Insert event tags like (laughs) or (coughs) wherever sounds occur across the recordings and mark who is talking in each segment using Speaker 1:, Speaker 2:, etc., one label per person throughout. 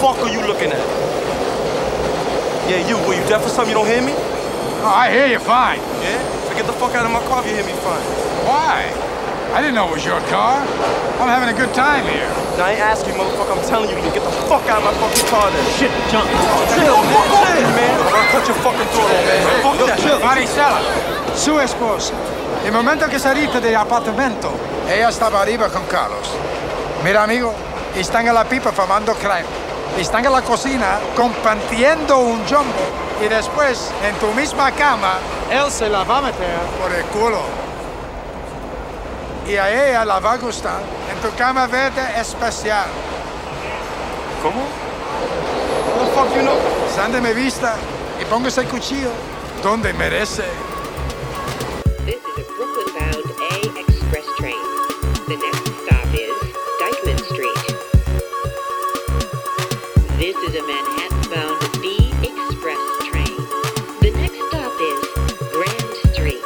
Speaker 1: fuck are you looking at? Yeah, you. Were you deaf or something? You don't hear me?
Speaker 2: No, Oh, I hear you fine.
Speaker 1: Yeah? So get the fuck out of my car if you hear me fine.
Speaker 2: Why? I didn't know it was your car. I'm having a good time (laughs) here.
Speaker 1: Now, I ain't asking you, motherfucker. I'm telling you to get the fuck out of my fucking car then.
Speaker 3: Shit, John.
Speaker 1: Chill, man. Chill, man. I'll cut your fucking throat off, man. Fuck that.
Speaker 2: Maricela.
Speaker 4: Su esposa. El momento que saliste del apartamento,
Speaker 2: Ella estaba arriba con Carlos. Mira, amigo, están en la pipa formando crime. Están en la cocina compartiendo un jumbo. Y después, en tu misma cama,
Speaker 4: él se la va a meter.
Speaker 2: por el culo. Y a ella la va a gustar en tu cama verde especial.
Speaker 1: Come on. What the fuck you know?
Speaker 2: Sande me vista y pongo ese cuchillo donde merece.
Speaker 5: This is a Brooklyn bound A express train. The next stop is Dykeman Street. This is a Manhattan bound B express train. The next stop is Grand Street.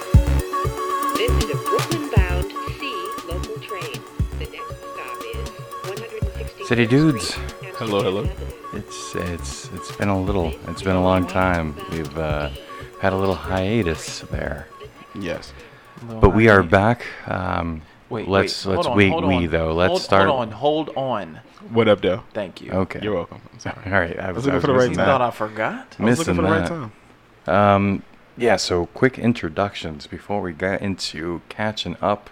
Speaker 5: This is a Brooklyn bound C local train. The next stop is 160.
Speaker 6: City dudes.
Speaker 7: Hello, hello.
Speaker 6: It's it's it's been a little it's been a long time. We've uh, had a little hiatus there,
Speaker 7: Yes.
Speaker 6: but we are back. Um, let's
Speaker 3: hold
Speaker 6: let's
Speaker 3: on,
Speaker 6: wait
Speaker 3: hold
Speaker 6: we
Speaker 3: on.
Speaker 6: though. Let's
Speaker 3: hold,
Speaker 6: start.
Speaker 3: Hold on, hold on.
Speaker 7: What up, though?
Speaker 3: Thank you.
Speaker 6: Okay.
Speaker 7: You're welcome. I'm sorry.
Speaker 6: All right. I was,
Speaker 7: looking
Speaker 6: I was
Speaker 7: for the right
Speaker 6: missing
Speaker 3: You
Speaker 6: that.
Speaker 7: time.
Speaker 3: thought I forgot?
Speaker 7: I was
Speaker 6: Missing
Speaker 7: looking for the right
Speaker 6: that.
Speaker 7: time.
Speaker 6: Um, yeah, so quick introductions before we get into catching up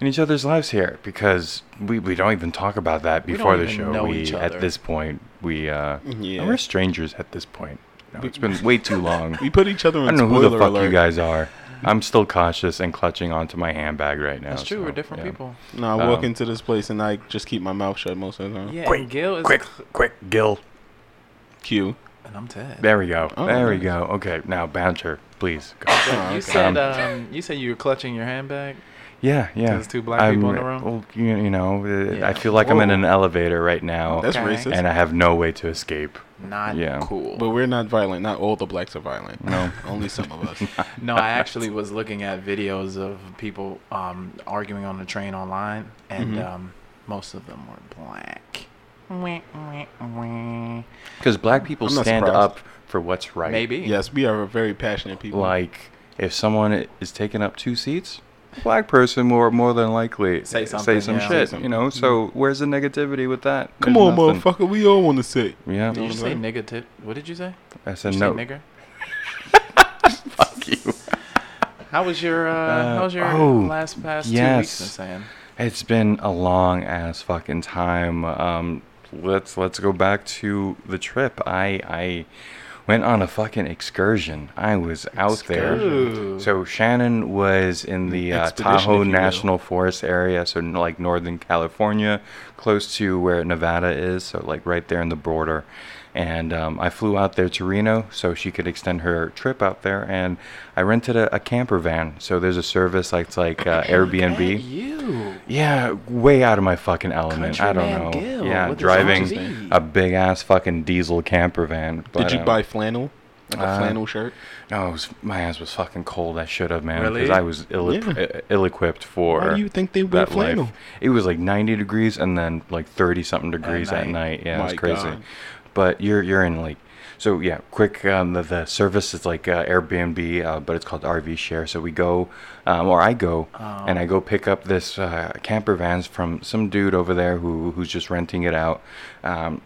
Speaker 6: in each other's lives here because we, we don't even talk about that
Speaker 3: We don't
Speaker 6: before the
Speaker 3: even
Speaker 6: show.
Speaker 3: know
Speaker 6: we
Speaker 3: each other.
Speaker 6: at this point we uh
Speaker 7: Yeah.
Speaker 6: we're strangers at this point. You know, it's been way too long.
Speaker 7: We put each other
Speaker 6: I
Speaker 7: in
Speaker 6: don't know who the
Speaker 7: spoiler
Speaker 6: fuck
Speaker 7: alert.
Speaker 6: you guys are. I'm still cautious and clutching onto my handbag right now.
Speaker 3: That's true. We're
Speaker 6: so,
Speaker 3: different
Speaker 6: yeah.
Speaker 3: people.
Speaker 7: No, I walk
Speaker 6: Um,
Speaker 7: into this place and I just keep my mouth shut most of the time.
Speaker 3: Yeah, and Gil is
Speaker 6: Quick, quick, Gil.
Speaker 7: Q.
Speaker 3: and I'm Ted.
Speaker 6: There we go.
Speaker 7: Oh,
Speaker 6: there we
Speaker 7: nice.
Speaker 6: go. Okay, now bouncer,
Speaker 3: (coughs)
Speaker 6: please. Go.
Speaker 3: You said um, you said you were clutching your handbag.
Speaker 6: Yeah, yeah.
Speaker 3: there's two black
Speaker 6: I'm,
Speaker 3: people in the room?
Speaker 6: Well, you, you know, uh,
Speaker 3: Yeah. Oh,
Speaker 6: I feel like I'm in
Speaker 7: Whoa.
Speaker 6: an elevator right now,
Speaker 7: That's
Speaker 3: Okay.
Speaker 7: racist.
Speaker 6: and I have no way to escape.
Speaker 3: Not
Speaker 6: Yeah.
Speaker 3: cool.
Speaker 7: but we're not violent. Not all the blacks are violent. No. (laughs) Only some of
Speaker 6: (laughs)
Speaker 7: us.
Speaker 3: No, I actually was looking at videos of people um, arguing on the train online, and
Speaker 6: Mm-hmm.
Speaker 3: um, most of them were black. Wah, wah, wah.
Speaker 6: Because black people
Speaker 7: I'm not
Speaker 6: stand
Speaker 7: surprised.
Speaker 6: up for what's right.
Speaker 3: Maybe.
Speaker 7: yes, we are very passionate people.
Speaker 6: Like, if someone i- is taking up two seats, black person more more than likely
Speaker 3: Say
Speaker 6: uh,
Speaker 3: something,
Speaker 6: some
Speaker 3: yeah. Say
Speaker 6: shit. You
Speaker 7: something.
Speaker 6: know. So where's the negativity with that?
Speaker 7: come
Speaker 6: There's
Speaker 7: on,
Speaker 6: nothing.
Speaker 7: motherfucker. We all want to sit.
Speaker 6: Yeah.
Speaker 3: Did you say nigga tip? What did you say?
Speaker 6: I said
Speaker 3: You
Speaker 6: no.
Speaker 3: say nigger?
Speaker 6: (laughs)
Speaker 3: Fuck you. How was your uh, How was your
Speaker 6: oh,
Speaker 3: last past two weeks?
Speaker 6: yes.
Speaker 3: I'm saying.
Speaker 6: It's been a long ass fucking time. Um, let's let's go back to the trip. I I went on a fucking excursion. I was out there.
Speaker 3: Excursion.
Speaker 6: So Shannon was in the uh,
Speaker 7: Expedition, if
Speaker 6: Tahoe
Speaker 7: you will.
Speaker 6: National Forest area, so n- like Northern California, close to where Nevada is, so like right there in the border. And um, I flew out there to Reno so she could extend her trip out there, and I rented a, a camper van. So there's a service like it's like uh, Airbnb.
Speaker 3: Hey, you.
Speaker 6: Yeah, way out of my fucking element. I
Speaker 3: Countryman
Speaker 6: don't know.
Speaker 3: Gil
Speaker 6: yeah,
Speaker 3: with his
Speaker 6: driving
Speaker 3: RV.
Speaker 6: a big ass fucking diesel camper van.
Speaker 7: Did
Speaker 6: but,
Speaker 7: you
Speaker 6: um,
Speaker 7: buy flannel? Like a
Speaker 6: Uh,
Speaker 7: flannel shirt?
Speaker 6: No, it was, my ass was fucking cold. I should have, man, because
Speaker 3: Really?
Speaker 6: I was ill
Speaker 7: Yeah.
Speaker 6: ill equipped for.
Speaker 7: Why do you think they wear
Speaker 6: that life.
Speaker 7: flannel?
Speaker 6: It was like 90 degrees and then like 30 something degrees at night.
Speaker 3: night.
Speaker 6: Yeah, it was
Speaker 7: My
Speaker 6: crazy.
Speaker 7: God.
Speaker 6: But you're you're in like. So yeah, quick. Um, the, the service is like uh, Airbnb, uh, but it's called RV Share. So we go, um, or I go, and I go pick up this uh, camper vans from some dude over there who who's just renting it out. Um,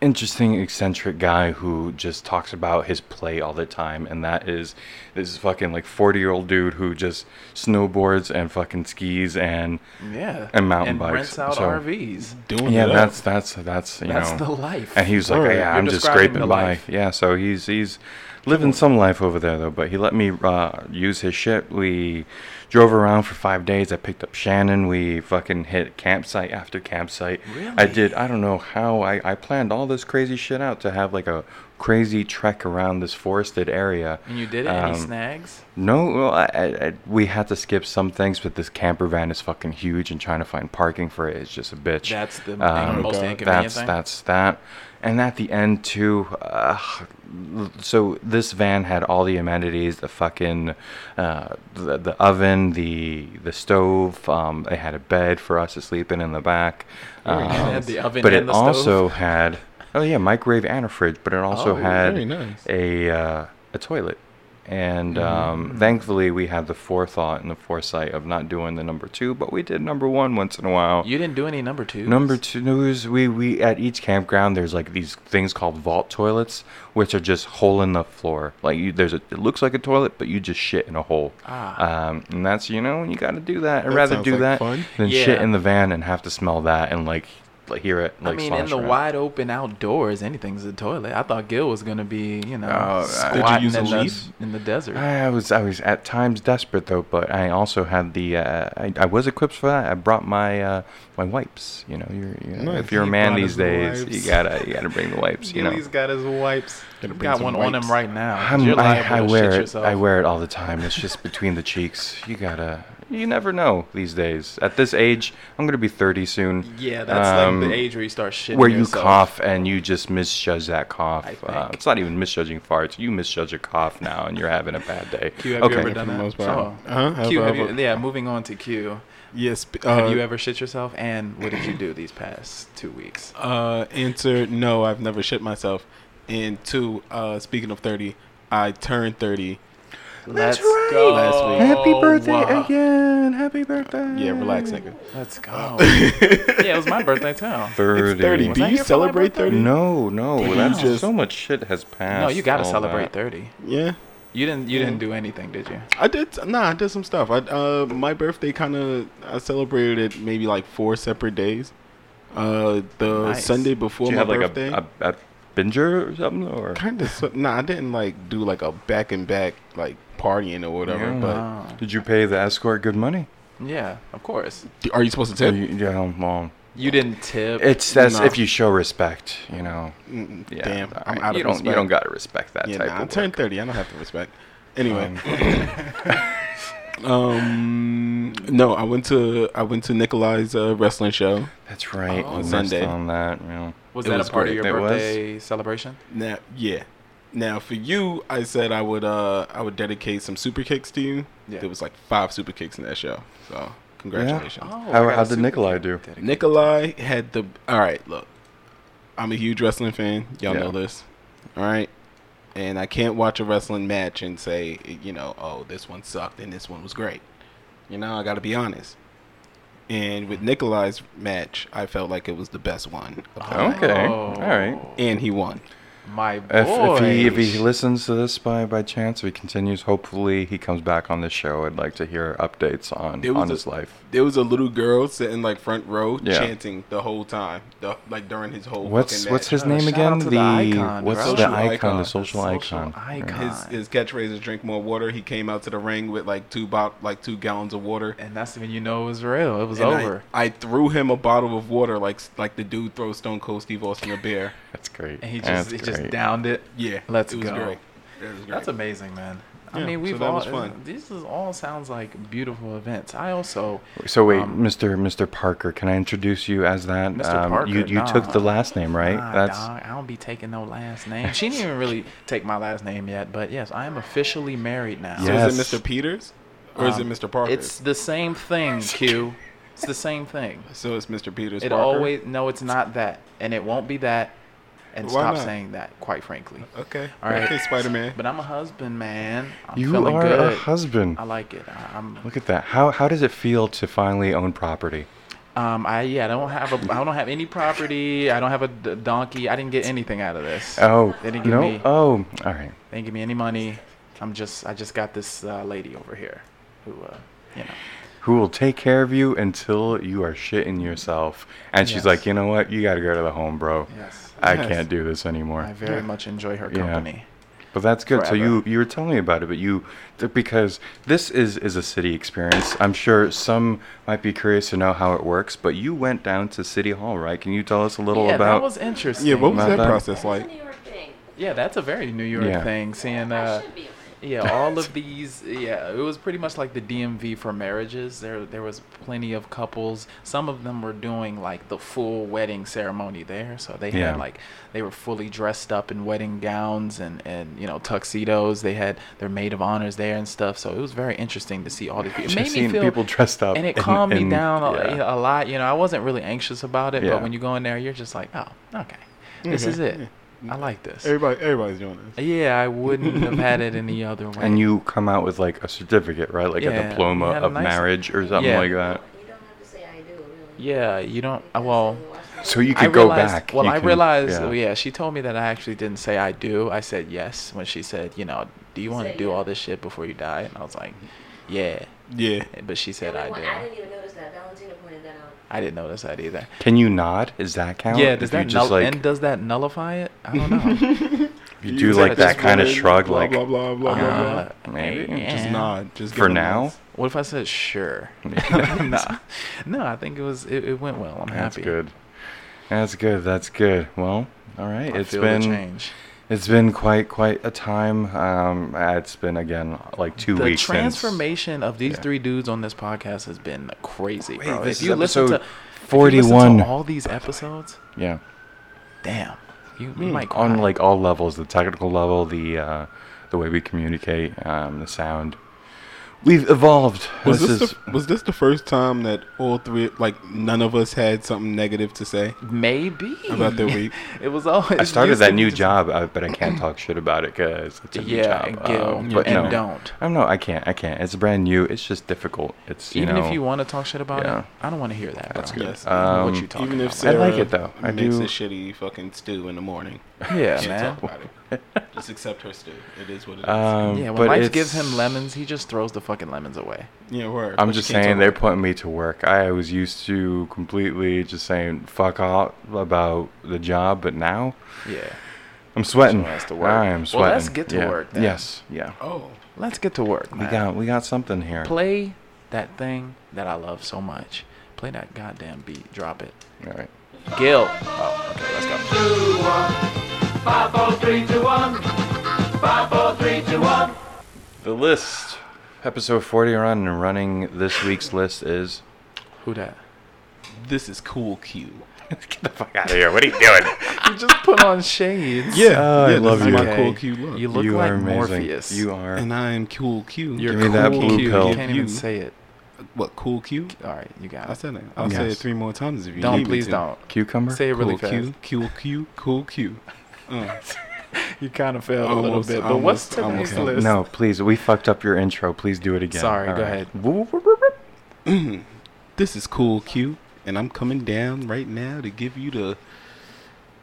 Speaker 6: interesting eccentric guy who just talks about his play all the time and that is this fucking like 40 year old dude who just snowboards and fucking skis and
Speaker 3: Yeah.
Speaker 6: And mountain
Speaker 3: and
Speaker 6: bikes,
Speaker 3: Rents out
Speaker 6: so-
Speaker 3: RVs.
Speaker 7: Doing
Speaker 6: yeah
Speaker 7: it up.
Speaker 6: that's that's that's you
Speaker 3: That's
Speaker 6: know
Speaker 3: the life.
Speaker 6: and he was like
Speaker 3: Word.
Speaker 6: yeah
Speaker 3: You're
Speaker 6: i'm just
Speaker 3: describing
Speaker 6: scraping
Speaker 3: the
Speaker 6: by
Speaker 3: life.
Speaker 6: yeah so he's he's living some life over there though but he let me uh, use his shit we drove around for five days i picked up shannon we fucking hit campsite after campsite i
Speaker 3: Really?
Speaker 6: did i don't know how I, I planned all this crazy shit out to have like a crazy trek around this forested area
Speaker 3: And you did it.
Speaker 6: Um,
Speaker 3: Any snags?
Speaker 6: no, well, I, I, I, we had to skip some things, but this camper van is fucking huge, and trying to find parking for it is just a bitch.
Speaker 3: That's the
Speaker 6: Um,
Speaker 3: most
Speaker 7: God.
Speaker 3: inconvenient
Speaker 6: that's
Speaker 3: thing.
Speaker 6: that's that, and at the end too. Uh, so this van had all the amenities, the fucking, uh, the, the oven oven, the the stove. Um, it had a bed for us to sleep in in the back. Um,
Speaker 3: had the oven
Speaker 6: but
Speaker 3: and
Speaker 6: it
Speaker 3: the stove?
Speaker 6: also had oh yeah, microwave and a fridge. But it also
Speaker 3: Oh,
Speaker 6: had
Speaker 7: very nice.
Speaker 6: a uh, a toilet. And
Speaker 3: Mm-hmm.
Speaker 6: um, thankfully, we had the forethought and the foresight of not doing the number two, but we did number one once in a while.
Speaker 3: You didn't do any number two.
Speaker 6: Number two is we we at each campground there's like these things called vault toilets, which are just hole in the floor. Like you, there's a it looks like a toilet, but you just shit in a hole.
Speaker 3: Ah.
Speaker 6: Um, and that's you know you got to do that. I'd
Speaker 7: That
Speaker 6: rather
Speaker 7: sounds
Speaker 6: do
Speaker 7: like
Speaker 6: that
Speaker 7: fun.
Speaker 6: than shit
Speaker 3: Yeah.
Speaker 6: in the van and have to smell that and like like hear it. Like
Speaker 3: I mean, in
Speaker 6: slosh
Speaker 3: the
Speaker 6: around.
Speaker 3: wide open outdoors, anything's a toilet. I thought Gil was gonna be, you know,
Speaker 6: Oh, I- Did you
Speaker 3: squatting
Speaker 7: use a
Speaker 3: in, the,
Speaker 7: leaf?
Speaker 3: in the desert.
Speaker 6: I was I was at times desperate though, but I also had the uh, I, I was equipped for that. I brought my uh, my wipes. You know, you're, you know,
Speaker 7: Nice.
Speaker 6: if you're a
Speaker 7: He
Speaker 6: man
Speaker 7: brought
Speaker 6: these
Speaker 7: his
Speaker 6: days,
Speaker 7: wipes.
Speaker 6: you gotta you gotta bring the
Speaker 7: (laughs)
Speaker 6: wipes. You know,
Speaker 3: got his wipes.
Speaker 7: Gonna bring
Speaker 3: Got
Speaker 7: some
Speaker 3: one on
Speaker 7: wipes.
Speaker 3: him right now. 'cause
Speaker 6: I'm,
Speaker 3: you're
Speaker 6: I,
Speaker 3: liable
Speaker 6: I
Speaker 3: to
Speaker 6: wear
Speaker 3: shit
Speaker 6: it.
Speaker 3: yourself.
Speaker 6: I wear it all the time. It's just between the cheeks. You gotta. You never know these days. At this age, I'm gonna be 30 soon.
Speaker 3: Yeah, that's
Speaker 6: um,
Speaker 3: like the age where you start shitting.
Speaker 6: Where you
Speaker 3: yourself.
Speaker 6: cough and you just misjudge that cough.
Speaker 3: I
Speaker 6: Uh,
Speaker 3: think.
Speaker 6: it's not even misjudging farts. You misjudge a cough now, and you're having a bad day.
Speaker 3: Q, (laughs) have
Speaker 6: okay.
Speaker 3: you ever done
Speaker 7: For the
Speaker 3: that?
Speaker 7: most part.
Speaker 3: Oh.
Speaker 7: Huh? Have
Speaker 3: Q,
Speaker 7: I
Speaker 3: have you,
Speaker 7: ever-
Speaker 3: yeah, moving on to Q.
Speaker 7: Yes. b-
Speaker 3: Have
Speaker 7: uh,
Speaker 3: you ever shit yourself? And what did you do these past two weeks?
Speaker 7: Uh, answer: No, I've never shit myself. And two, uh, speaking of thirty, I turned thirty.
Speaker 3: Let's go.
Speaker 7: Last week.
Speaker 6: Happy birthday
Speaker 3: wow.
Speaker 6: again. Happy birthday.
Speaker 7: Yeah, relax,
Speaker 3: Mm.
Speaker 7: nigga. (laughs)
Speaker 3: Let's go. yeah, it was my birthday (laughs) too.
Speaker 6: 30.
Speaker 7: It's thirty. Do
Speaker 3: I
Speaker 7: you
Speaker 3: here for my
Speaker 7: celebrate
Speaker 3: birthday?
Speaker 7: thirty?
Speaker 6: No, no. That's
Speaker 7: just-
Speaker 6: so much shit has passed.
Speaker 3: No, you gotta
Speaker 6: all that.
Speaker 3: celebrate thirty.
Speaker 7: Yeah,
Speaker 3: You didn't. You didn't do anything, did you?
Speaker 7: I did. Nah, I did some stuff. I uh, my birthday kind of I celebrated it maybe like four separate days. Uh, the
Speaker 3: Nice.
Speaker 7: Sunday before
Speaker 6: Do you
Speaker 7: my
Speaker 6: have like
Speaker 7: birthday.
Speaker 6: a, a, a binger or something or?
Speaker 7: kind of nah i didn't like do like a back and back like partying or whatever but
Speaker 3: Oh.
Speaker 6: Did you pay the escort good money?
Speaker 3: Yeah, of course.
Speaker 7: D- are you supposed to
Speaker 6: Or
Speaker 7: tip
Speaker 6: you- yeah, well,
Speaker 3: You didn't tip.
Speaker 6: it's that's
Speaker 7: No.
Speaker 6: if you show respect, you know.
Speaker 7: Mm,
Speaker 6: Yeah,
Speaker 7: damn
Speaker 6: all
Speaker 7: i'm
Speaker 6: right,
Speaker 7: out
Speaker 6: you
Speaker 7: of
Speaker 6: don't,
Speaker 7: respect
Speaker 6: You don't gotta respect that
Speaker 7: yeah
Speaker 6: type
Speaker 7: nah, i
Speaker 6: of
Speaker 7: turned
Speaker 6: work.
Speaker 7: 30 i don't have to respect anyway (laughs)
Speaker 3: (laughs)
Speaker 7: um, no i went to i went to nikolai's uh, wrestling show
Speaker 6: That's right.
Speaker 7: on
Speaker 6: we missed
Speaker 7: Sunday.
Speaker 6: on that, you know.
Speaker 3: Oh, was
Speaker 7: it
Speaker 3: that
Speaker 7: was
Speaker 3: a part
Speaker 7: great.
Speaker 3: of
Speaker 6: It
Speaker 3: your
Speaker 6: was?
Speaker 3: birthday celebration?
Speaker 7: now yeah now for you i said i would uh i would dedicate some super kicks to you
Speaker 3: Yeah.
Speaker 7: there was like five super kicks in that show so congratulations
Speaker 6: Oh, How-
Speaker 3: Oh, I got
Speaker 6: how
Speaker 3: a
Speaker 6: did
Speaker 3: super
Speaker 6: Nikolai
Speaker 3: kick.
Speaker 6: do?
Speaker 3: Dedicated.
Speaker 7: Nikolai had the. All right, look. I'm a huge wrestling fan. Y'all
Speaker 6: Yeah.
Speaker 7: know this. All right. And I can't watch a wrestling match and say, you know, oh, this one sucked and this one was great. You know, I got to be honest. And with Nikolai's match, I felt like it was the best one. of the night.
Speaker 6: Okay.
Speaker 3: Oh.
Speaker 6: All right.
Speaker 7: And he won.
Speaker 3: My boy.
Speaker 6: If, if he if he listens to this by by chance, if he continues, hopefully he comes back on the show. I'd like to hear updates on
Speaker 7: There was
Speaker 6: on
Speaker 7: a-
Speaker 6: his life.
Speaker 7: There was a little girl sitting like front row
Speaker 6: Yeah.
Speaker 7: chanting the whole time, the, like during his whole
Speaker 6: What's
Speaker 7: fucking
Speaker 6: what's
Speaker 7: match.
Speaker 6: his
Speaker 3: Oh,
Speaker 6: name
Speaker 3: shout
Speaker 6: again?
Speaker 3: out to the icon,
Speaker 6: what's
Speaker 3: bro.
Speaker 6: the
Speaker 7: Social
Speaker 6: icon,
Speaker 7: icon.
Speaker 6: The social
Speaker 3: The social
Speaker 6: icon. right.
Speaker 3: icon.
Speaker 7: his his catchphrase is drink more water. He came out to the ring with like two bo- like two gallons of water.
Speaker 3: and that's when you know it was real. It was
Speaker 7: And I-
Speaker 3: over.
Speaker 7: I, threw him a bottle of water like like the dude throws Stone Cold Steve Austin a beer.
Speaker 6: That's great.
Speaker 3: and he
Speaker 6: That's
Speaker 3: just he just
Speaker 6: great.
Speaker 3: downed it.
Speaker 7: Yeah,
Speaker 3: Let's
Speaker 7: it was
Speaker 3: go.
Speaker 7: Great. It was great.
Speaker 3: That's amazing, man. I
Speaker 7: Yeah,
Speaker 3: mean,
Speaker 7: so
Speaker 3: we've
Speaker 7: that
Speaker 3: all
Speaker 7: was fun.
Speaker 3: this is all sounds like beautiful events. I also
Speaker 6: So wait,
Speaker 3: um,
Speaker 6: Mr. Mr. Parker, can I introduce you as that? Um,
Speaker 3: Mr. Parker,
Speaker 6: you you took
Speaker 3: nah.
Speaker 6: the last name, right?
Speaker 3: Nah,
Speaker 6: That's
Speaker 3: dog, I don't be taking no last name. She didn't even really take my last name yet, but yes, I am officially married now.
Speaker 6: Yeah.
Speaker 7: So
Speaker 6: Yes.
Speaker 7: is it Mr. Peters or is it
Speaker 3: Um,
Speaker 7: Mr. Parker?
Speaker 3: It's the same
Speaker 7: (laughs)
Speaker 3: thing, Q. It's the same thing.
Speaker 7: so it's Mr. Peters.
Speaker 3: It
Speaker 7: Parker?
Speaker 3: always no, it's not that, and it won't be that. And
Speaker 7: Why
Speaker 3: stop
Speaker 7: not?
Speaker 3: saying that, quite frankly.
Speaker 7: okay.
Speaker 3: All right.
Speaker 7: Okay, Spider Man.
Speaker 3: But I'm a husband, man. I'm
Speaker 6: you
Speaker 3: feeling
Speaker 6: are
Speaker 3: good.
Speaker 6: a husband.
Speaker 3: I like it. I, I'm
Speaker 6: Look at that. How how does it feel to finally own property?
Speaker 3: Um, I yeah, I don't have a, I don't have any property. I don't have a d- donkey. I didn't get anything out of this.
Speaker 6: Oh,
Speaker 3: They didn't give
Speaker 6: no.
Speaker 3: me-
Speaker 6: Oh, all right.
Speaker 3: They didn't give me any money. I'm just, I just got this uh, lady over here, who, uh, you know,
Speaker 6: Who will take care of you until you are shitting yourself? And she's
Speaker 3: Yes.
Speaker 6: like, you know what? You got to go to the home, bro.
Speaker 3: yes,
Speaker 6: I
Speaker 7: Yes.
Speaker 6: can't do this anymore.
Speaker 3: I very much enjoy her
Speaker 6: Yeah.
Speaker 3: company.
Speaker 6: But that's good. So you
Speaker 3: forever.
Speaker 6: you were telling me about it, but you th- because this is is a city experience. I'm sure some might be curious to know how it works. But you went down to City Hall, right? Can you tell us a little
Speaker 3: yeah,
Speaker 6: about?
Speaker 3: that was interesting.
Speaker 7: Yeah, what was
Speaker 6: Not
Speaker 7: that
Speaker 6: bad.
Speaker 7: process
Speaker 8: That's
Speaker 7: like?
Speaker 8: a New York thing.
Speaker 3: Yeah, that's a very New York
Speaker 6: Yeah.
Speaker 3: thing. Seeing,
Speaker 8: I
Speaker 3: uh,
Speaker 8: should be on it.
Speaker 3: Yeah, all of these. Yeah, it was pretty much like the DMV for marriages. There, there was plenty of couples. Some of them were doing like the full wedding ceremony there, so they
Speaker 6: Yeah.
Speaker 3: had like they were fully dressed up in wedding gowns and and you know tuxedos. They had their maid of honors there and stuff. So it was very interesting to see all these people. It
Speaker 6: Just
Speaker 3: made me
Speaker 6: seeing
Speaker 3: feel
Speaker 6: people dressed up
Speaker 3: and it
Speaker 6: in-
Speaker 3: calmed
Speaker 6: in-
Speaker 3: me down a,
Speaker 6: yeah.
Speaker 3: you know, a lot. You know, I wasn't really anxious about it,
Speaker 6: Yeah.
Speaker 3: but when you go in there, you're just like, oh, okay, this
Speaker 7: Okay,
Speaker 3: is it. I like this.
Speaker 7: Everybody, everybody's doing this.
Speaker 3: Yeah, I wouldn't have had it any other way.
Speaker 6: And you come out with like a certificate, right? Like
Speaker 3: Yeah,
Speaker 6: a diploma
Speaker 3: you had a
Speaker 6: of
Speaker 3: nice-
Speaker 6: marriage or something
Speaker 3: Yeah.
Speaker 6: like that.
Speaker 8: You don't have to say I do, really.
Speaker 3: Yeah, you don't. uh, Well, (laughs)
Speaker 6: So you
Speaker 3: I
Speaker 6: could go
Speaker 3: realized-
Speaker 6: back.
Speaker 3: Well,
Speaker 6: you
Speaker 3: I
Speaker 6: can-
Speaker 3: realized. Yeah. yeah, she told me that I actually didn't say I do. I said yes when she said, you know, do you want to
Speaker 8: Say
Speaker 3: do
Speaker 8: yeah.
Speaker 3: all this shit before you die? And I was like, yeah.
Speaker 7: Yeah.
Speaker 3: But she said
Speaker 8: Everyone-
Speaker 3: I
Speaker 8: I
Speaker 3: do.
Speaker 8: didn't even notice that. Valentina pointed that out.
Speaker 3: I didn't notice that either.
Speaker 6: Can you nod? Does that count?
Speaker 3: Yeah, does
Speaker 6: If you
Speaker 3: that
Speaker 6: just
Speaker 3: null-
Speaker 6: like
Speaker 3: and does that nullify it? I don't
Speaker 6: (laughs)
Speaker 3: know.
Speaker 6: if you do
Speaker 3: is
Speaker 6: like
Speaker 3: that
Speaker 6: that
Speaker 3: just
Speaker 6: kind of
Speaker 3: women?
Speaker 6: shrug,
Speaker 7: Blah,
Speaker 6: like
Speaker 7: blah, blah, blah, blah, blah.
Speaker 3: Uh,
Speaker 6: maybe.
Speaker 7: Just
Speaker 3: yeah.
Speaker 7: nod. Just give
Speaker 6: for
Speaker 7: them
Speaker 6: now.
Speaker 7: nods.
Speaker 3: What if I said sure? (laughs) nah. No, I think it was it, it went well. I'm
Speaker 6: That's
Speaker 3: happy.
Speaker 6: good. That's good. That's good. Well, all right.
Speaker 3: I
Speaker 6: It's
Speaker 3: feel the
Speaker 6: been
Speaker 3: change.
Speaker 6: it's been quite quite a time. Um, it's been again like two
Speaker 3: the
Speaker 6: weeks.
Speaker 3: transformation of these
Speaker 6: yeah.
Speaker 3: three dudes on this podcast has been crazy,
Speaker 6: Wait,
Speaker 3: bro.
Speaker 6: this
Speaker 3: if
Speaker 6: is
Speaker 3: you listen to
Speaker 6: episode
Speaker 3: if you listen to
Speaker 6: 41.
Speaker 3: all these episodes,
Speaker 6: Since, yeah.
Speaker 3: damn, you, you might cry.
Speaker 6: Hmm, on like all levels the technical level the uh, the way we communicate um, the sound we've evolved
Speaker 7: Was
Speaker 6: this,
Speaker 7: this,
Speaker 6: is
Speaker 7: the, was this the first time that all three, like none of us had something negative to say
Speaker 3: maybe
Speaker 7: about their week?
Speaker 3: (laughs) it was always.
Speaker 6: I started
Speaker 3: used to
Speaker 6: that
Speaker 3: be
Speaker 6: new
Speaker 3: just-
Speaker 6: job, uh, but I can't talk shit about it because it's a new
Speaker 3: Yeah,
Speaker 6: job.
Speaker 3: Gil,
Speaker 6: um,
Speaker 3: and
Speaker 6: but no,
Speaker 3: don't.
Speaker 6: I don't know. I can't. I can't. It's brand new. It's just difficult. It's you
Speaker 3: Even
Speaker 6: know,
Speaker 3: if you want to talk shit about
Speaker 6: yeah.
Speaker 3: it, I don't want to hear that. That's
Speaker 7: good.
Speaker 3: Yes. I don't know what
Speaker 6: Um,
Speaker 3: you talking
Speaker 7: Even if
Speaker 3: about.
Speaker 6: I
Speaker 7: Sarah
Speaker 6: like it, though. I
Speaker 7: makes
Speaker 6: do-
Speaker 7: a shitty fucking stew in
Speaker 6: (laughs)
Speaker 7: the morning.
Speaker 3: yeah,
Speaker 7: Can't
Speaker 3: man.
Speaker 7: talk about it. Just accept her stew. It
Speaker 6: (laughs)
Speaker 7: is what it is.
Speaker 6: Um,
Speaker 3: Yeah, when
Speaker 6: but
Speaker 3: Mike
Speaker 6: life
Speaker 3: gives him lemons, he just throws the fucking lemons away.
Speaker 7: yeah, word.
Speaker 6: I'm
Speaker 7: But
Speaker 6: just
Speaker 7: you can't
Speaker 6: saying
Speaker 7: talk
Speaker 6: they're
Speaker 7: about
Speaker 6: putting me to work. I was used to completely just saying fuck off about the job, but now
Speaker 3: Yeah.
Speaker 6: I'm sweating.
Speaker 3: That's the word.
Speaker 6: I am sweating.
Speaker 3: Well, let's get to
Speaker 6: Yeah.
Speaker 3: work then.
Speaker 6: Yes. Yeah.
Speaker 7: it. Oh,
Speaker 3: Let's get to work.
Speaker 6: We
Speaker 3: man.
Speaker 6: got we got something here.
Speaker 3: play that thing that I love so much. Play that goddamn beat. Drop it.
Speaker 6: All right.
Speaker 3: Gil. Oh, okay, let's go.
Speaker 6: The list, episode 40 run and running this week's list is.
Speaker 3: Who that?
Speaker 7: this is cool Q.
Speaker 6: Get the fuck out of here! What are you doing?
Speaker 3: You just put on shades.
Speaker 7: Yeah,
Speaker 6: Oh, I
Speaker 7: yeah,
Speaker 6: love
Speaker 7: this
Speaker 6: you.
Speaker 7: Is my
Speaker 3: Okay.
Speaker 7: cool Q look.
Speaker 3: You look
Speaker 6: you
Speaker 3: like
Speaker 6: are amazing.
Speaker 3: Morpheus.
Speaker 6: You are.
Speaker 7: and I am cool Q.
Speaker 3: You're
Speaker 6: Give me that
Speaker 3: cool
Speaker 6: blue
Speaker 3: Q.
Speaker 6: pill.
Speaker 3: You can't even
Speaker 7: You-
Speaker 3: say it.
Speaker 7: what cool Q?
Speaker 3: All right, you got
Speaker 7: I
Speaker 3: it.
Speaker 7: said it. I'll say
Speaker 6: Yes.
Speaker 7: it three more times if you
Speaker 3: Don't
Speaker 7: need
Speaker 3: please
Speaker 7: me to.
Speaker 3: don't.
Speaker 6: Cucumber.
Speaker 3: Say it really
Speaker 7: cool
Speaker 3: fast.
Speaker 7: Q, cool Q, cool Q. Uh,
Speaker 3: You kind of failed a little
Speaker 7: Almost,
Speaker 3: bit. But
Speaker 7: almost,
Speaker 3: what's
Speaker 7: almost.
Speaker 3: today's
Speaker 7: Okay.
Speaker 3: list?
Speaker 6: No, please. We fucked up your intro. Please do it again.
Speaker 3: Sorry, go
Speaker 6: ahead.
Speaker 7: this is cool Q, and I'm coming down right now to give you the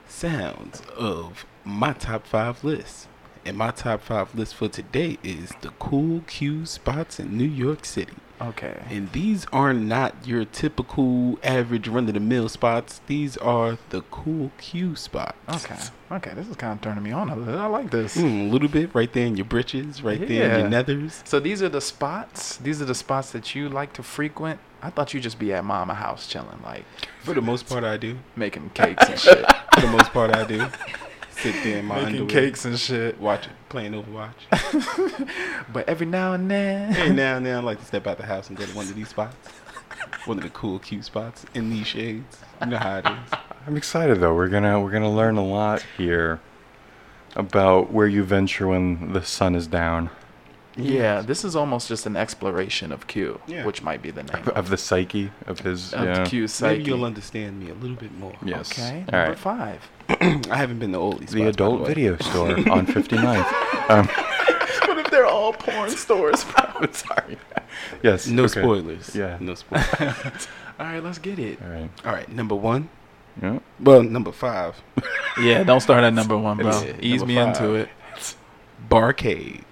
Speaker 7: sounds of my top five list. And my top five list for today is the cool Q spots in New York City.
Speaker 3: Okay.
Speaker 7: And these are not your typical average run of the mill spots. These are the cool Q spots.
Speaker 3: Okay. Okay. This is kind of turning me on. I, I like this.
Speaker 7: Mm, a little bit right there in your britches, right there in
Speaker 3: Yeah.
Speaker 7: your nethers.
Speaker 3: So these are the spots. These are the spots that you like to frequent. I thought you just be at mama house chilling, like
Speaker 7: For the most part, I do.
Speaker 3: making cakes and shit.
Speaker 7: For the most part, I do. Sit there in my
Speaker 3: (laughs) making
Speaker 7: underwear,
Speaker 3: cakes and shit.
Speaker 7: watching, playing Overwatch.
Speaker 3: But every now and then,
Speaker 7: and now and then, I like to step out the house and go to one of these spots. One of the cool, cute spots in these shades. You know
Speaker 3: (laughs)
Speaker 7: how it is.
Speaker 6: I'm excited though. We're gonna we're gonna learn a lot here about where you venture when the sun is down
Speaker 3: yeah, this is almost just an exploration of Q,
Speaker 7: Yeah.
Speaker 3: which might be the name
Speaker 6: of, of the psyche of his.
Speaker 3: of
Speaker 6: yeah.
Speaker 3: the Q
Speaker 7: Maybe
Speaker 3: psyche.
Speaker 7: you'll understand me a little bit more.
Speaker 6: Yes.
Speaker 3: okay,
Speaker 6: All
Speaker 3: number
Speaker 6: right.
Speaker 3: five.
Speaker 7: (laughs) I haven't been to all these. spots, by
Speaker 6: The adult
Speaker 7: way. (laughs)
Speaker 6: video store on 59th. Um,
Speaker 3: What if they're all porn stores?
Speaker 6: I'm (laughs) sorry. Yes.
Speaker 7: No
Speaker 6: okay.
Speaker 7: spoilers.
Speaker 6: Yeah.
Speaker 7: No spoilers.
Speaker 6: (laughs)
Speaker 3: all right, let's get it.
Speaker 6: All right.
Speaker 7: all right, number one.
Speaker 6: Yeah.
Speaker 7: Well,
Speaker 6: (laughs)
Speaker 7: number five.
Speaker 3: Yeah, don't start at number one, bro.
Speaker 7: Yeah,
Speaker 3: Ease
Speaker 7: number
Speaker 3: me
Speaker 7: five.
Speaker 3: into it.
Speaker 7: Barcade.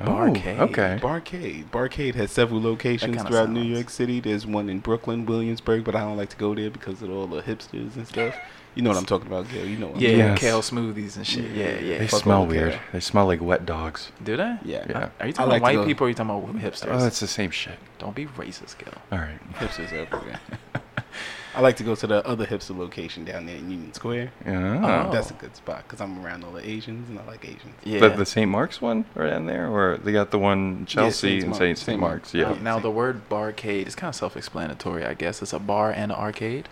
Speaker 3: Barcade.
Speaker 6: Oh, okay.
Speaker 7: Barcade. Barcade has several locations
Speaker 3: kinda
Speaker 7: throughout New
Speaker 3: sounds-
Speaker 7: York City. There's one in Brooklyn, Williamsburg, but I don't like to go there because of all the hipsters and stuff. You know what I'm talking about, Gil. You know what I'm
Speaker 3: Yeah,
Speaker 7: talking
Speaker 6: Yes.
Speaker 3: kale smoothies and shit. Yeah, yeah.
Speaker 6: They
Speaker 3: Fuck
Speaker 6: smell
Speaker 3: all the
Speaker 6: weird.
Speaker 3: kale.
Speaker 6: They smell like wet dogs.
Speaker 3: Do they?
Speaker 7: Yeah.
Speaker 6: Yeah.
Speaker 3: Uh, Are you
Speaker 7: I
Speaker 3: talking
Speaker 7: like Oh, to
Speaker 3: about
Speaker 7: go-
Speaker 3: white people or are you talking about hipsters?
Speaker 6: Oh, it's the same shit.
Speaker 3: Don't be racist, Gil.
Speaker 6: All right.
Speaker 7: about. Hipsters everywhere. (laughs) I like to go to the other hipster location down there in Union Square.
Speaker 3: Oh.
Speaker 6: Yeah.
Speaker 7: That's a good spot because I'm around all the Asians and I like Asians.
Speaker 3: Yeah.
Speaker 6: The, the St. Mark's one right down there, or they got the one Chelsea
Speaker 7: St.
Speaker 6: and
Speaker 7: Mark's.
Speaker 6: St. St.
Speaker 7: St.
Speaker 6: Mark's.
Speaker 7: Mark's.
Speaker 6: Yeah.
Speaker 7: Oh.
Speaker 3: now the word barcade is kind of self-explanatory, I guess. It's a bar and an arcade.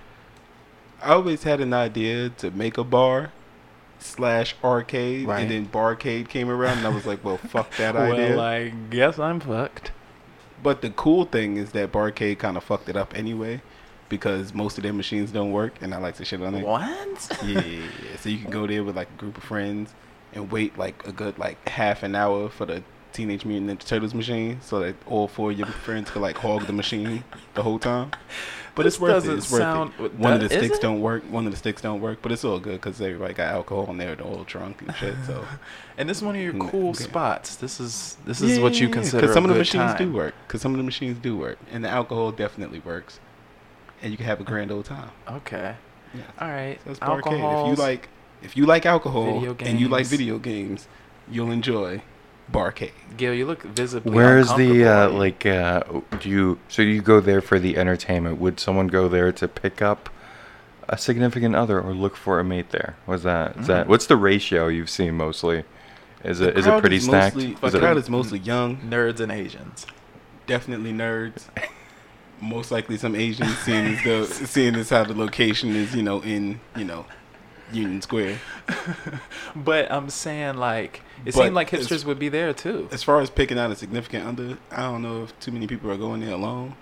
Speaker 7: I always had an idea to make a bar slash arcade,
Speaker 3: Right.
Speaker 7: and then barcade came around, and I was like, well, fuck that idea.
Speaker 3: (laughs) Well, I guess I'm fucked.
Speaker 7: But the cool thing is that Barcade kind of fucked it up anyway because most of their machines don't work, and I like to shit on it.
Speaker 3: What?
Speaker 7: Yeah, yeah, yeah. So you can go there with like a group of friends and wait like a good like half an hour for the Teenage Mutant Ninja Turtles machine so that all four of your friends could like hog the machine the whole time. But
Speaker 3: This
Speaker 7: it's worth
Speaker 3: doesn't
Speaker 7: it. It's worth
Speaker 3: sound-
Speaker 7: it. One of the
Speaker 3: that- is
Speaker 7: sticks
Speaker 3: it?
Speaker 7: don't work. One of the sticks don't work, but it's all good because everybody got alcohol and they're all drunk and shit.
Speaker 3: (laughs)
Speaker 7: So
Speaker 3: And this is one of your
Speaker 7: Mm,
Speaker 3: cool
Speaker 7: okay.
Speaker 3: spots. This is this is what you consider.
Speaker 7: Because some
Speaker 3: a
Speaker 7: of the
Speaker 3: good
Speaker 7: machines do
Speaker 3: time.
Speaker 7: work. Because some of the machines do work, and the alcohol definitely works, and you can have a grand old time.
Speaker 3: Okay.
Speaker 7: Yeah.
Speaker 3: All right.
Speaker 7: So it's barcade.
Speaker 3: Alcohol.
Speaker 7: If you like, if you like alcohol
Speaker 3: Video
Speaker 7: and you like
Speaker 3: games.
Speaker 7: video games, you'll enjoy barcade.
Speaker 3: Gil, you look visibly.
Speaker 6: Where's the uh,
Speaker 3: uncomfortable.
Speaker 6: like? Uh, do you so you go there for the entertainment? Would someone go there to pick up a significant other or look for a mate there? Was that is that what's the ratio you've seen mostly? Is it is it
Speaker 7: Mm. Crowd
Speaker 6: pretty
Speaker 7: is
Speaker 6: stacked?
Speaker 7: Mostly,
Speaker 6: Is
Speaker 7: the
Speaker 6: it-
Speaker 7: crowd is mostly young,
Speaker 3: nerds and Asians?
Speaker 7: definitely
Speaker 6: (laughs)
Speaker 7: nerds. Most likely some Asians, seeing as though, seeing as how the location is, you know, in you know, Union Square.
Speaker 3: But I'm saying like it
Speaker 7: But
Speaker 3: seemed like
Speaker 7: it's-
Speaker 3: hipsters would be there
Speaker 7: (laughs)
Speaker 3: too.
Speaker 7: as far as picking out a significant under, I don't know if too many people are going there alone.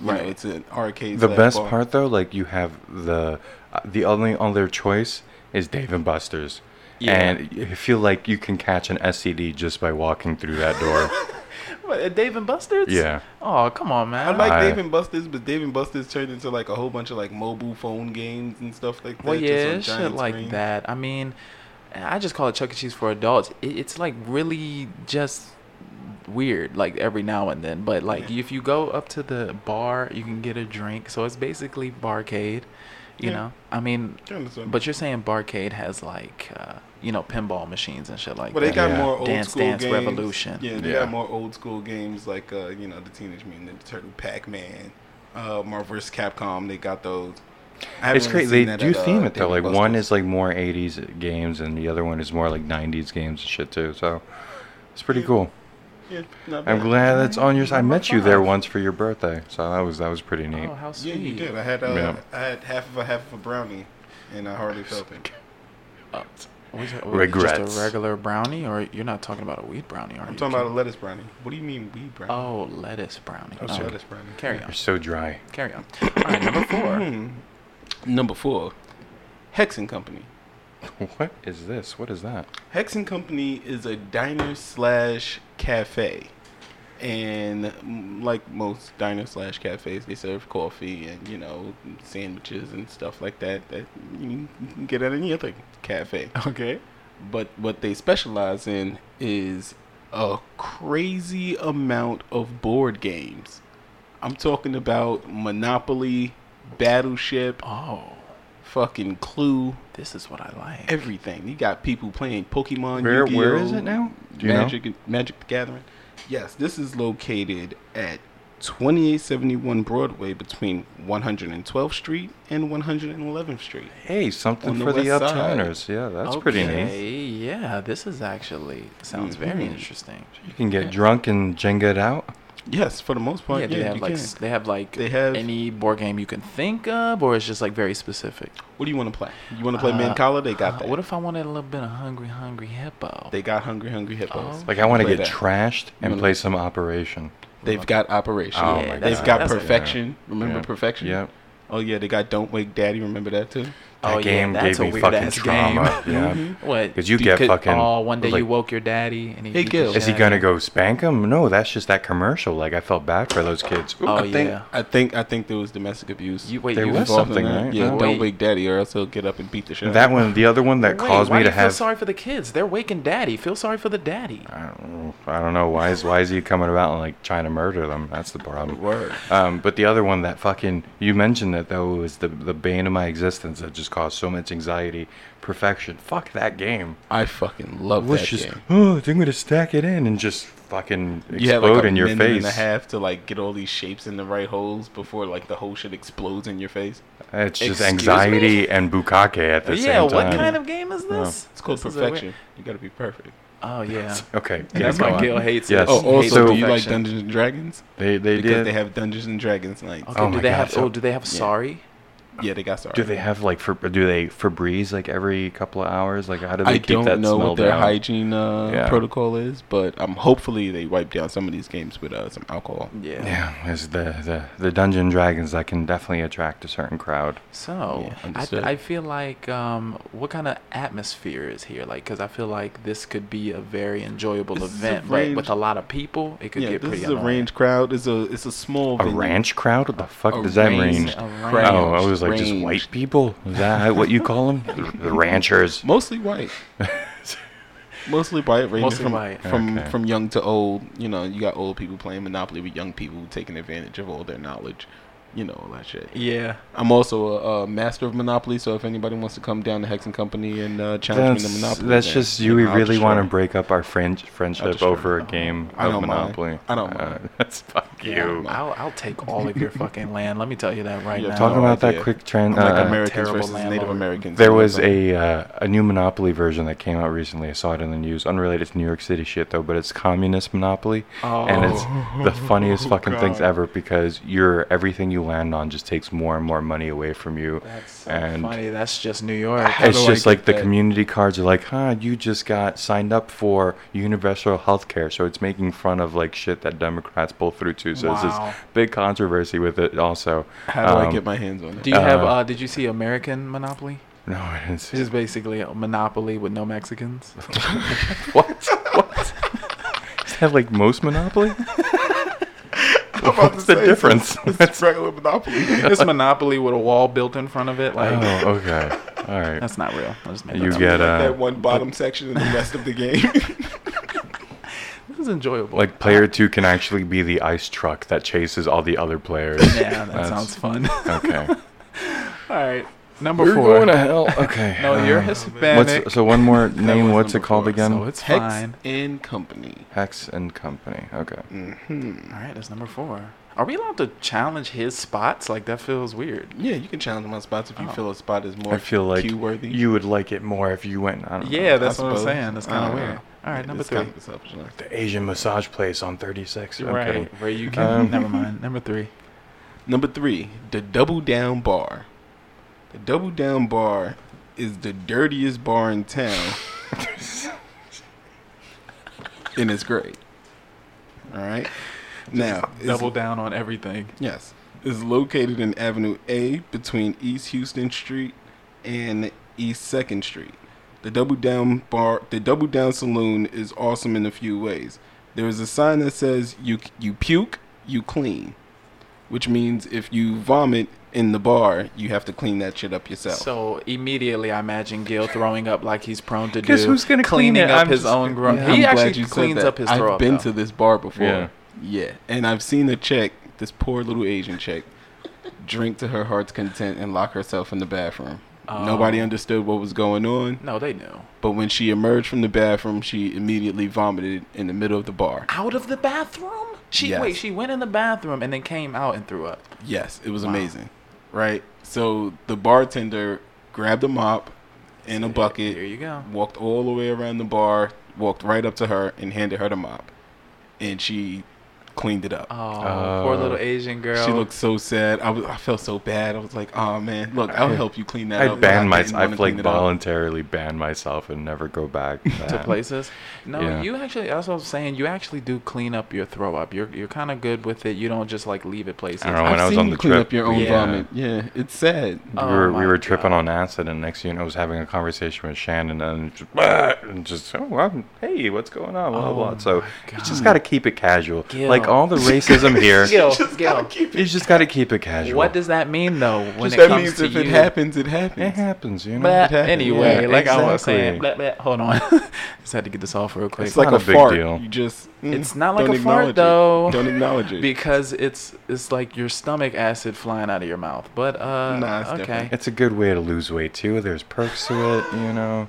Speaker 7: You
Speaker 3: Right.
Speaker 7: know, it's an arcade.
Speaker 6: the
Speaker 7: slash
Speaker 6: best
Speaker 7: bar.
Speaker 6: part though, like you have the uh, the only other choice is Dave and Buster's.
Speaker 3: Yeah.
Speaker 6: And you feel like you can catch an STD just by walking through that
Speaker 7: (laughs)
Speaker 6: door.
Speaker 3: What, at Dave and Buster's?
Speaker 6: Yeah.
Speaker 3: Oh come on, man.
Speaker 7: I like
Speaker 6: I-
Speaker 7: Dave and Buster's, but Dave and Buster's turned into like a whole bunch of like mobile phone games and stuff like that.
Speaker 3: Well,
Speaker 7: just on
Speaker 3: yeah, shit
Speaker 7: giant
Speaker 3: like
Speaker 7: screens.
Speaker 3: that. I mean, I just call it Chuck E. Cheese for adults. It, it's like really just weird, like every now and then. But like, if you go up to the bar, you can get a drink. So it's basically barcade. You
Speaker 7: Yeah.
Speaker 3: know, I mean,
Speaker 7: I understand.
Speaker 3: but you're saying barcade has like, uh, you know, pinball machines and shit like
Speaker 7: Well, they
Speaker 3: that.
Speaker 7: got
Speaker 6: Yeah.
Speaker 7: more old
Speaker 3: Dance
Speaker 7: school
Speaker 3: Dance
Speaker 7: games.
Speaker 3: Revolution.
Speaker 7: Yeah, they
Speaker 6: Yeah.
Speaker 7: got more old school games like uh, you know the Teenage Mutant Ninja Turtle, Pac Man, uh, Marvel vs. Capcom. They got those. I haven't
Speaker 6: It's
Speaker 7: really
Speaker 6: crazy.
Speaker 7: seen
Speaker 6: They
Speaker 7: that
Speaker 6: do
Speaker 7: at, uh,
Speaker 6: theme it though.
Speaker 7: Dave
Speaker 6: Like
Speaker 7: and
Speaker 6: one
Speaker 7: Buster's.
Speaker 6: is like more '80s games, and the other one is more like '90s games and shit too. So it's pretty cool.
Speaker 7: Yeah, not
Speaker 6: I'm
Speaker 7: bad.
Speaker 6: glad that's on your side. I
Speaker 3: Number
Speaker 6: met you there
Speaker 3: five.
Speaker 6: once for your birthday, so that was that was pretty neat.
Speaker 3: Oh, how
Speaker 7: Yeah,
Speaker 3: sweet!
Speaker 7: you did. I had uh,
Speaker 6: Yeah.
Speaker 7: I had half of a half of a brownie, and I hardly felt it.
Speaker 3: Uh, was it- was it Just
Speaker 6: Regrets.
Speaker 3: a regular brownie, or you're not talking about a wheat brownie, are you?
Speaker 7: I'm talking about a lettuce brownie. What do you mean weed brownie?
Speaker 3: Oh, lettuce brownie.
Speaker 7: That's
Speaker 3: Oh,
Speaker 7: lettuce brownie.
Speaker 3: Carry
Speaker 6: You're
Speaker 3: on.
Speaker 6: so dry.
Speaker 3: Carry on. All right, number four.
Speaker 6: (coughs)
Speaker 7: Number four, Hex and Company.
Speaker 6: What is this? What is that?
Speaker 7: Hex and Company is a diner slash cafe, and mm, like most diner slash cafes, they serve coffee and you know sandwiches and stuff like that that you can get at any other cafe.
Speaker 3: Okay.
Speaker 7: but what they specialize in is a crazy amount of board games. I'm talking about Monopoly, Battleship,
Speaker 3: Oh,
Speaker 7: fucking Clue,
Speaker 3: this is what I like.
Speaker 7: everything. You got people playing Pokemon.
Speaker 6: Where-
Speaker 7: Yu-Gi-Oh,
Speaker 6: where is it now? Do you know?
Speaker 7: Magic Magic the Gathering. Yes, this is located at 2871 Broadway between 112th Street and 111th Street.
Speaker 6: Hey, something
Speaker 7: On the
Speaker 6: for the,
Speaker 7: west side.
Speaker 6: uptowners. Yeah, that's pretty neat. Mm-hmm.
Speaker 3: Okay, Yeah, this is actually sounds very
Speaker 7: Mhm.
Speaker 3: interesting.
Speaker 6: You can get drunk and jenga it out.
Speaker 7: Yes, for the most part,
Speaker 3: yeah,
Speaker 7: yeah,
Speaker 3: they have
Speaker 7: you
Speaker 3: like
Speaker 7: can.
Speaker 3: s- they have like
Speaker 7: They have-
Speaker 3: any board game you can think of, or it's just like very specific.
Speaker 7: What do you want to play? You want to play
Speaker 3: Uh,
Speaker 7: Mancala? They got
Speaker 3: Uh,
Speaker 7: that.
Speaker 3: What if I wanted a little bit of hungry, hungry hippo?
Speaker 7: They got Hungry Hungry Hippos.
Speaker 6: Like I want to
Speaker 7: Play
Speaker 6: get
Speaker 7: that.
Speaker 6: trashed and
Speaker 7: Mm.
Speaker 6: play some Operation.
Speaker 7: They've got Operation.
Speaker 6: Oh
Speaker 3: Yeah, my
Speaker 7: They've
Speaker 3: God.
Speaker 7: got
Speaker 3: That's a-
Speaker 7: Perfection. Remember
Speaker 6: Yeah.
Speaker 7: Perfection?
Speaker 6: Yep.
Speaker 7: Oh yeah, they got Don't Wake Daddy. Remember that too?
Speaker 6: That
Speaker 3: Oh, yeah,
Speaker 6: game gave
Speaker 3: that's a
Speaker 6: me fucking
Speaker 3: weird-ass
Speaker 6: trauma.
Speaker 3: game. Mm-hmm.
Speaker 7: Mm-hmm.
Speaker 6: Yeah. Mm-hmm.
Speaker 3: what?
Speaker 6: 'Cause you get fucking-
Speaker 3: Oh, one day
Speaker 6: like-
Speaker 3: you woke your daddy and he.
Speaker 7: Hey,
Speaker 3: beat the
Speaker 6: Is
Speaker 7: Gil.
Speaker 6: he
Speaker 3: shit out
Speaker 6: gonna
Speaker 3: of you.
Speaker 6: go spank him? No, that's just that commercial. Like I felt bad for those kids. Ooh.
Speaker 3: Oh
Speaker 7: I think,
Speaker 3: yeah.
Speaker 7: I think I think there was domestic abuse.
Speaker 3: You wait.
Speaker 6: There
Speaker 3: you
Speaker 6: was
Speaker 3: involved in
Speaker 6: something,
Speaker 3: that?
Speaker 6: right?
Speaker 7: Yeah,
Speaker 6: Yeah.
Speaker 7: Don't
Speaker 3: Wait.
Speaker 7: Wake Daddy, or else he'll get up and beat the shit. out
Speaker 6: That
Speaker 7: of
Speaker 6: one, the other one that
Speaker 3: Wait,
Speaker 6: caused
Speaker 3: why
Speaker 6: me
Speaker 3: do
Speaker 6: to
Speaker 3: you feel
Speaker 6: have.
Speaker 3: sorry for the kids. They're waking daddy. Feel sorry for the daddy.
Speaker 6: I don't know. I don't know. Why is why is he coming about and like trying to murder them? That's the problem.
Speaker 7: you. Word.
Speaker 6: Um, but the other one that fucking you mentioned that though was the the bane of my existence that just caused so much anxiety. Perfection. Fuck that game.
Speaker 7: I fucking love
Speaker 6: was
Speaker 7: that
Speaker 6: just,
Speaker 7: game.
Speaker 6: oh, I'm gonna stack it in and just fucking explode
Speaker 7: You have like a
Speaker 6: in your
Speaker 7: minute
Speaker 6: face.
Speaker 7: and a half to like get all these shapes in the right holes before like the whole shit explodes in your face.
Speaker 6: It's just
Speaker 7: Excuse me?
Speaker 6: anxiety and bukake at the
Speaker 3: yeah,
Speaker 6: same time.
Speaker 3: what kind of game is this?
Speaker 7: It's called
Speaker 3: This is a weird-
Speaker 7: perfection. You gotta be perfect. (laughs)
Speaker 3: Oh yeah.
Speaker 6: Okay.
Speaker 3: And
Speaker 6: yeah,
Speaker 3: that's
Speaker 6: go
Speaker 3: why
Speaker 6: on.
Speaker 3: Gil hates it.
Speaker 6: Yes.
Speaker 7: Oh,
Speaker 3: He hates
Speaker 7: also, do you like
Speaker 3: perfection.
Speaker 7: Dungeons and Dragons?
Speaker 6: They they
Speaker 7: Because
Speaker 6: did.
Speaker 7: they have Dungeons and Dragons nights.
Speaker 3: Okay,
Speaker 6: Oh
Speaker 3: do
Speaker 6: my
Speaker 3: they
Speaker 6: God,
Speaker 3: have?
Speaker 6: so-
Speaker 3: oh, do they have Sorry?
Speaker 7: Yeah, they got sorry.
Speaker 6: do they have like for do they Febreze like every couple of hours? Like how do they
Speaker 7: I
Speaker 6: keep
Speaker 7: don't
Speaker 6: that
Speaker 7: know
Speaker 6: smell
Speaker 7: what their
Speaker 6: down?
Speaker 7: hygiene uh,
Speaker 6: Yeah.
Speaker 7: protocol is, but um, hopefully they wipe down some of these games with uh, some alcohol.
Speaker 3: Yeah.
Speaker 6: Yeah, there's the, the the dungeon dragons that can definitely attract a certain crowd.
Speaker 3: So
Speaker 7: Yeah, understood.
Speaker 3: I, I feel like um, what kind of atmosphere is here? Like, because I feel like this could be a very enjoyable
Speaker 7: This is a
Speaker 3: event, but
Speaker 7: range-
Speaker 3: with a lot of people, it could
Speaker 7: yeah,
Speaker 3: get
Speaker 7: this
Speaker 3: pretty
Speaker 7: is a
Speaker 3: annoying.
Speaker 7: range crowd. It's a it's a small
Speaker 6: A
Speaker 7: venue.
Speaker 6: ranch crowd? What the fuck
Speaker 7: A
Speaker 6: does that
Speaker 7: range
Speaker 6: mean?
Speaker 3: A range.
Speaker 6: Oh, I was like just
Speaker 7: Range.
Speaker 6: white people. Is that how- what you call
Speaker 7: (laughs)
Speaker 6: them? the, the ranchers. (laughs)
Speaker 7: Mostly white. Mostly white, ranging
Speaker 3: Mostly
Speaker 7: from
Speaker 3: white.
Speaker 7: from
Speaker 6: Okay.
Speaker 7: from young to old. You know, you got old people playing Monopoly with young people taking advantage of all their knowledge. You know all that shit.
Speaker 3: Yeah.
Speaker 7: I'm also a, a master of Monopoly, so if anybody wants to come down to Hex and Company and uh, challenge me to
Speaker 6: That's,
Speaker 7: Monopoly,
Speaker 6: that's
Speaker 7: then,
Speaker 6: just
Speaker 7: you
Speaker 6: you. We
Speaker 7: know, I'll
Speaker 6: really
Speaker 7: destroy
Speaker 6: want to
Speaker 7: you.
Speaker 6: break up our friend, friendship
Speaker 7: destroy
Speaker 6: over a
Speaker 7: it.
Speaker 6: game
Speaker 7: I
Speaker 6: of
Speaker 7: don't mind.
Speaker 6: Monopoly.
Speaker 7: I don't
Speaker 6: Uh,
Speaker 7: mind.
Speaker 6: (laughs) that's fuck
Speaker 7: Yeah, I don't
Speaker 6: you.
Speaker 7: mind.
Speaker 3: I'll, I'll take all of your fucking land. Let me tell you that right
Speaker 7: Yeah,
Speaker 3: now.
Speaker 6: Talk
Speaker 7: no
Speaker 6: about
Speaker 7: idea.
Speaker 6: that quick trend.
Speaker 7: I'm like
Speaker 6: uh,
Speaker 7: Americans
Speaker 3: terrible
Speaker 7: versus Native
Speaker 3: landlord.
Speaker 7: Americans.
Speaker 6: There
Speaker 7: you know,
Speaker 6: was
Speaker 7: so-
Speaker 6: a uh, a new Monopoly version that came out recently. I saw it in the news. Unrelated to New York City shit though, but it's communist Monopoly, and it's
Speaker 7: Oh.
Speaker 6: the
Speaker 7: (laughs)
Speaker 6: funniest fucking things ever because your everything you land on just takes more and more money away from you.
Speaker 3: That's so
Speaker 6: and
Speaker 3: funny. That's just
Speaker 6: (laughs)
Speaker 3: New York.
Speaker 6: It's
Speaker 7: do I
Speaker 6: just like
Speaker 7: get
Speaker 6: the
Speaker 7: that?
Speaker 6: community cards are like, huh, you just got signed up for universal health care. So it's making fun of like shit that Democrats pull through too. So it's
Speaker 3: Wow.
Speaker 6: this big controversy with it also.
Speaker 7: How do I
Speaker 6: Um,
Speaker 7: get my hands on it?
Speaker 3: Do you have?
Speaker 6: uh,
Speaker 3: Uh, did you see American Monopoly?
Speaker 6: No, I didn't see
Speaker 3: It's just basically a Monopoly with
Speaker 6: (laughs)
Speaker 3: no Mexicans.
Speaker 6: What? what? Is that like most
Speaker 3: (laughs)
Speaker 6: Monopoly? What's the difference?
Speaker 7: It's regular
Speaker 6: (laughs)
Speaker 7: Monopoly.
Speaker 3: it's Monopoly with a wall built in front of it. Like
Speaker 6: oh, okay. All right.
Speaker 3: that's not real. I just made
Speaker 6: You
Speaker 3: that up.
Speaker 6: get uh,
Speaker 7: that one bottom section and the rest of the game.
Speaker 6: (laughs)
Speaker 3: This is enjoyable.
Speaker 6: like player two can actually be the ice truck that chases all the other players.
Speaker 3: yeah, that
Speaker 6: That's-
Speaker 3: sounds fun. (laughs) all
Speaker 6: Okay.
Speaker 3: right, number
Speaker 6: We're
Speaker 3: four.
Speaker 6: going to hell. Okay. Um,
Speaker 3: no, you're Hispanic.
Speaker 6: What's, so one more name.
Speaker 7: was
Speaker 6: What's it
Speaker 7: number
Speaker 6: called
Speaker 7: four,
Speaker 6: again?
Speaker 3: so it's
Speaker 7: Hex
Speaker 3: fine.
Speaker 7: and Company.
Speaker 6: Hex and Company. Okay.
Speaker 7: Mm-hmm.
Speaker 3: All right, that's number four. Are we allowed to challenge his spots? Like that feels weird.
Speaker 7: Yeah, you can challenge my spots if you
Speaker 3: Oh.
Speaker 7: feel a spot is more
Speaker 6: I feel like
Speaker 7: cue worthy.
Speaker 6: you would like it more if you went. I don't know,
Speaker 3: Yeah, that's
Speaker 7: I
Speaker 3: what I'm
Speaker 7: suppose.
Speaker 3: saying. That's kind
Speaker 7: I
Speaker 3: of
Speaker 7: don't
Speaker 3: weird.
Speaker 7: know.
Speaker 3: All right,
Speaker 7: Yeah,
Speaker 3: number
Speaker 7: it's
Speaker 3: three. (laughs)
Speaker 7: kind of selfish, like that.
Speaker 6: the Asian massage place on 36.
Speaker 3: You're
Speaker 6: I'm
Speaker 3: right,
Speaker 6: kidding.
Speaker 3: where you can.
Speaker 6: Um, (laughs)
Speaker 3: never mind. Number three.
Speaker 7: Number three, the Double Down Bar. The Double Down Bar is the dirtiest bar in
Speaker 6: (laughs)
Speaker 7: town, and it's great. All right. Now, it's-
Speaker 3: Double down on everything.
Speaker 7: Yes. Is located in Avenue A between East Houston Street and East 2nd Street. The Double Down Bar, the Double Down Saloon is awesome in a few ways. There is a sign that says you you puke, you clean, which means if you vomit in the bar, you have to clean that shit up yourself.
Speaker 3: So immediately, I imagine Gil throwing up like he's prone to
Speaker 6: Guess
Speaker 3: do.
Speaker 6: who's gonna clean
Speaker 3: cleaning
Speaker 6: it?
Speaker 3: up
Speaker 6: I'm
Speaker 3: his
Speaker 6: just-
Speaker 3: own grub.
Speaker 7: I'm
Speaker 3: he
Speaker 7: glad
Speaker 3: actually
Speaker 7: you said
Speaker 3: cleans
Speaker 7: that.
Speaker 3: up his
Speaker 7: I've
Speaker 3: throw up.
Speaker 7: been
Speaker 3: though.
Speaker 7: to this bar before.
Speaker 6: Yeah.
Speaker 7: Yeah. And I've seen a chick, this poor little Asian chick, drink to her heart's content and lock herself in the bathroom.
Speaker 3: Oh.
Speaker 7: Nobody understood what was going on,
Speaker 3: No, they knew.
Speaker 7: but when she emerged from the bathroom, she immediately vomited in the middle of the bar.
Speaker 3: Out of the bathroom? She
Speaker 7: Yes.
Speaker 3: wait. She went in the bathroom and then came out and threw up.
Speaker 7: Yes, it was amazing. Right? So the bartender grabbed a mop and a bucket.
Speaker 3: Here you go.
Speaker 7: Walked all the way around the bar, walked right up to her and handed her the mop. And she cleaned it up.
Speaker 3: Oh, poor
Speaker 6: Oh.
Speaker 3: little Asian girl.
Speaker 7: She looked so sad. I, was, I felt so bad. I was like, oh man, look, I'll help you clean that
Speaker 6: I
Speaker 7: up. but
Speaker 6: banned
Speaker 7: didn't
Speaker 6: myself.
Speaker 7: wanna
Speaker 6: I've
Speaker 7: clean
Speaker 6: like
Speaker 7: it up.
Speaker 6: voluntarily banned myself and never go back.
Speaker 3: (laughs) to places. No,
Speaker 6: Yeah.
Speaker 3: you actually. That's what I'm saying. You actually do clean up your throw up. You're you're kind of good with it. You don't just like leave it places.
Speaker 6: I don't know.
Speaker 7: I've
Speaker 6: When I was
Speaker 7: seen
Speaker 6: on
Speaker 7: you
Speaker 6: the
Speaker 7: clean
Speaker 6: trip,
Speaker 7: up your own
Speaker 6: we, uh,
Speaker 7: vomit. Yeah, it's sad.
Speaker 6: We
Speaker 3: Oh
Speaker 6: were, we
Speaker 3: my
Speaker 6: were tripping
Speaker 3: God.
Speaker 6: on acid, and next thing you know, I was having a conversation with Shannon, and just,
Speaker 3: Oh
Speaker 6: "Bah," and just oh, I'm, hey, what's going on? Blah, blah. So you just got to keep it casual.
Speaker 3: Gil,
Speaker 6: like like all the
Speaker 3: (laughs)
Speaker 6: racism here,
Speaker 3: Gil,
Speaker 7: Just
Speaker 3: Gil,
Speaker 7: gotta keep
Speaker 6: you just got to keep it casual.
Speaker 3: What does that mean though when
Speaker 7: Just
Speaker 3: it
Speaker 7: that
Speaker 3: comes
Speaker 7: means
Speaker 3: to
Speaker 7: if
Speaker 3: you?
Speaker 7: it happens, it
Speaker 6: It
Speaker 7: happens.
Speaker 6: happens, you know.
Speaker 3: Blah,
Speaker 6: It happens.
Speaker 3: anyway,
Speaker 6: Yeah,
Speaker 3: like I was saying,
Speaker 6: exactly.
Speaker 3: blah, blah. hold on. (laughs) Just had to get this off real quick.
Speaker 7: It's like
Speaker 6: not
Speaker 7: a,
Speaker 6: a big
Speaker 7: fart.
Speaker 6: deal.
Speaker 7: You just
Speaker 3: It's
Speaker 7: mm,
Speaker 3: not like
Speaker 7: don't
Speaker 3: a fart,
Speaker 7: acknowledge it.
Speaker 3: though.
Speaker 7: Don't acknowledge it.
Speaker 3: because it's it's like your stomach acid flying out of your mouth. But uh,
Speaker 7: Nah, it's
Speaker 3: okay,
Speaker 7: different.
Speaker 6: It's a good way to lose weight too. There's perks to it, you know.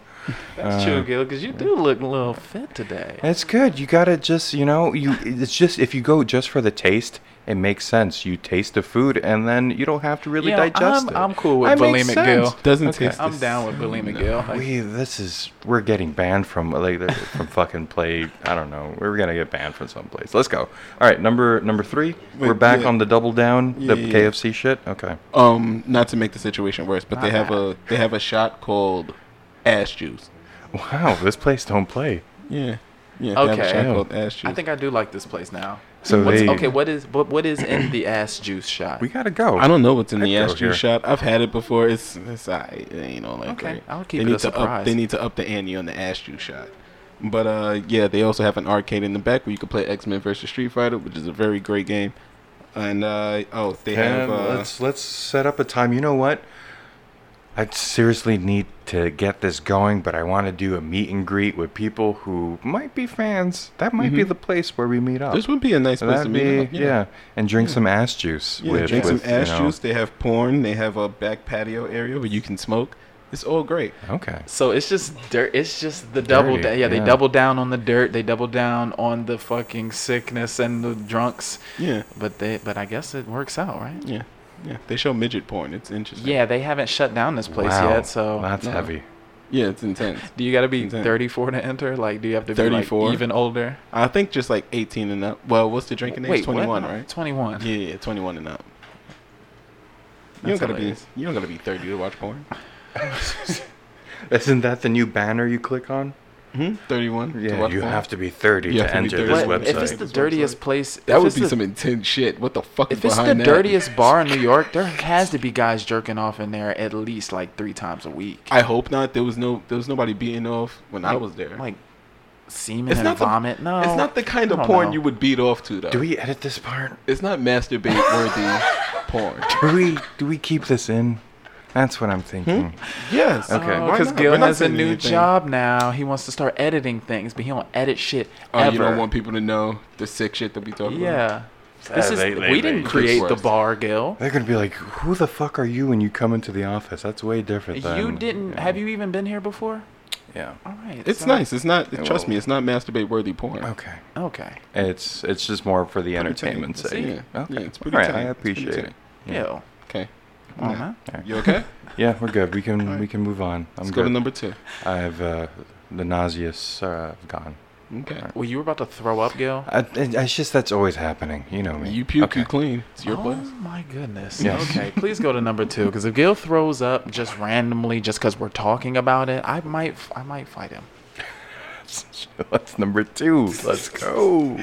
Speaker 3: that's true, Gil, because you do look a little fit today.
Speaker 6: It's good. You gotta just, you know, you. It's just if you go just for the taste, it makes sense. You taste the food, and then you don't have to really
Speaker 3: You know,
Speaker 6: digest
Speaker 3: I'm-
Speaker 6: it.
Speaker 3: I'm cool with
Speaker 6: That makes
Speaker 3: bulimic guilt.
Speaker 6: sense.
Speaker 7: Doesn't
Speaker 6: Okay.
Speaker 7: taste.
Speaker 3: I'm
Speaker 7: the
Speaker 3: down with bulimic,
Speaker 7: same.
Speaker 3: Gil. Like,
Speaker 6: We this is we're getting banned from like the- from fucking play. I don't know. We're gonna get banned from someplace. Let's go. All right, number number three. we're
Speaker 7: Wait,
Speaker 6: back
Speaker 7: yeah.
Speaker 6: on the double down,
Speaker 7: Yeah,
Speaker 6: the
Speaker 7: yeah, yeah.
Speaker 6: KFC shit. Okay.
Speaker 7: Um, not to make the situation worse, but they have a they have a shot called ash juice.
Speaker 6: Wow, this place don't play.
Speaker 7: Yeah. Yeah, they have a
Speaker 3: Okay.
Speaker 7: shot called ash juice.
Speaker 3: I think I do like this place now.
Speaker 6: So
Speaker 3: What's,
Speaker 6: they-
Speaker 3: okay, what is what what is in the ass juice shot?
Speaker 6: We gotta go.
Speaker 7: I don't know what's in the
Speaker 6: I'd
Speaker 7: ass
Speaker 6: go
Speaker 7: juice
Speaker 6: here.
Speaker 7: shot. I've had it before. It's it's I you know like
Speaker 3: Okay,
Speaker 7: great.
Speaker 3: I'll keep
Speaker 7: they
Speaker 3: it
Speaker 7: need
Speaker 3: a
Speaker 7: to up
Speaker 3: surprise.
Speaker 7: they need to up the ante on the ass juice shot. But uh yeah, they also have an arcade in the back where you can play X Men versus Street Fighter, which is a very great game. And uh oh, they have
Speaker 6: And
Speaker 7: uh,
Speaker 6: let's let's set up a time. You know what? I seriously need to get this going, but I want to do a meet and greet with people who might be fans. That might be the place where we meet up.
Speaker 7: Mm-hmm. this would be a nice place to
Speaker 6: That'd be
Speaker 7: meet. up,
Speaker 6: yeah. and drink some ass juice.
Speaker 7: Yeah,
Speaker 6: with,
Speaker 7: drink
Speaker 6: with,
Speaker 7: some ass
Speaker 6: you know-
Speaker 7: juice. They have porn. They have a back patio area where you can smoke. It's all great.
Speaker 6: Okay.
Speaker 3: So it's just dirt. It's just the double.
Speaker 6: Dirty,
Speaker 3: da- yeah, they
Speaker 6: yeah.
Speaker 3: double down on the dirt. They double down on the fucking sickness and the drunks.
Speaker 7: Yeah,
Speaker 3: But they. But I guess it works out, right?
Speaker 7: yeah, yeah. They show midget porn. It's interesting.
Speaker 3: Yeah, they haven't shut down this place
Speaker 6: wow.
Speaker 3: yet. So
Speaker 6: that's
Speaker 7: No.
Speaker 6: heavy.
Speaker 7: yeah, it's intense.
Speaker 3: do you got to be
Speaker 7: Exactly.
Speaker 3: 34 to enter? Like, do you have to be
Speaker 7: 34?
Speaker 3: like even older?
Speaker 7: I think just like 18 and up. Well, what's the drinking age?
Speaker 3: Wait,
Speaker 7: 21,
Speaker 3: what?
Speaker 7: right?
Speaker 3: 21.
Speaker 7: Yeah, yeah, 21 and up. You don't
Speaker 3: That's
Speaker 7: gotta
Speaker 3: hilarious.
Speaker 7: be. You don't gotta be 30 to watch porn.
Speaker 6: Isn't that the new banner you click on?
Speaker 7: 31. to
Speaker 6: Yeah,
Speaker 7: watch
Speaker 6: you
Speaker 7: porn.
Speaker 6: have to be 30
Speaker 7: You have
Speaker 6: to
Speaker 7: to be
Speaker 6: enter
Speaker 7: 30.
Speaker 6: this
Speaker 3: But
Speaker 6: website.
Speaker 3: if it's the dirtiest place,
Speaker 7: That
Speaker 3: if
Speaker 7: would
Speaker 3: it's
Speaker 7: be
Speaker 3: the-
Speaker 7: some intense shit. What the fuck?
Speaker 3: If
Speaker 7: is
Speaker 3: it's the
Speaker 7: behind that?
Speaker 3: dirtiest bar in New York, there has to be guys jerking off in there at least like three times a week.
Speaker 7: I hope not. There was no. There was nobody beating off when I was there.
Speaker 3: Like semen and vomit.
Speaker 7: The,
Speaker 3: no,
Speaker 7: it's not the kind of
Speaker 3: I don't
Speaker 7: porn
Speaker 3: know.
Speaker 7: you would beat off to though.
Speaker 6: do we edit this part?
Speaker 7: It's not masturbate worthy porn.
Speaker 6: Do we do we keep this in? That's what I'm thinking.
Speaker 7: Hmm? Yes.
Speaker 6: Okay.
Speaker 3: Oh,
Speaker 6: Why
Speaker 3: because
Speaker 7: not?
Speaker 3: Gil
Speaker 7: We're not
Speaker 3: has a
Speaker 7: saying
Speaker 3: new
Speaker 7: anything.
Speaker 3: job now. He wants to start editing things, but he don't edit shit
Speaker 7: Oh,
Speaker 3: ever.
Speaker 7: you don't want people to know the sick shit that we talk about.
Speaker 3: yeah. This
Speaker 6: Uh,
Speaker 3: is
Speaker 6: they- they-
Speaker 3: we
Speaker 6: they-
Speaker 3: didn't
Speaker 6: it's
Speaker 3: create the
Speaker 7: worse.
Speaker 3: bar, Gil.
Speaker 6: They're gonna be like, "Who the fuck are you when you come into the office?" That's way different. Than,
Speaker 3: You didn't. Have you even been here before?
Speaker 6: Yeah.
Speaker 3: All right.
Speaker 7: It's
Speaker 3: so-
Speaker 7: nice. It's not. trust
Speaker 6: well-
Speaker 7: me. It's not masturbate worthy porn.
Speaker 6: Okay.
Speaker 3: Okay.
Speaker 6: It's it's just more for the entertainment
Speaker 7: tight.
Speaker 6: sake.
Speaker 7: Yeah.
Speaker 6: Okay.
Speaker 7: Yeah, it's pretty
Speaker 6: All right,
Speaker 7: tight.
Speaker 6: I
Speaker 7: It's pretty
Speaker 6: appreciate it.
Speaker 7: tight.
Speaker 3: Gil. Uh-huh.
Speaker 7: Okay.
Speaker 3: Come on, man.
Speaker 6: (laughs)
Speaker 7: You okay?
Speaker 6: Yeah, we're good. We can we can move on. I'm
Speaker 7: Let's go
Speaker 6: good.
Speaker 7: to number two.
Speaker 6: I've uh, the nauseous uh, gone.
Speaker 7: Okay.
Speaker 3: Well, you were about to throw up, Gil.
Speaker 6: I, it, it's just that's always happening. You know me.
Speaker 7: You puke.
Speaker 6: Okay.
Speaker 7: You clean. It's your
Speaker 3: oh
Speaker 7: place.
Speaker 3: my goodness.
Speaker 6: Yes.
Speaker 3: Okay, please go to number two because if Gil throws up just randomly just because we're talking about it, I might I might fight him.
Speaker 6: (laughs) That's number two. Let's go.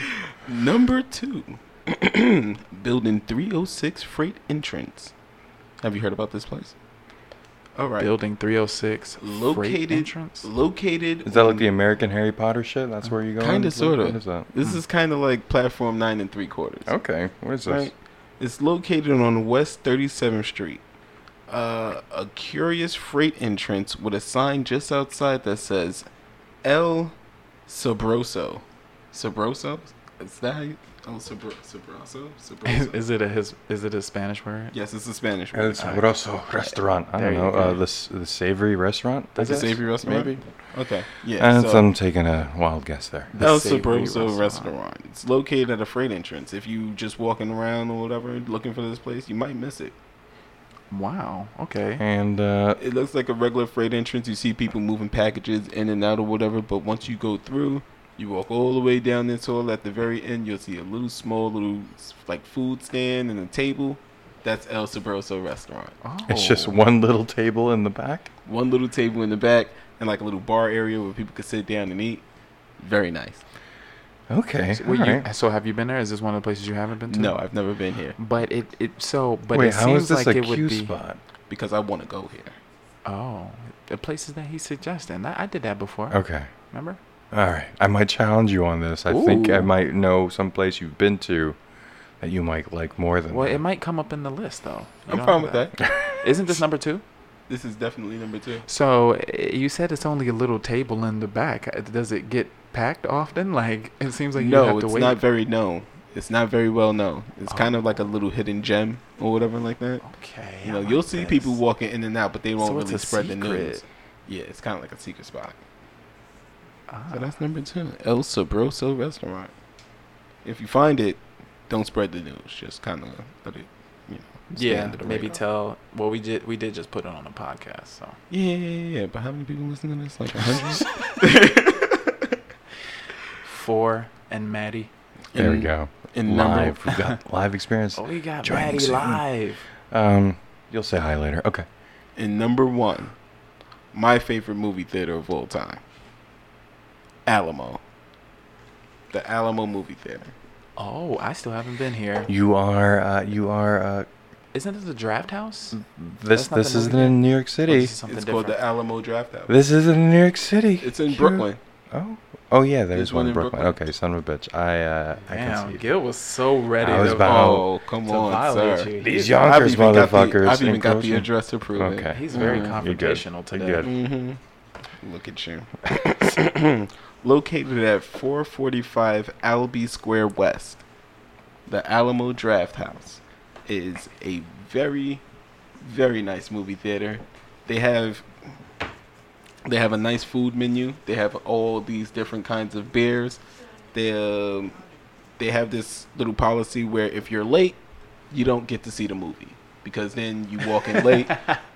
Speaker 7: Number two. (clears throat) Building 306 freight entrance. Have you heard about this place? All right.
Speaker 3: Building 306
Speaker 7: located
Speaker 3: freight entrance.
Speaker 7: Located.
Speaker 6: Is that like
Speaker 7: on-
Speaker 6: the American Harry Potter shit?
Speaker 7: Uh,
Speaker 6: That's where you go.
Speaker 7: Kind
Speaker 6: in?
Speaker 7: of, sort
Speaker 6: What
Speaker 7: of.
Speaker 6: is that? Hmm.
Speaker 7: This is kind of like platform nine and three quarters.
Speaker 6: Okay. What is this?
Speaker 7: Right. It's located on West 37th Street. Uh, a curious freight entrance with a sign just outside that says El Sabroso. Sabroso? Is that how you, El Sabro, Sabroso?
Speaker 3: Is, (laughs)
Speaker 7: Sabroso?
Speaker 3: is it a his, is it a Spanish word?
Speaker 7: yes, it's a Spanish
Speaker 6: El
Speaker 7: word.
Speaker 6: Sabroso restaurant. I
Speaker 3: There
Speaker 6: don't
Speaker 3: you
Speaker 6: know.
Speaker 3: go.
Speaker 6: Uh, the s- the savory restaurant.
Speaker 7: That's a
Speaker 6: I guess?
Speaker 7: savory restaurant?
Speaker 6: Maybe.
Speaker 7: Okay. Yeah.
Speaker 6: And
Speaker 7: so-
Speaker 6: I'm taking a wild guess there.
Speaker 3: The
Speaker 7: El
Speaker 3: savory
Speaker 7: Sabroso
Speaker 3: restaurant.
Speaker 7: restaurant. It's located at a freight entrance. If you just walking around or whatever looking for this place, you might miss it.
Speaker 3: Wow. Okay.
Speaker 6: And uh,
Speaker 7: It looks like a regular freight entrance. You see people moving packages in and out or whatever, but once you go through, you walk all the way down this hall. At the very end, you'll see a little small little like food stand and a table. That's El Sabroso restaurant.
Speaker 3: Oh.
Speaker 6: it's just one little table in the back.
Speaker 7: One little table in the back and like a little bar area where people could sit down and eat. Very nice.
Speaker 6: Okay.
Speaker 3: So,
Speaker 6: all
Speaker 3: wait, you-
Speaker 6: right.
Speaker 3: so have you been there? Is this one of the places you haven't been to?
Speaker 7: No, I've never been here
Speaker 3: But it, it so but
Speaker 6: Wait,
Speaker 3: it
Speaker 6: how is
Speaker 3: seems
Speaker 6: this
Speaker 3: like
Speaker 6: a
Speaker 3: it would
Speaker 6: Q
Speaker 3: be
Speaker 6: spot?
Speaker 7: because I want to go here.
Speaker 3: oh the places that he's suggesting. I, I did that before.
Speaker 6: Okay.
Speaker 3: Remember?
Speaker 6: All right, I might challenge you on this. I think I
Speaker 3: Ooh.
Speaker 6: might know some place you've been to that you might like more than.
Speaker 3: Well,
Speaker 6: that.
Speaker 3: it might come up in the list though. You
Speaker 7: I'm
Speaker 3: don't
Speaker 7: fine
Speaker 3: have
Speaker 7: with that.
Speaker 3: that. Isn't this number two?
Speaker 7: This is definitely number two.
Speaker 3: So eh, you said it's only a little table in the back. Uh, Does it get packed often? (laughs) Like it seems like you
Speaker 7: no,
Speaker 3: have
Speaker 7: it's
Speaker 3: to wait. Oh.
Speaker 7: not very known. It's not very well known. It's kind of like a little hidden gem or whatever like that.
Speaker 3: okay.
Speaker 7: You
Speaker 3: I
Speaker 7: know,
Speaker 3: like
Speaker 7: you'll see
Speaker 3: this.
Speaker 7: people walking in and out, but they won't
Speaker 3: So it's
Speaker 7: really
Speaker 3: a
Speaker 7: spread the news.
Speaker 3: secret.
Speaker 7: Yeah, it's kind of like a secret spot. So
Speaker 3: Ah,
Speaker 7: that's number two, El Sabroso Restaurant. If you find it, don't spread the news. Just kind of let it, you know. stay
Speaker 3: yeah,
Speaker 7: under the
Speaker 3: maybe
Speaker 7: radar.
Speaker 3: tell. Well, we did. We did just put it on a podcast. So
Speaker 7: Yeah, yeah, yeah, yeah. But how many people listen to this? Like a (laughs) hundred.
Speaker 3: four and Maddie.
Speaker 6: there we
Speaker 7: in-
Speaker 6: go.
Speaker 7: in number-
Speaker 6: live, we've
Speaker 3: (laughs)
Speaker 6: got live experience.
Speaker 3: Oh, we got
Speaker 6: Join
Speaker 3: Maddie
Speaker 6: soon.
Speaker 3: live.
Speaker 6: Um, you'll say hi later. Okay.
Speaker 7: in number one, my favorite movie theater of all time, Alamo. The Alamo movie theater.
Speaker 3: Oh, I still haven't been here.
Speaker 6: You are. Uh, you are. Uh,
Speaker 3: Isn't this a draft house?
Speaker 6: this.
Speaker 3: That's not
Speaker 6: This
Speaker 3: the
Speaker 6: isn't
Speaker 3: movie
Speaker 6: in New York
Speaker 3: Or is
Speaker 6: City.
Speaker 3: this something
Speaker 7: it's
Speaker 3: different.
Speaker 7: called the Alamo Draft House.
Speaker 6: This isn't in New York City.
Speaker 7: it's in
Speaker 6: Cute.
Speaker 7: Brooklyn.
Speaker 6: Oh. Oh yeah, there's,
Speaker 7: There's
Speaker 6: one,
Speaker 7: one
Speaker 6: in
Speaker 7: in
Speaker 6: Brooklyn.
Speaker 7: Brooklyn.
Speaker 6: Okay, son of a bitch. I. Uh, I
Speaker 3: Damn,
Speaker 6: can see. it.
Speaker 3: Gil was so ready.
Speaker 6: I was
Speaker 3: to-
Speaker 6: about-
Speaker 7: Oh, come
Speaker 3: to
Speaker 7: on,
Speaker 3: violate
Speaker 7: sir.
Speaker 3: you.
Speaker 6: These
Speaker 7: I've
Speaker 6: Yonkers
Speaker 7: even got the-
Speaker 6: motherfuckers.
Speaker 7: I've even got the
Speaker 6: encroaching.
Speaker 7: address to prove it.
Speaker 6: Okay.
Speaker 3: He's very
Speaker 7: Mm.
Speaker 6: Mm-hmm. You're good.
Speaker 3: confrontational
Speaker 6: You're
Speaker 3: today.
Speaker 6: good.
Speaker 7: Mm-hmm. Look at you. (coughs) Located at 445 Albee Square West, the Alamo Draft House is a very, very nice movie theater. They have they have a nice food menu. They have all these different kinds of beers. They um, they have this little policy where if you're late, you don't get to see the movie because then you walk in
Speaker 3: (laughs)
Speaker 7: late,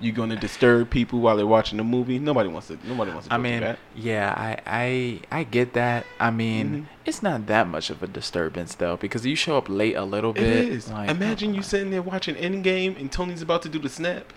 Speaker 7: you're going to disturb people while they're watching the movie. Nobody wants to. Nobody wants to.
Speaker 3: I
Speaker 7: go through
Speaker 3: mean,
Speaker 7: that.
Speaker 3: yeah, I, I I get that. I mean, it's not that much of a disturbance though, because you show up late a little bit.
Speaker 7: It is.
Speaker 3: like- oh, uh,
Speaker 7: Imagine you sitting there watching Endgame and Tony's about to do the snap,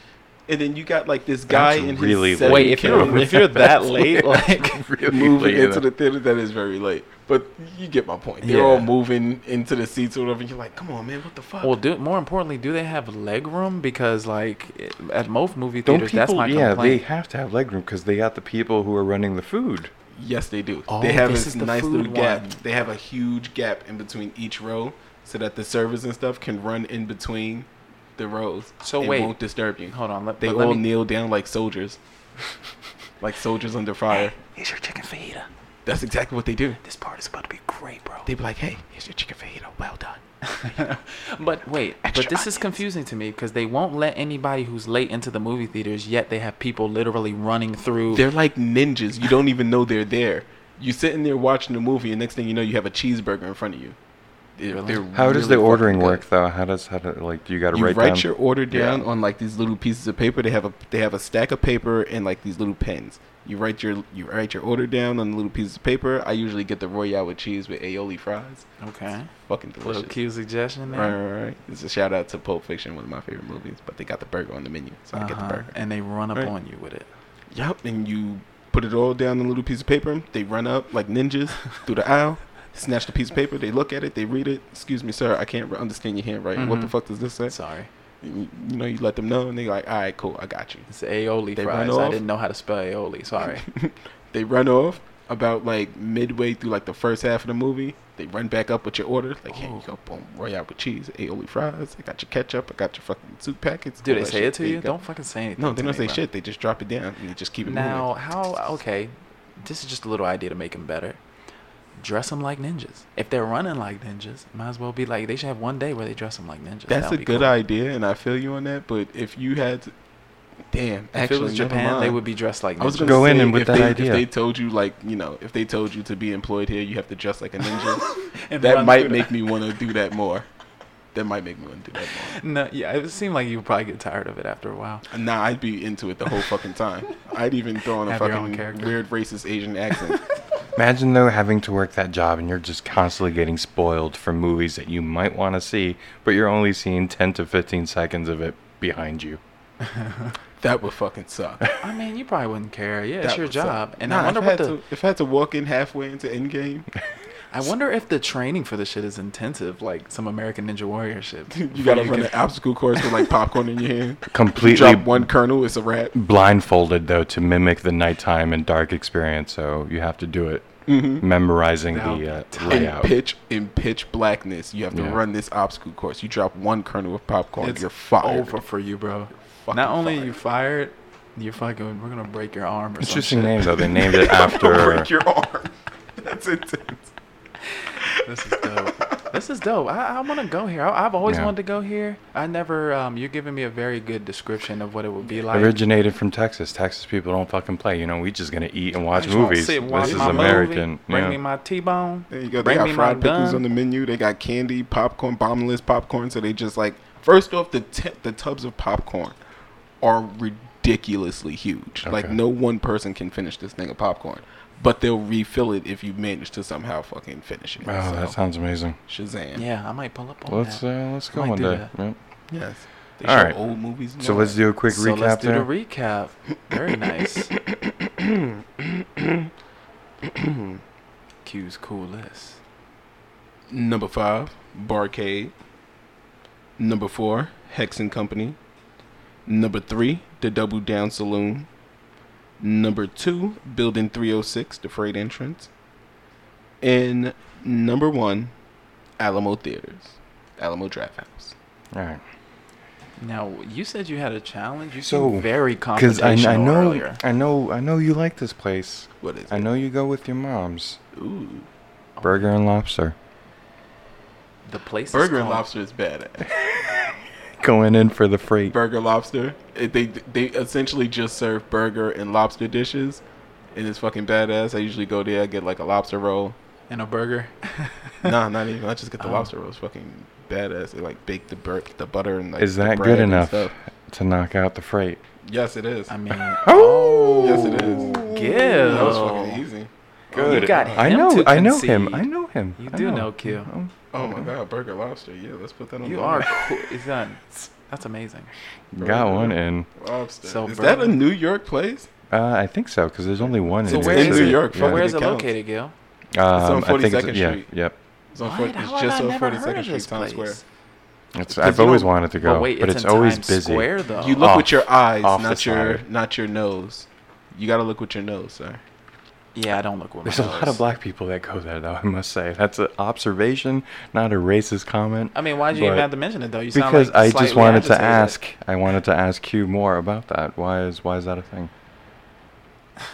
Speaker 7: and then you got like this guy in
Speaker 6: really
Speaker 7: his seventh
Speaker 3: Wait, if you're
Speaker 7: camera
Speaker 3: if you're (laughs) that late, like
Speaker 6: Really
Speaker 7: (laughs) moving
Speaker 6: late.
Speaker 7: into the theater, that is very late. But you get my point. They're
Speaker 3: Yeah.
Speaker 7: all moving into the seats or whatever. And you're like, come on, man, what the fuck?
Speaker 3: (laughs) Well, do more importantly, do they have leg room? Because like it- at most movie
Speaker 6: Don't
Speaker 3: theaters,
Speaker 6: people?
Speaker 3: that's my
Speaker 6: yeah,
Speaker 3: complaint.
Speaker 6: they have to have legroom because they got the people who are running the food.
Speaker 7: yes, they do.
Speaker 3: Oh,
Speaker 7: they have
Speaker 3: this
Speaker 7: this,
Speaker 3: is the
Speaker 7: nice
Speaker 3: food
Speaker 7: little gap.
Speaker 3: one.
Speaker 7: They have a huge gap in between each row, so that the servers and stuff can run in between the rows.
Speaker 3: So
Speaker 7: and
Speaker 3: wait.
Speaker 7: won't disturb you.
Speaker 3: Hold on, let,
Speaker 7: They
Speaker 3: but let
Speaker 7: all
Speaker 3: me-
Speaker 7: kneel down like
Speaker 3: (laughs)
Speaker 7: soldiers, like soldiers under fire.
Speaker 3: Here's your chicken fajita.
Speaker 7: That's exactly what they do.
Speaker 3: This part is about to be great, bro.
Speaker 7: They'd be like, "Hey, here's your chicken fajita. Well done."
Speaker 3: But wait,
Speaker 7: Extra
Speaker 3: but this is
Speaker 7: onions.
Speaker 3: confusing to me because they won't let anybody who's late into the movie theaters yet they have people literally running through.
Speaker 7: They're like ninjas. You don't even know they're there. You sitting there watching the movie, and next thing you know, you have a cheeseburger in front of you. They're,
Speaker 3: Really?
Speaker 7: they're
Speaker 6: How does
Speaker 7: really
Speaker 6: the ordering
Speaker 7: fucking good.
Speaker 6: work though? How does how do, like do you got to
Speaker 7: You
Speaker 6: write
Speaker 7: write,
Speaker 6: down?
Speaker 7: your order
Speaker 6: Yeah.
Speaker 7: down on like these little pieces of paper. They have a they have a stack of paper and like these little pens. You write your you write your order down on little pieces of paper. I usually get the royale with cheese with aioli fries.
Speaker 3: okay.
Speaker 7: Fucking
Speaker 3: Little
Speaker 7: delicious.
Speaker 3: cute suggestion
Speaker 7: Right,
Speaker 3: there.
Speaker 7: right, right. It's a shout out to Pulp Fiction, one of my favorite movies. But they got the burger on the menu, so I get the
Speaker 3: Uh-huh,
Speaker 7: burger.
Speaker 3: And they run up
Speaker 7: Right.
Speaker 3: on you with it.
Speaker 7: Yep. And you put it all down on a little piece of paper. They run up like
Speaker 3: (laughs)
Speaker 7: ninjas through the aisle, snatch the piece of paper. They look at it. They read it. Excuse me, sir. I can't re- understand your handwriting. What the
Speaker 3: Mhm.
Speaker 7: fuck does this say?
Speaker 3: Sorry.
Speaker 7: You you know, you let them know, and they're like, all right, cool. I got you.
Speaker 3: It's aioli
Speaker 7: They run
Speaker 3: fries. I
Speaker 7: off.
Speaker 3: didn't know how to spell aioli. Sorry.
Speaker 7: (laughs) They run off about like midway through like the first half of the movie. They run back up with your order. Like, here you
Speaker 3: Oh.
Speaker 7: go. Boom. Royale with cheese, aioli fries. I got your ketchup. I got your fucking soup packets.
Speaker 3: Do
Speaker 7: all
Speaker 3: they
Speaker 7: that
Speaker 3: say
Speaker 7: shit.
Speaker 3: it to
Speaker 7: There
Speaker 3: you?
Speaker 7: go.
Speaker 3: Don't fucking say anything.
Speaker 7: No, they
Speaker 3: to
Speaker 7: don't
Speaker 3: me,
Speaker 7: say
Speaker 3: bro.
Speaker 7: shit. They just drop it down and they just keep it
Speaker 3: Now,
Speaker 7: moving.
Speaker 3: how? Okay, this is just a little idea to make them better. Dress them like ninjas. If they're running like ninjas, might as well be like they should have one day where they dress them like ninjas.
Speaker 7: That's
Speaker 3: That'll
Speaker 7: a
Speaker 3: be
Speaker 7: good
Speaker 3: cool.
Speaker 7: idea, and I feel you on that. But if you had, to, damn,
Speaker 3: If
Speaker 7: actually,
Speaker 3: it was
Speaker 7: never
Speaker 3: Japan, they
Speaker 7: mind.
Speaker 3: would be dressed like ninjas.
Speaker 7: I
Speaker 3: (laughs)
Speaker 7: was gonna
Speaker 6: Go
Speaker 7: say,
Speaker 6: in and with
Speaker 7: if
Speaker 6: that
Speaker 7: they,
Speaker 6: idea.
Speaker 7: If they told you, like you know, if they told you to be employed here, you have to dress like a
Speaker 3: (laughs)
Speaker 7: ninja.
Speaker 3: And
Speaker 7: that
Speaker 3: run
Speaker 7: might
Speaker 3: through the-
Speaker 7: make me want to do that more. That might make me want to do that more.
Speaker 3: No, yeah, it seemed like you would probably get tired of it after
Speaker 7: (laughs)
Speaker 3: a while.
Speaker 7: Nah, I'd be into it the whole fucking time. I'd even throw on a
Speaker 3: Have your own
Speaker 7: fucking
Speaker 3: character.
Speaker 7: weird racist Asian
Speaker 3: (laughs)
Speaker 7: accent.
Speaker 6: Imagine though having to work that job and you're just constantly getting spoiled for movies that you might want to see, but you're only seeing 10 to 15 seconds of it behind you.
Speaker 7: that would fucking suck.
Speaker 3: I mean, you probably wouldn't care. Yeah, it's
Speaker 7: That
Speaker 3: your
Speaker 7: would suck.
Speaker 3: job, and
Speaker 7: Nah,
Speaker 3: I wonder
Speaker 7: if
Speaker 3: what the
Speaker 7: had to, if I had to walk in halfway into Endgame,
Speaker 3: I wonder if the training for this shit is intensive, like some American Ninja
Speaker 6: (laughs)
Speaker 3: Warrior shit.
Speaker 7: you gotta
Speaker 3: Before
Speaker 7: run
Speaker 3: you
Speaker 7: an obstacle course with like popcorn in your hand. You
Speaker 6: Completely
Speaker 7: drop one kernel, it's a wrap.
Speaker 6: blindfolded though to mimic the nighttime and dark experience, so you have to do it
Speaker 3: Mm-hmm.
Speaker 6: memorizing the
Speaker 7: Now,
Speaker 6: uh,
Speaker 7: in
Speaker 6: layout.
Speaker 7: pitch in pitch blackness, you have to
Speaker 6: Yeah.
Speaker 7: run this obstacle course. You drop one kernel of popcorn,
Speaker 3: It's
Speaker 7: you're fired. (laughs)
Speaker 3: over for you, bro.
Speaker 7: Fucking
Speaker 3: Not only are
Speaker 7: fired.
Speaker 3: you fired, you're fucking. We're gonna break your arm. Or
Speaker 6: Interesting
Speaker 3: some shit.
Speaker 6: name though. They named
Speaker 3: (laughs)
Speaker 6: it after.
Speaker 7: Break your arm. (laughs) That's intense.
Speaker 3: This is dope. this is dope. I, I want to go here. I, I've always
Speaker 6: Yeah.
Speaker 3: wanted to go here. I never. Um, you're giving me a very good description of what it would be like.
Speaker 6: Originated from Texas. Texas people don't fucking play. You know, we just gonna eat and
Speaker 3: I
Speaker 6: watch
Speaker 3: just wanna
Speaker 6: movies.
Speaker 3: sit and watch
Speaker 6: this is
Speaker 3: my movie,
Speaker 6: American.
Speaker 3: Bring
Speaker 6: yeah.
Speaker 3: me my T-bone.
Speaker 7: There you go. They
Speaker 3: Bring
Speaker 7: got
Speaker 3: me my
Speaker 7: fried pickles
Speaker 3: gun.
Speaker 7: on the menu. They got candy, popcorn, bombless popcorn. So they just like first off the t- the tubs of popcorn are ridiculously huge. Like
Speaker 6: Okay.
Speaker 7: no one person can finish this thing of popcorn, but they'll refill it if you manage to somehow fucking finish it.
Speaker 6: Wow,
Speaker 7: so,
Speaker 6: Oh, that sounds amazing.
Speaker 7: Shazam.
Speaker 3: Yeah, I might pull up on
Speaker 6: Let's
Speaker 3: that.
Speaker 6: uh, let's go
Speaker 3: Might
Speaker 6: one
Speaker 3: do
Speaker 6: day.
Speaker 3: that.
Speaker 6: Yep.
Speaker 7: Yes. They
Speaker 6: All
Speaker 7: show
Speaker 6: right.
Speaker 7: old movies.
Speaker 6: So let's do a quick
Speaker 3: so
Speaker 6: recap
Speaker 3: let's do
Speaker 6: there.
Speaker 3: the recap. Very nice.
Speaker 6: (coughs)
Speaker 3: Q's coolest.
Speaker 7: Number five, Barcade. Number four, Hex and Company. Number three, The Double Down Saloon. Number two, Building 306, The Freight Entrance. And number one, Alamo Theaters, Alamo Draft House.
Speaker 6: All right.
Speaker 3: Now you said you had a challenge. You
Speaker 6: So,
Speaker 3: seemed very
Speaker 6: Because
Speaker 3: confrontational
Speaker 6: I, I know
Speaker 3: earlier.
Speaker 6: I know I know you like this place.
Speaker 7: What is
Speaker 6: I
Speaker 7: it?
Speaker 6: know you go with your mom's
Speaker 7: Ooh,
Speaker 3: Oh.
Speaker 6: burger and lobster.
Speaker 3: The place
Speaker 7: Burger
Speaker 3: is
Speaker 7: and
Speaker 3: called-
Speaker 7: Lobster is badass.
Speaker 6: Going in for the freight.
Speaker 7: (laughs) burger lobster. It- They they essentially just serve burger and lobster dishes, and it's fucking badass. I usually go there, I get like a lobster roll.
Speaker 3: and a burger.
Speaker 7: (laughs)
Speaker 3: (laughs)
Speaker 7: nah, not even. I just get the
Speaker 3: Um,
Speaker 7: lobster rolls. Fucking badass. They like bake the bur- the butter and like
Speaker 6: Is
Speaker 7: the
Speaker 6: that
Speaker 7: bread
Speaker 6: good
Speaker 7: and
Speaker 6: enough
Speaker 7: stuff.
Speaker 6: to knock out the freight?
Speaker 7: Yes, it is.
Speaker 6: (laughs)
Speaker 3: I mean, oh,
Speaker 7: yes, it is.
Speaker 3: Gil.
Speaker 7: That was
Speaker 3: Oh.
Speaker 7: fucking easy.
Speaker 3: You got him
Speaker 6: I know.
Speaker 3: to
Speaker 6: I know him. I
Speaker 3: concede.
Speaker 6: know him.
Speaker 3: You
Speaker 6: I
Speaker 3: do know Q.
Speaker 6: Oh,
Speaker 7: Oh my god, burger lobster. Yeah, let's put that on.
Speaker 3: You
Speaker 7: the
Speaker 3: are
Speaker 7: menu.
Speaker 3: cool. Is that? That's amazing.
Speaker 6: Got one in.
Speaker 7: (laughs) lobster.
Speaker 3: So
Speaker 7: is
Speaker 3: burger-
Speaker 7: that a New York place?
Speaker 6: Uh, I think so because there's only one
Speaker 7: So
Speaker 6: in,
Speaker 7: where
Speaker 6: the
Speaker 7: is
Speaker 6: city.
Speaker 7: it? New York,
Speaker 6: Yeah.
Speaker 3: But
Speaker 7: fuck
Speaker 3: where is it
Speaker 7: it counts.
Speaker 3: located, Gil?
Speaker 6: Um,
Speaker 7: on
Speaker 6: I think
Speaker 7: 42nd
Speaker 6: yeah,
Speaker 7: Street.
Speaker 6: Yep.
Speaker 7: It's, on
Speaker 3: What?
Speaker 7: Fort-
Speaker 3: How
Speaker 7: it's
Speaker 3: have
Speaker 7: just
Speaker 3: I
Speaker 7: on
Speaker 3: never
Speaker 7: Forty
Speaker 3: heard
Speaker 7: Second
Speaker 3: of
Speaker 7: Street,
Speaker 3: this
Speaker 7: Times Square.
Speaker 3: place?
Speaker 6: It's,
Speaker 7: Because
Speaker 6: I've
Speaker 7: you
Speaker 6: always
Speaker 7: don't-
Speaker 6: wanted to go,
Speaker 3: But Oh, wait,
Speaker 6: but
Speaker 3: it's,
Speaker 6: it's,
Speaker 3: in
Speaker 6: always
Speaker 3: Times
Speaker 6: busy.
Speaker 3: Square though.
Speaker 7: You look
Speaker 6: Off-
Speaker 7: with your eyes,
Speaker 6: off the
Speaker 7: not your
Speaker 6: side.
Speaker 7: not your nose. You gotta look with your nose, sir.
Speaker 3: yeah, I don't look with
Speaker 6: (laughs)
Speaker 3: my
Speaker 6: There's a lot
Speaker 3: nose.
Speaker 6: of black people that go there, though. I must say that's an observation, not a racist comment.
Speaker 3: I mean, why'd you even
Speaker 6: but-
Speaker 3: have to mention it though? You sound
Speaker 6: Because
Speaker 3: like
Speaker 6: I just
Speaker 3: slightly
Speaker 6: wanted to
Speaker 3: agitated.
Speaker 6: ask. I wanted to ask you more about that. Why is why is that a thing?
Speaker 7: Black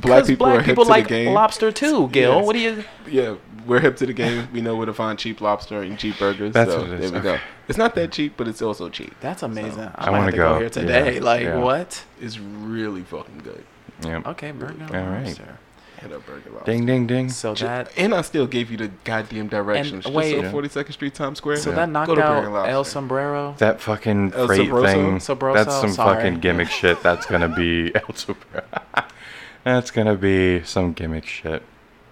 Speaker 3: 'Cause
Speaker 7: people
Speaker 3: black
Speaker 7: are hip
Speaker 3: people
Speaker 7: to
Speaker 3: like
Speaker 7: the game.
Speaker 3: lobster too, Gil.
Speaker 7: Yes.
Speaker 3: What do you?
Speaker 7: yeah, we're hip to the game. We know where to find cheap lobster and cheap burgers.
Speaker 6: (laughs) That's
Speaker 7: so
Speaker 6: what it is.
Speaker 7: there we go.
Speaker 6: Okay.
Speaker 7: It's not that cheap, but it's also cheap.
Speaker 3: That's amazing. I,
Speaker 6: I
Speaker 3: might
Speaker 6: wanna
Speaker 3: have to go,
Speaker 6: go.
Speaker 3: here today.
Speaker 6: Yeah,
Speaker 3: Like
Speaker 6: yeah.
Speaker 3: what?
Speaker 7: It's really fucking good.
Speaker 6: Yep.
Speaker 3: Okay, burger.
Speaker 6: All right.
Speaker 3: lobster.
Speaker 7: Hit up burger lobster.
Speaker 6: Ding ding ding.
Speaker 3: So
Speaker 7: Ju-
Speaker 3: that
Speaker 7: and I still gave you the goddamn directions. Just
Speaker 3: wait.
Speaker 7: on Forty Second Street, Times Square.
Speaker 3: so
Speaker 7: Yeah.
Speaker 3: that
Speaker 7: Go
Speaker 3: knocked
Speaker 7: to Burger
Speaker 3: out
Speaker 7: Lobster.
Speaker 3: El Sombrero.
Speaker 6: that fucking
Speaker 7: El
Speaker 6: freight
Speaker 7: Sabroso?
Speaker 6: thing.
Speaker 3: Sabroso,
Speaker 6: that's some
Speaker 3: sorry.
Speaker 6: fucking
Speaker 7: (laughs)
Speaker 6: gimmick shit. That's gonna be (laughs) El Sabroso. That's gonna be some gimmick shit.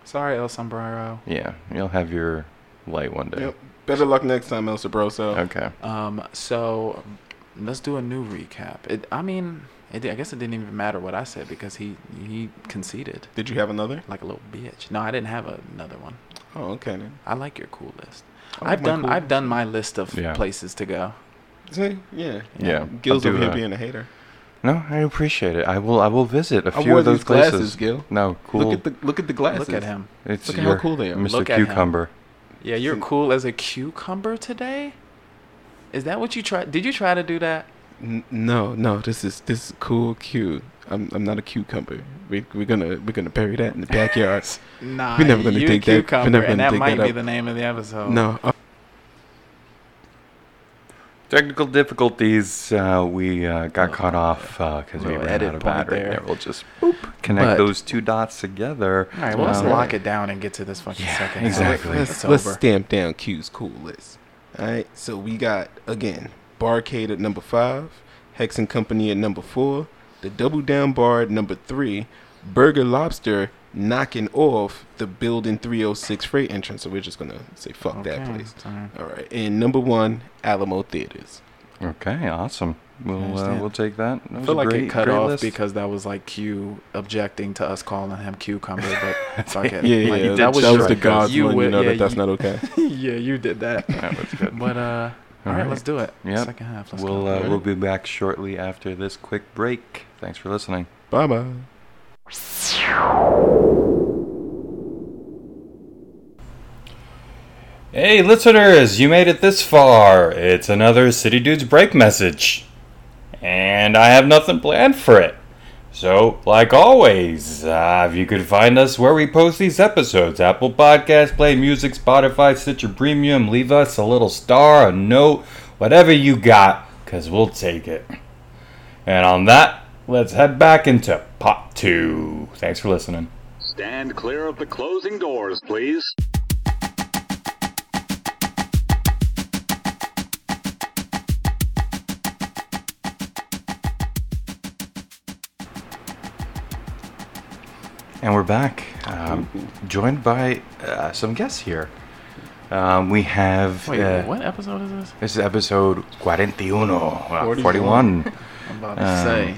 Speaker 3: Sorry, El Sombrero.
Speaker 6: Yeah, you'll have your light one day.
Speaker 7: Yep. Better luck next time, El Sabroso.
Speaker 6: Okay.
Speaker 3: Um, so let's do a new recap. It, I mean, it, I guess it didn't even matter what I said because he he conceded
Speaker 7: Did you have another?
Speaker 3: like a little bitch. No, I didn't have another one.
Speaker 7: Oh, okay then.
Speaker 3: I like your cool list.
Speaker 7: I like
Speaker 3: I've
Speaker 7: my
Speaker 3: done
Speaker 7: cool
Speaker 3: I've done my list of
Speaker 6: Yeah.
Speaker 3: places to go.
Speaker 7: See, yeah.
Speaker 6: Yeah.
Speaker 7: Gil's
Speaker 6: I'll do
Speaker 7: over here
Speaker 6: that.
Speaker 7: being a hater.
Speaker 6: No, I appreciate it. I will. I will visit a
Speaker 7: I
Speaker 6: few
Speaker 7: wore
Speaker 6: of those
Speaker 7: these glasses,
Speaker 6: places.
Speaker 7: Gil.
Speaker 6: No, cool.
Speaker 7: Look at the look at the glasses.
Speaker 3: Look at him.
Speaker 6: It's
Speaker 7: look at how
Speaker 6: your
Speaker 7: cool they are.
Speaker 6: Mr.
Speaker 3: Look at him.
Speaker 6: Cucumber.
Speaker 3: Yeah, you're cool as a cucumber today. Is that what you tried? Did you try to do that?
Speaker 7: N- no, no, this is this is cool, cute. I'm I'm not a cucumber. We we're gonna we're gonna bury that in the backyard.
Speaker 3: Nah,
Speaker 7: We're never gonna
Speaker 3: you
Speaker 7: dig that- we're
Speaker 3: cucumber,
Speaker 7: never
Speaker 3: and
Speaker 7: gonna
Speaker 3: that
Speaker 7: dig
Speaker 3: might
Speaker 7: that
Speaker 3: be
Speaker 7: up.
Speaker 3: the name of the episode.
Speaker 7: no, uh,
Speaker 6: Technical difficulties. Uh, we uh,
Speaker 7: Oh.
Speaker 6: got caught off because we
Speaker 3: Little
Speaker 6: ran
Speaker 3: edit
Speaker 6: out of
Speaker 3: point
Speaker 6: battery.
Speaker 3: there.
Speaker 6: There. We'll just boop, connect
Speaker 3: But-
Speaker 6: those two dots together.
Speaker 3: All right, well, let's
Speaker 6: Um,
Speaker 3: lock it down and get to this fucking second. half.
Speaker 6: exactly.
Speaker 7: let's
Speaker 3: It's
Speaker 7: let's
Speaker 3: over.
Speaker 7: stamp down Q's cool list. All right, so we got again Barcade at number five, Hex and Company at number four, the Double Down Bar at number three, Burger Lobster knocking off the Building 306 freight entrance. So we're just gonna say fuck that
Speaker 3: Okay,
Speaker 7: place.
Speaker 3: all right.
Speaker 7: All right, and number one Alamo Theaters.
Speaker 6: Okay, awesome. We'll uh,
Speaker 3: understand.
Speaker 6: we'll take that. that
Speaker 3: I
Speaker 6: was
Speaker 3: feel
Speaker 6: a
Speaker 3: like
Speaker 6: great,
Speaker 3: it cut
Speaker 6: great
Speaker 3: off
Speaker 6: list.
Speaker 3: because that was like Q objecting to us calling him cucumber,
Speaker 7: (laughs)
Speaker 3: but fuck it.
Speaker 7: Yeah,
Speaker 3: Like,
Speaker 7: yeah,
Speaker 3: that
Speaker 7: that,
Speaker 3: was
Speaker 7: that was
Speaker 3: your-
Speaker 7: the God's
Speaker 3: you
Speaker 7: one.
Speaker 3: would-
Speaker 7: you know
Speaker 3: yeah,
Speaker 7: that that's
Speaker 3: you-
Speaker 7: not
Speaker 3: (laughs)
Speaker 7: okay.
Speaker 3: yeah, you did that.
Speaker 6: That was good.
Speaker 3: But uh, all right,
Speaker 6: Alright.
Speaker 3: let's do it.
Speaker 6: Yep.
Speaker 3: Second half. Let's
Speaker 6: We'll
Speaker 3: go.
Speaker 6: uh, we'll be back shortly after this quick break. Thanks for listening.
Speaker 7: bye bye.
Speaker 6: Hey, listeners, you made it this far. It's another City Dudes break message. And I have nothing planned for it. So, like always, uh, if you could find us where we post these episodes Apple Podcasts, Play Music, Spotify, Stitcher Premium, leave us a little star, a note, whatever you got, because we'll take it. And on that, let's head back into pot two. Thanks for listening.
Speaker 9: Stand clear of the closing doors, please.
Speaker 6: And we're back, um, joined by uh, some guests here. Um, we have.
Speaker 3: Wait,
Speaker 6: uh,
Speaker 3: what episode is this?
Speaker 6: This is episode 41. uh,
Speaker 7: 41.
Speaker 6: 41.
Speaker 3: I'm about to
Speaker 6: Um,
Speaker 3: say.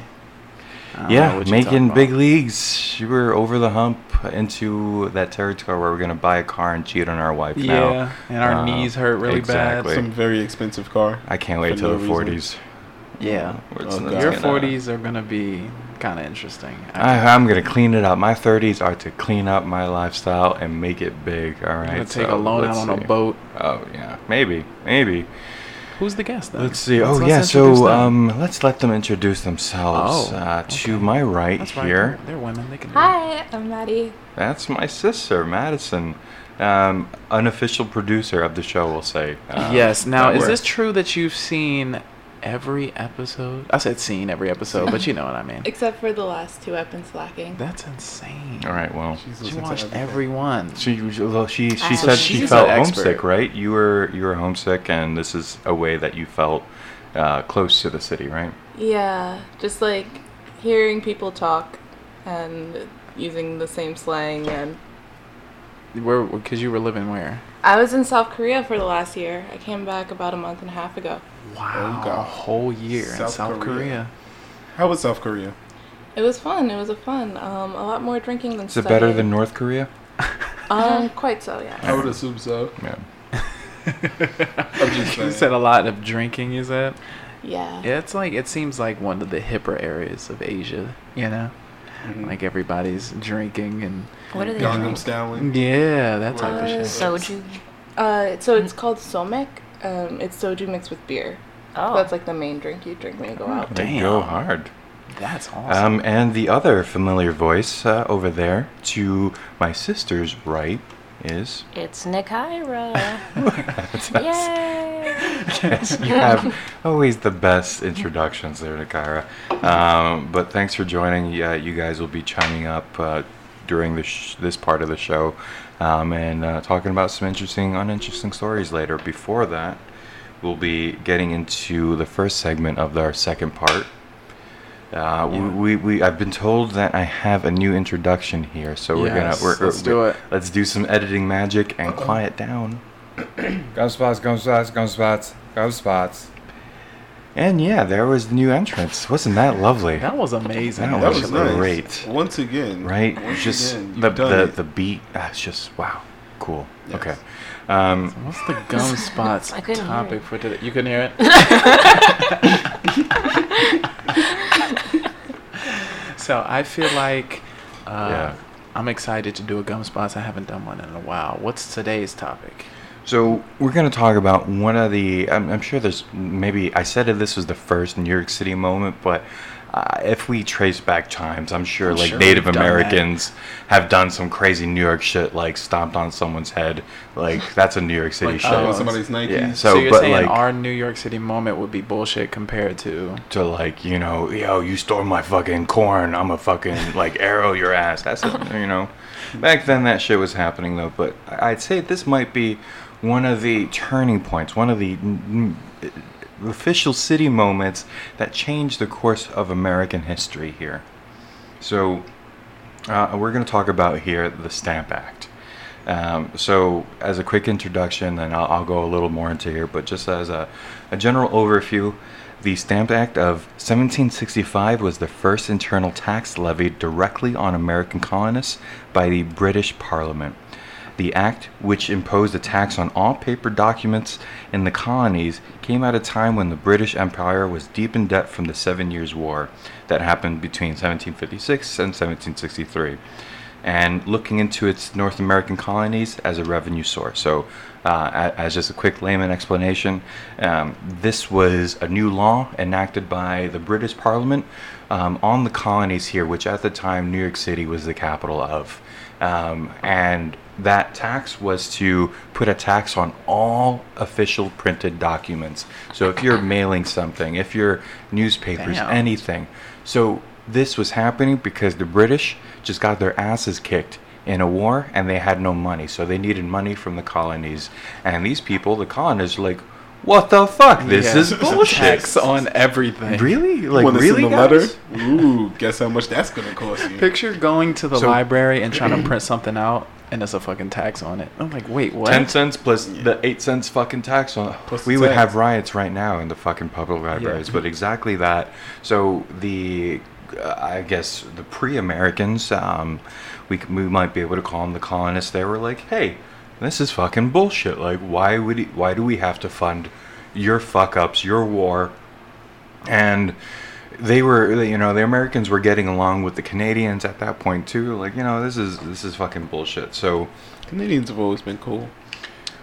Speaker 3: I don't know
Speaker 6: yeah,
Speaker 3: what you're talking
Speaker 6: making
Speaker 3: about.
Speaker 6: big leagues. We were over the hump into that territory where we're going to buy a car and cheat on our wife
Speaker 3: Yeah,
Speaker 6: now.
Speaker 3: and our
Speaker 6: Uh,
Speaker 3: knees hurt really
Speaker 6: exactly.
Speaker 3: bad.
Speaker 7: Some very expensive car.
Speaker 6: I can't wait
Speaker 7: For
Speaker 6: till
Speaker 7: no
Speaker 6: the
Speaker 7: reason.
Speaker 6: 40s.
Speaker 3: Yeah,
Speaker 6: Where
Speaker 7: Oh,
Speaker 6: not
Speaker 7: God.
Speaker 3: your
Speaker 6: gonna-
Speaker 3: 40s are gonna be kind of interesting.
Speaker 6: I, I'm going to clean it up. My 30s are to clean up my lifestyle and make it big. All right.
Speaker 3: I'm gonna take
Speaker 6: so
Speaker 3: a loan out
Speaker 6: let's
Speaker 3: on
Speaker 6: see.
Speaker 3: a boat.
Speaker 6: Oh, yeah. Maybe. Maybe.
Speaker 3: Who's the guest? Then?
Speaker 6: Let's see. oh
Speaker 3: let's
Speaker 6: yeah,
Speaker 3: introduce
Speaker 6: so
Speaker 3: them.
Speaker 6: um, let's let them introduce themselves.
Speaker 3: Oh,
Speaker 6: uh, To
Speaker 3: okay.
Speaker 6: my right
Speaker 3: That's right,
Speaker 6: here,
Speaker 3: They're, they're women. They can. do it.
Speaker 10: Hi, I'm Maddie.
Speaker 6: that's my sister Madison, um, unofficial producer of the show. We'll say. Uh,
Speaker 3: yes. Now,
Speaker 6: that
Speaker 3: is this
Speaker 6: works.
Speaker 3: true that you've seen every episode? I said seen every episode, but you know what
Speaker 5: (laughs)
Speaker 3: I mean.
Speaker 10: Except for the last two, I've been slacking.
Speaker 3: That's insane.
Speaker 6: All right. Well,
Speaker 3: She watched everyone.
Speaker 6: she well, she she
Speaker 10: I-
Speaker 6: said she
Speaker 3: She's
Speaker 6: felt
Speaker 3: an expert.
Speaker 6: homesick, right? You were you were homesick, and this is a way that you felt uh, close to the city, right?
Speaker 10: Yeah, just like hearing people talk and using the same slang. And
Speaker 3: Where? Because you were living where?
Speaker 10: I was in South Korea for the last year. I came back about a month and a half ago.
Speaker 3: Wow.
Speaker 7: God.
Speaker 3: A whole year in
Speaker 7: South
Speaker 3: Oh, South Korea.
Speaker 7: Korea. How was South Korea?
Speaker 10: It was fun. It was a fun. Um, a lot more drinking than
Speaker 6: Is it better than
Speaker 10: studying.
Speaker 6: North Korea?
Speaker 10: Um, quite so, yeah.
Speaker 7: I would assume so.
Speaker 6: Yeah.
Speaker 7: I'm (laughs) just
Speaker 3: You
Speaker 7: saying.
Speaker 3: said a lot of drinking. You said.
Speaker 10: Yeah.
Speaker 3: Yeah, it's like it seems like one of the hipper areas of Asia. You know,
Speaker 8: Mm-hmm.
Speaker 3: like everybody's drinking and
Speaker 8: What are they?
Speaker 7: Gangnam Styling.
Speaker 3: yeah, that type of
Speaker 10: Uh,
Speaker 3: shit.
Speaker 8: Soju.
Speaker 10: Uh, so it's called somek. Um, it's soju mixed with beer.
Speaker 8: Oh.
Speaker 10: That's like the main drink you drink when you go out.
Speaker 6: They
Speaker 3: Damn.
Speaker 6: go hard.
Speaker 3: That's awesome.
Speaker 6: Um, and the other familiar voice uh, over there to my sister's right is
Speaker 7: (laughs)
Speaker 8: It's Nikaira. Yay!
Speaker 6: yes, (laughs) you have always the best introductions there, Nakira. Um, but thanks for joining. Yeah, you guys will be chiming up uh, during the sh- this part of the show um, and uh, talking about some interesting, uninteresting stories later. Before that, we'll be getting into the first segment of our second part. Uh, we, we, we I've been told that I have a new introduction here, so we're gonna
Speaker 3: Yes,
Speaker 6: we're,
Speaker 3: let's
Speaker 6: we're-
Speaker 3: do it.
Speaker 6: Let's do some editing magic and quiet down.
Speaker 4: Gum spots, gum spots, gum spots, gum spots.
Speaker 6: And yeah, there was the new entrance. Wasn't that lovely?
Speaker 3: that was amazing.
Speaker 6: That
Speaker 7: That
Speaker 3: actually.
Speaker 7: was nice.
Speaker 6: Great.
Speaker 7: Once again.
Speaker 6: right?
Speaker 7: Once
Speaker 6: just
Speaker 7: again,
Speaker 6: the
Speaker 7: you've done
Speaker 6: the,
Speaker 7: it.
Speaker 6: the beat. That's just wow, cool.
Speaker 7: Yes.
Speaker 6: Okay. Um,
Speaker 3: What's
Speaker 8: (laughs)
Speaker 3: the gum spots
Speaker 8: I couldn't hear
Speaker 3: topic
Speaker 8: it.
Speaker 3: for today? You couldn't hear
Speaker 8: (laughs)
Speaker 3: it. so I feel like uh,
Speaker 6: Yeah.
Speaker 3: I'm excited to do a gum spots. I haven't done one in a while. What's today's topic?
Speaker 6: so we're gonna talk about one of the. I'm, I'm sure there's maybe I said that this was the first New York City moment, but. Uh, if we trace back times, I'm sure
Speaker 3: I'm
Speaker 6: like
Speaker 3: sure
Speaker 6: Native
Speaker 3: we've done that.
Speaker 6: Americans have done some crazy New York shit, like stomped on someone's head. Like that's a New York City
Speaker 7: Like
Speaker 6: shit.
Speaker 7: stealing somebody's Nikes.
Speaker 6: yeah.
Speaker 3: oh, So,
Speaker 6: So,
Speaker 3: you're
Speaker 6: but
Speaker 3: saying
Speaker 6: like
Speaker 3: our New York City moment would be bullshit compared to
Speaker 6: to like you know yo you stole my fucking corn i'm a fucking like arrow your ass that's a, you know back then that shit was happening though but I- i'd say this might be one of the turning points one of the mm, mm, official city moments that changed the course of american history here so uh, we're going to talk about here the Stamp Act. Um, so, as a quick introduction, then I'll, I'll go a little more into here, but just as a, a general overview, the Stamp Act of 1765 was the first internal tax levied directly on American colonists by the British Parliament. The act, which imposed a tax on all paper documents in the colonies, came at a time when the British Empire was deep in debt from the Seven Years' War that happened between 1756 and 1763. and looking into its North American colonies as a revenue source. So, uh, a- as just a quick layman explanation, um, this was a new law enacted by the British Parliament um, on the colonies here, which at the time New York City was the capital of. Um, and that tax was to put a tax on all official printed documents. So if you're mailing something, if your newspapers,
Speaker 3: Damn.
Speaker 6: anything. So this was happening because the British just got their asses kicked in a war and they had no money. So they needed money from the colonies. And these people, the colonists, are like, what the fuck? This
Speaker 3: (laughs) Yeah.
Speaker 6: is bullshit.
Speaker 3: Tax on everything.
Speaker 6: Really? Like,
Speaker 7: Want to
Speaker 6: really?
Speaker 7: send a
Speaker 6: guys?
Speaker 7: letter? Ooh, guess how much that's gonna cost you.
Speaker 3: Picture going to the
Speaker 6: So-
Speaker 3: library and
Speaker 6: (clears throat)
Speaker 3: trying to print something out, and there's a fucking tax on it. I'm like, wait, what?
Speaker 6: 10 cents plus the 8 cents fucking tax on
Speaker 7: Plus
Speaker 6: we
Speaker 7: the
Speaker 6: would
Speaker 7: tax.
Speaker 6: have riots right now in the fucking public libraries but exactly that so the uh, i guess the pre-americans um, we, c- we might be able to call them the colonists they were like hey this is fucking bullshit like why would y- why do we have to fund your fuck ups your war and they were you know the americans were getting along with the canadians at that point too like you know this is this is fucking bullshit so
Speaker 7: Canadians have always been cool.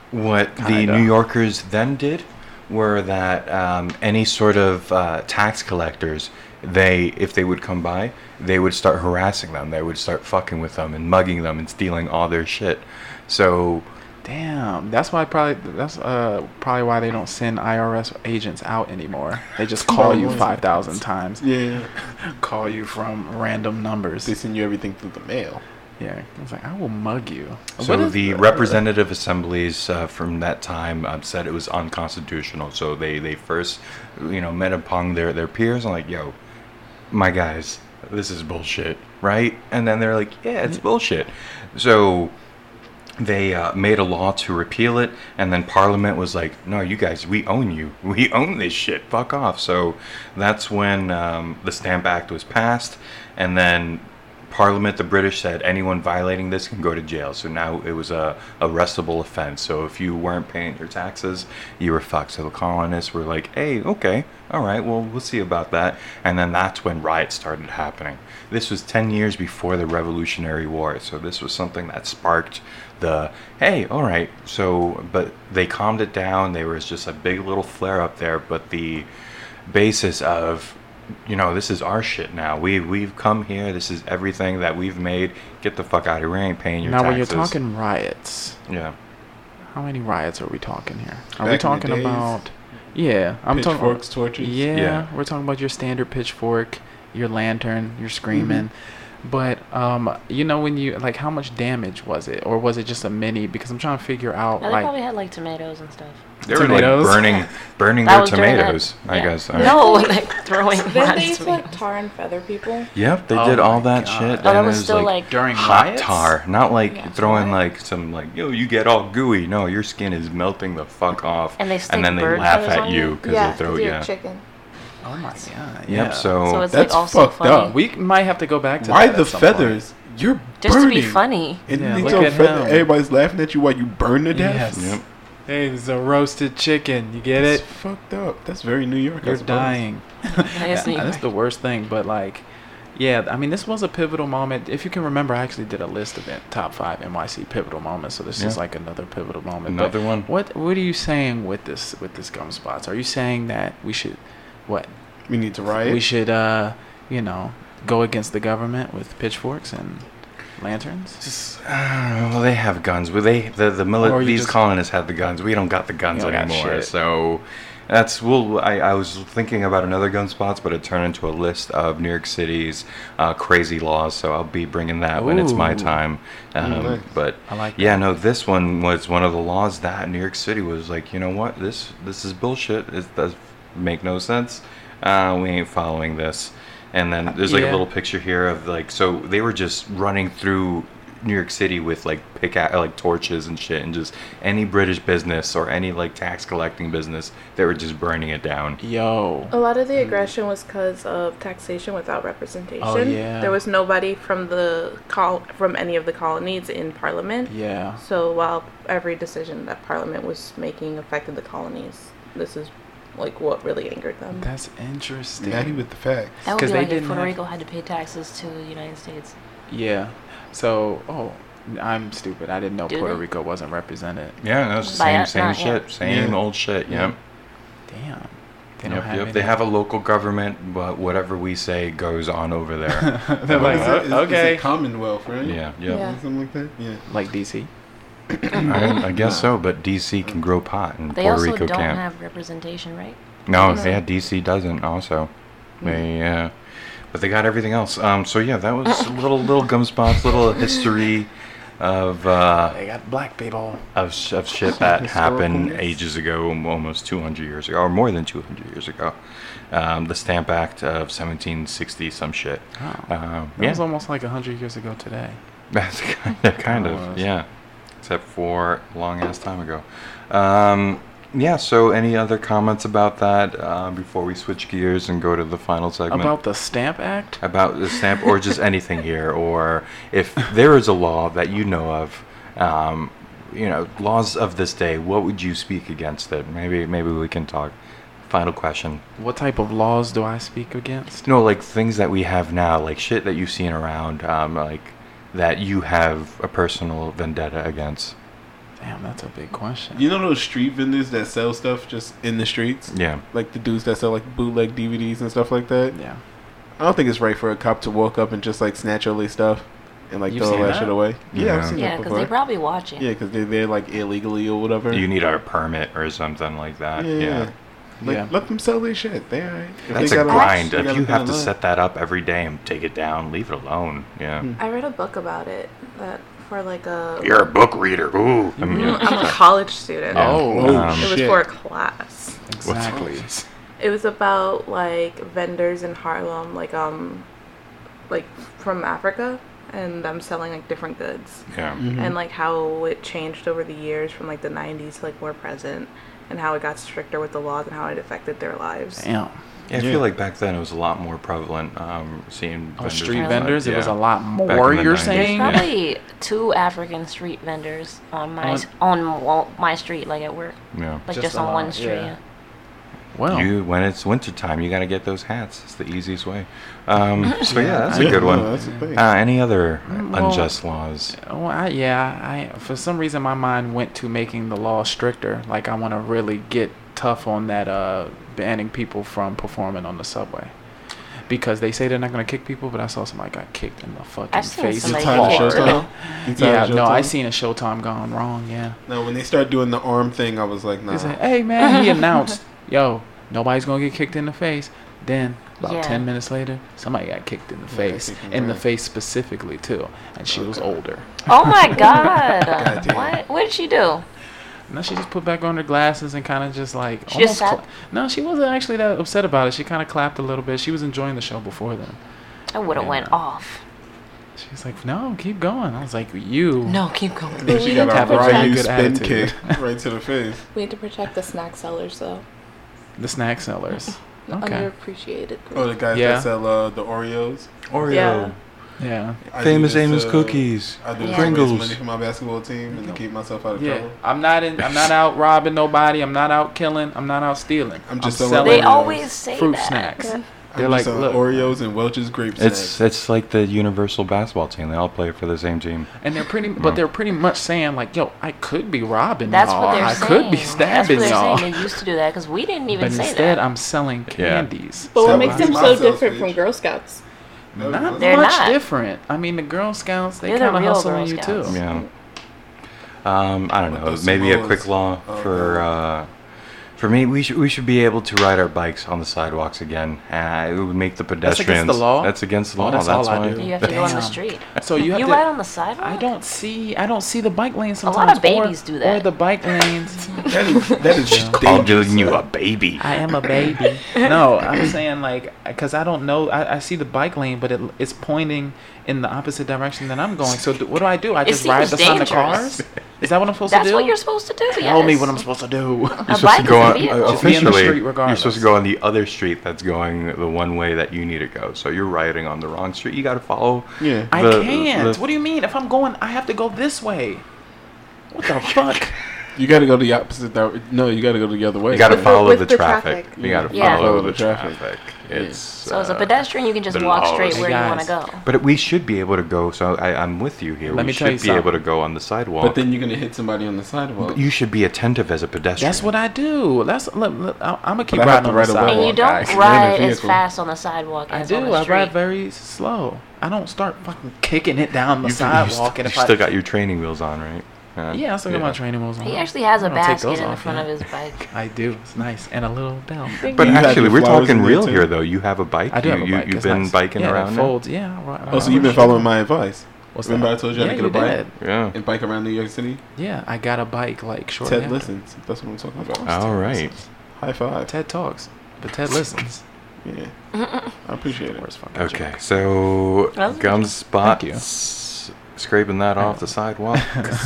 Speaker 6: what
Speaker 3: Kinda.
Speaker 6: the New Yorkers then did were that um, any sort of uh, tax collectors, they if they would come by, they would start harassing them. They would start fucking with them and mugging them and stealing all their shit. So
Speaker 3: Damn, that's why probably that's uh probably why they don't send IRS agents out anymore.
Speaker 6: (laughs)
Speaker 3: They just call you five thousand times.
Speaker 7: Yeah,
Speaker 3: Call you from random numbers.
Speaker 7: they send you everything through the mail.
Speaker 3: Yeah, I was like, I will mug you. What
Speaker 6: So
Speaker 3: is
Speaker 6: the representative assemblies uh, from that time um, said it was unconstitutional. So they, they first, you know, met upon their, their peers and like, yo, my guys, this is bullshit, right? And then they're like, yeah,
Speaker 3: Mm-hmm.
Speaker 6: it's bullshit. So they uh, made a law to repeal it, and then Parliament was like, no, you guys, we own you. (laughs) We own this shit. Fuck off. So that's when um, the Stamp Act was passed, and then Parliament, the British said anyone violating this can go to jail. So now it was a arrestable offense. So if you weren't paying your taxes, you were fucked. So the colonists were like, "Hey, okay, all right, well, we'll see about that." And then that's when riots started happening. This was 10 years before the Revolutionary War. So this was something that sparked the hey, all right. So but they calmed it down. There was just a big little flare up there, but the basis of you know this is our shit now we we've come here this is everything that we've made get the fuck out of here we ain't paying your
Speaker 3: now when you're
Speaker 6: taxes
Speaker 3: talking riots,
Speaker 6: yeah
Speaker 3: how many riots are we talking here?
Speaker 7: Back in
Speaker 3: Are we
Speaker 7: the
Speaker 3: talking
Speaker 7: days,
Speaker 3: about? Yeah, I'm talking
Speaker 7: Pitchforks, torches.
Speaker 3: Yeah,
Speaker 6: Yeah.
Speaker 3: we're talking about your standard pitchfork, your lantern, your screaming.
Speaker 7: Mm-hmm.
Speaker 3: But um, you know when you like, how much damage was it, or was it just a mini? Because I'm trying to figure out
Speaker 8: They
Speaker 3: like
Speaker 8: probably had like tomatoes and stuff.
Speaker 6: they were
Speaker 3: Tomatoes?
Speaker 6: like burning burning
Speaker 8: That
Speaker 6: their
Speaker 8: was during that-
Speaker 6: tomatoes i
Speaker 8: yeah.
Speaker 6: guess All right.
Speaker 8: No, (laughs) like throwing
Speaker 10: Then they
Speaker 8: lots
Speaker 10: used
Speaker 8: of
Speaker 10: to like
Speaker 8: tomatoes.
Speaker 10: tar and feather people.
Speaker 6: yep they
Speaker 3: Oh
Speaker 6: did all
Speaker 3: my
Speaker 6: that
Speaker 3: God.
Speaker 6: shit
Speaker 3: Oh,
Speaker 8: that
Speaker 6: and it
Speaker 8: was still, like,
Speaker 3: during
Speaker 6: hot
Speaker 3: riots?
Speaker 6: tar not like
Speaker 8: Yeah.
Speaker 6: throwing like some like yo you get all gooey no your skin is melting the fuck off
Speaker 8: And they stick
Speaker 6: then they
Speaker 8: bird
Speaker 6: laugh
Speaker 8: feathers
Speaker 6: at
Speaker 8: on
Speaker 6: you
Speaker 8: you?
Speaker 6: because they throw
Speaker 10: you're
Speaker 6: yeah yep
Speaker 10: chicken.
Speaker 3: Oh my god. Yeah.
Speaker 8: So
Speaker 6: so,
Speaker 8: it's like
Speaker 7: That's
Speaker 8: also
Speaker 7: fucked
Speaker 8: funny.
Speaker 7: up.
Speaker 3: we might have to go back to
Speaker 7: Why
Speaker 3: that at
Speaker 7: the
Speaker 3: some point.
Speaker 7: feathers? You're
Speaker 8: Just
Speaker 7: burning.
Speaker 8: to be funny.
Speaker 7: And
Speaker 3: Yeah,
Speaker 7: they
Speaker 3: look
Speaker 7: throw
Speaker 3: at
Speaker 7: feather-
Speaker 3: him.
Speaker 7: everybody's laughing at you while you burn to death.
Speaker 3: Yes.
Speaker 6: Yep.
Speaker 3: Hey, it's a roasted chicken. You get
Speaker 7: It's
Speaker 3: it?
Speaker 7: fucked up. That's very New York. I
Speaker 3: You're
Speaker 7: suppose.
Speaker 3: dying.
Speaker 8: guess
Speaker 3: Yeah,
Speaker 8: you-
Speaker 3: that's the worst thing. But like, yeah, I mean, this was a pivotal moment. If you can remember, I actually did a list of it, top five NYC pivotal moments. So this is
Speaker 6: Yeah.
Speaker 3: like another pivotal moment. But
Speaker 6: Another one.
Speaker 3: What What are you saying with this with this gum spots? Are you saying that we should, what
Speaker 7: We need to riot.
Speaker 3: we should, uh, you know, go against the government with pitchforks and lanterns?
Speaker 6: Just, uh, well, they have guns. Well, they the the
Speaker 3: Or
Speaker 6: mili-
Speaker 3: you
Speaker 6: these
Speaker 3: just-
Speaker 6: colonists had the guns. We don't got the guns
Speaker 3: don't got
Speaker 6: anymore.
Speaker 3: shit.
Speaker 6: so that's well. I, I was thinking about another gun spots, but it turned into a list of New York City's uh, crazy laws. So I'll be bringing that when it's my
Speaker 3: Ooh. Mm,
Speaker 6: time. Um,
Speaker 7: nice.
Speaker 6: But
Speaker 3: I like
Speaker 6: yeah, no, this one was one of the laws that New York City was like, you know what, this this is bullshit. It does make no sense. Uh, we ain't following this. And then there's like
Speaker 3: Yeah.
Speaker 6: a little picture here of like so they were just running through New York City with like pick like torches and shit and just any British business or any like tax collecting business they were just burning it down.
Speaker 3: Yo.
Speaker 10: A lot of the aggression was because of taxation without representation.
Speaker 3: Mm. Oh, yeah.
Speaker 10: There was nobody from the col- from any of the colonies in Parliament.
Speaker 3: Yeah.
Speaker 10: So while every decision that Parliament was making affected the colonies, this is like what really angered them.
Speaker 3: That's interesting.
Speaker 7: Natty with the facts.
Speaker 8: That would
Speaker 3: 'Cause
Speaker 8: be
Speaker 3: they
Speaker 8: like if
Speaker 3: didn't
Speaker 8: Puerto
Speaker 3: have-
Speaker 8: Rico had to pay taxes to the United States.
Speaker 3: Yeah. So, oh, I'm stupid. I didn't know
Speaker 6: Do
Speaker 3: Puerto
Speaker 6: they?
Speaker 3: Rico wasn't represented.
Speaker 6: Yeah, that's the
Speaker 3: By
Speaker 6: same
Speaker 3: us,
Speaker 6: same
Speaker 3: not
Speaker 6: shit,
Speaker 3: yet.
Speaker 6: same
Speaker 3: Yeah.
Speaker 6: old shit. Yep.
Speaker 3: Damn. They
Speaker 6: They
Speaker 3: don't
Speaker 6: yep,
Speaker 3: have
Speaker 6: yep.
Speaker 3: any-
Speaker 6: They have a local government, but whatever we say goes on over (laughs) there.
Speaker 3: They're like,
Speaker 6: Uh,
Speaker 3: "Oh, okay.
Speaker 7: Commonwealth, right?
Speaker 6: Yeah, yeah. Yeah.
Speaker 7: Something like that. Yeah.
Speaker 3: Like DC.
Speaker 6: I, I guess so, but DC can grow pot and
Speaker 8: They
Speaker 6: Puerto
Speaker 8: also
Speaker 6: Rico
Speaker 8: don't
Speaker 6: can't.
Speaker 8: have representation, right?
Speaker 6: No,
Speaker 8: No.
Speaker 6: yeah, DC doesn't also.
Speaker 3: Hmm.
Speaker 6: They uh but they got everything else. Um so yeah, that was
Speaker 3: (laughs)
Speaker 6: a little little gum spots, little history of uh
Speaker 3: They got black people.
Speaker 6: of, sh- of shit that happened
Speaker 3: Historicalness.
Speaker 6: ages ago, um, almost 200 years ago, or more than 200 years ago. Um, the Stamp Act of 1760, some shit.
Speaker 3: Oh.
Speaker 6: Um,
Speaker 3: That
Speaker 6: yeah,
Speaker 3: was almost like 100 years ago today.
Speaker 6: (laughs) that's kind of, kind of
Speaker 3: Almost.
Speaker 6: yeah. Except for long ass time ago. Um, yeah. So, any other comments about that uh, before we switch gears and go to the final segment?
Speaker 3: About the Stamp Act?
Speaker 6: about the stamp or just anything here or if there is a law that you know of um, you know laws of this day what would you speak against it maybe maybe we can talk final question
Speaker 3: What type of laws do I speak against?
Speaker 6: no like things that we have now like shit that you've seen around um, like that you have a personal vendetta against
Speaker 3: Damn, that's a big question.
Speaker 7: You know those street vendors that sell stuff just in the streets?
Speaker 6: yeah
Speaker 7: Like the dudes that sell like bootleg DVDs and stuff like that?
Speaker 3: Yeah.
Speaker 7: I don't think it's right for a cop to walk up and just like snatch all their stuff and like
Speaker 3: You've
Speaker 7: throw all
Speaker 3: seen
Speaker 7: that
Speaker 3: that?
Speaker 7: shit away. Yeah, I've
Speaker 6: Yeah.
Speaker 7: seen
Speaker 8: Yeah,
Speaker 7: that
Speaker 8: because they
Speaker 7: before.
Speaker 8: probably watch it.
Speaker 7: Yeah, because they're there like illegally or whatever.
Speaker 6: you need our permit or something like that yeah,
Speaker 7: Like,
Speaker 3: Yeah.
Speaker 7: let them sell their shit. They all right. If
Speaker 6: that's
Speaker 7: they
Speaker 6: a
Speaker 7: gotta-
Speaker 6: grind
Speaker 7: they
Speaker 6: if
Speaker 7: gotta
Speaker 6: you
Speaker 7: put
Speaker 6: have
Speaker 7: in
Speaker 6: to
Speaker 7: line.
Speaker 6: set that up every day and take it down leave it alone yeah
Speaker 10: I read a book about it that for like a.
Speaker 6: you're a book reader ooh I mean,
Speaker 10: Mm,
Speaker 6: (laughs)
Speaker 10: I'm a college student.
Speaker 6: Yeah.
Speaker 3: Oh,
Speaker 6: Um,
Speaker 10: It was for a class.
Speaker 3: Exactly.
Speaker 10: It was about like vendors in Harlem, like um, like from Africa, and them selling like different goods,
Speaker 6: yeah
Speaker 10: and like how it changed over the years from like the '90s to like more present, and how it got stricter with the laws and how it affected their lives.
Speaker 3: Damn.
Speaker 6: Yeah, I
Speaker 7: Yeah.
Speaker 6: feel like back then it was a lot more prevalent. Um, seeing
Speaker 3: Oh,
Speaker 6: vendors
Speaker 3: street
Speaker 6: outside,
Speaker 3: vendors, it was a lot
Speaker 6: Back in the
Speaker 3: more, you're
Speaker 6: 90s,
Speaker 3: saying?
Speaker 6: yeah.
Speaker 8: Probably two African street vendors on my
Speaker 3: On-
Speaker 8: s- on, wa- my street, like at work,
Speaker 6: Yeah.
Speaker 8: like
Speaker 3: Just
Speaker 8: just,
Speaker 3: a
Speaker 8: on
Speaker 3: lot,
Speaker 8: one street.
Speaker 3: yeah.
Speaker 8: yeah.
Speaker 3: Well,
Speaker 6: You when it's wintertime, you gotta get those hats. It's the easiest way. (laughs) Um, so yeah, that's a
Speaker 7: (laughs) Yeah,
Speaker 6: good
Speaker 7: no,
Speaker 6: one.
Speaker 7: that's the thing.
Speaker 6: Uh, any other
Speaker 3: well-
Speaker 6: unjust laws?
Speaker 3: oh, I, yeah. I for some reason my mind went to making the law stricter. Like I want to really get tough on that, uh, banning people from performing on the subway. Because they say they're not gonna kick people, but I saw somebody got kicked in the fucking
Speaker 8: I've seen
Speaker 3: face.
Speaker 8: somebody
Speaker 7: Tired of
Speaker 8: Hard.
Speaker 7: Showtime? You tired
Speaker 3: Yeah,
Speaker 7: of
Speaker 3: no, I
Speaker 7: Showtime?
Speaker 3: seen a Showtime gone wrong. Yeah,
Speaker 7: No, when they start doing the arm thing, I was like, nah.
Speaker 3: he said, "Hey man," he announced, (laughs) "Yo, nobody's gonna get kicked in the face." Then about
Speaker 8: Yeah.
Speaker 3: ten minutes later, somebody got kicked in the
Speaker 7: Yeah,
Speaker 3: face,
Speaker 7: kicked in the
Speaker 3: in the
Speaker 7: face.
Speaker 3: face specifically too, and she was older.
Speaker 8: (laughs) Oh
Speaker 3: (laughs)
Speaker 8: my god!
Speaker 7: damn.
Speaker 8: what? What did she do?
Speaker 3: No, she just put back on her glasses and kind of just like
Speaker 8: She just
Speaker 3: almost
Speaker 8: sat?
Speaker 3: no, she wasn't actually that upset about it. She kind of clapped a little bit. She was enjoying the show before then.
Speaker 8: I would have went
Speaker 3: Yeah.
Speaker 8: off.
Speaker 3: She was like, "No, keep going." I was like, "You."
Speaker 8: No, keep going.
Speaker 7: Then she got
Speaker 3: Have
Speaker 7: a
Speaker 3: a
Speaker 7: right
Speaker 3: very
Speaker 7: new
Speaker 3: good
Speaker 7: spin
Speaker 3: attitude.
Speaker 7: kick (laughs) right to the face.
Speaker 10: We need to protect the snack sellers though.
Speaker 3: The snack
Speaker 8: (laughs)
Speaker 3: sellers. Okay.
Speaker 10: Underappreciated.
Speaker 7: Oh, the guys
Speaker 3: Yeah.
Speaker 7: that sell uh, the Oreos.
Speaker 6: Oreo,
Speaker 10: Yeah.
Speaker 3: Yeah.
Speaker 7: I do
Speaker 6: famous
Speaker 7: this,
Speaker 6: Amos
Speaker 7: uh,
Speaker 6: cookies,
Speaker 7: I do this to raise
Speaker 6: Pringles.
Speaker 7: money for my basketball team and to keep myself out of
Speaker 3: Yeah.
Speaker 7: trouble.
Speaker 3: I'm not in. I'm not out robbing nobody. I'm not out killing. I'm not out stealing.
Speaker 7: I'm just selling
Speaker 8: They
Speaker 7: Oreos.
Speaker 8: always say
Speaker 3: fruit
Speaker 8: that.
Speaker 3: snacks.
Speaker 7: I'm
Speaker 3: They're
Speaker 7: just
Speaker 3: like,
Speaker 7: selling
Speaker 3: look,
Speaker 7: Oreos and Welch's grape
Speaker 6: It's
Speaker 7: snacks.
Speaker 6: it's like the universal basketball team. They all play for the same team.
Speaker 3: and they're pretty, but they're pretty much saying like, "Yo, I could be robbing
Speaker 8: That's
Speaker 3: y'all.
Speaker 8: what they're
Speaker 3: I
Speaker 8: saying.
Speaker 3: could be
Speaker 8: That's what
Speaker 3: stabbing
Speaker 8: they're saying.
Speaker 3: y'all."
Speaker 8: They used to do that because we didn't even
Speaker 3: But
Speaker 8: say
Speaker 3: instead,
Speaker 8: that.
Speaker 3: I'm selling
Speaker 6: Yeah.
Speaker 3: candies.
Speaker 10: But
Speaker 7: So uh,
Speaker 10: what makes
Speaker 7: I do
Speaker 10: them so
Speaker 7: myself,
Speaker 10: different
Speaker 7: bitch.
Speaker 10: from Girl Scouts?
Speaker 7: No,
Speaker 3: Not
Speaker 8: They're
Speaker 3: much
Speaker 8: not.
Speaker 3: different. I mean, the Girl Scouts they
Speaker 8: They're the
Speaker 3: kind of
Speaker 8: real
Speaker 3: hustle on
Speaker 8: Girl
Speaker 3: you
Speaker 8: Scouts.
Speaker 3: too.
Speaker 6: Yeah. Um, I don't
Speaker 7: But
Speaker 6: know.
Speaker 7: those
Speaker 6: Maybe a
Speaker 7: Oh. Samoas-
Speaker 6: quick law
Speaker 7: Oh,
Speaker 6: for
Speaker 7: okay.
Speaker 6: uh, for me. We should we should be able to ride our bikes on the sidewalks again. Uh, it would make the pedestrians.
Speaker 3: against the law?
Speaker 6: That's against the
Speaker 3: Oh,
Speaker 6: law.
Speaker 3: that's
Speaker 6: That's,
Speaker 3: all I
Speaker 6: why.
Speaker 3: do.
Speaker 8: you
Speaker 6: (laughs)
Speaker 8: have to go on the
Speaker 3: Damn.
Speaker 8: street.
Speaker 3: So you have
Speaker 8: you
Speaker 3: to.
Speaker 8: ride on the sidewalk.
Speaker 3: I don't see. I don't see the bike lanes
Speaker 8: lot of
Speaker 3: sometimes. or-
Speaker 8: babies do that.
Speaker 3: Or the bike lanes.
Speaker 7: that is, that is just
Speaker 6: Called
Speaker 7: dangerous.
Speaker 6: you a baby.
Speaker 3: (laughs) I am a baby. (laughs) No, I'm saying like because I don't know. I, I see the bike lane, but it, it's pointing in the opposite direction that I'm going. So do, what do I do? I just ride
Speaker 8: seems
Speaker 3: the sun of cars.
Speaker 8: dangerous.
Speaker 3: Is that what I'm supposed
Speaker 8: That's
Speaker 3: to do?
Speaker 8: what you're supposed to do.
Speaker 3: Tell me
Speaker 8: yes.
Speaker 3: what I'm supposed to do.
Speaker 8: A
Speaker 6: You're supposed
Speaker 8: bike
Speaker 6: to go
Speaker 8: is a
Speaker 6: on
Speaker 8: vehicle.
Speaker 6: uh,
Speaker 3: Just be in the
Speaker 6: officially.
Speaker 3: street
Speaker 6: you're
Speaker 3: regardless.
Speaker 6: supposed to go on the other street that's going the one way that you need to go. So you're riding on the wrong street. You got to follow.
Speaker 7: Yeah.
Speaker 3: I
Speaker 6: the-
Speaker 3: can't.
Speaker 6: the-
Speaker 3: What do you mean? If I'm going, I have to go this way. What (laughs) the fuck?
Speaker 7: You got to go the opposite. Di- no, you got to go the other way.
Speaker 6: You got to
Speaker 10: the-
Speaker 6: follow
Speaker 10: with
Speaker 6: the
Speaker 10: the
Speaker 6: traffic.
Speaker 10: traffic.
Speaker 6: You got to
Speaker 8: Yeah.
Speaker 6: follow
Speaker 7: Follow
Speaker 6: the
Speaker 7: the traffic.
Speaker 6: traffic. It's uh,
Speaker 8: So
Speaker 3: Uh,
Speaker 8: as a pedestrian, you can just walk straight where you want to go.
Speaker 6: But we should be able to go. So I, I'm with you here.
Speaker 3: Let
Speaker 6: we
Speaker 3: me
Speaker 6: should
Speaker 3: tell you
Speaker 6: be
Speaker 3: something.
Speaker 6: able to go on the sidewalk.
Speaker 7: But then you're gonna hit somebody on the sidewalk.
Speaker 6: But you should be attentive as a pedestrian.
Speaker 3: That's what I do. That's look, look, I- I'm gonna keep
Speaker 6: But I have
Speaker 3: riding
Speaker 6: to
Speaker 3: on
Speaker 6: ride
Speaker 3: the
Speaker 6: a
Speaker 3: sidewalk.
Speaker 8: And you
Speaker 6: I
Speaker 8: don't
Speaker 6: can
Speaker 8: ride
Speaker 6: run a
Speaker 8: as
Speaker 6: vehicle.
Speaker 8: fast on the sidewalk
Speaker 3: I
Speaker 8: as
Speaker 3: do.
Speaker 8: on the
Speaker 3: I
Speaker 8: street.
Speaker 3: ride very slow. I don't start fucking kicking it down the
Speaker 6: You- you
Speaker 3: sidewalk.
Speaker 6: st-
Speaker 3: and
Speaker 6: you
Speaker 3: if I
Speaker 6: still got your training wheels on, right? Uh,
Speaker 3: yeah, I still got my training wheels on.
Speaker 8: He actually has a
Speaker 3: I don't take
Speaker 8: basket
Speaker 3: those
Speaker 8: in the
Speaker 3: off
Speaker 8: front
Speaker 3: yet.
Speaker 8: of his bike.
Speaker 3: I do. It's nice and a little bell.
Speaker 6: But
Speaker 7: You had
Speaker 6: actually,
Speaker 7: your
Speaker 6: we're
Speaker 7: flowers
Speaker 6: talking
Speaker 7: in there
Speaker 6: real
Speaker 7: too.
Speaker 6: here, though. You have a bike.
Speaker 3: I do
Speaker 6: you,
Speaker 3: have a
Speaker 6: you,
Speaker 3: bike.
Speaker 6: You've
Speaker 3: It's
Speaker 6: been
Speaker 3: nice.
Speaker 6: biking
Speaker 3: yeah, it
Speaker 6: around
Speaker 3: folds. Yeah. I ri- I
Speaker 7: Oh, so
Speaker 3: ride
Speaker 7: you've been
Speaker 3: my
Speaker 7: following
Speaker 3: shit.
Speaker 7: my advice.
Speaker 3: What's
Speaker 7: Remember
Speaker 3: that?
Speaker 7: I told you I
Speaker 3: Yeah,
Speaker 7: had to get a
Speaker 3: you
Speaker 7: bike
Speaker 3: did.
Speaker 6: now. Yeah.
Speaker 7: and bike around New York City?
Speaker 3: Yeah, I got a bike like shortly
Speaker 7: Ted
Speaker 3: after.
Speaker 7: listens. That's what I'm talking about.
Speaker 6: All right.
Speaker 7: High five.
Speaker 3: Ted talks, but Ted listens.
Speaker 7: Yeah. I appreciate it.
Speaker 3: Where's fucking
Speaker 6: Okay, so
Speaker 8: That was
Speaker 6: gum
Speaker 3: Thank you.
Speaker 6: spots, scraping that
Speaker 3: (laughs)
Speaker 6: off the sidewalk.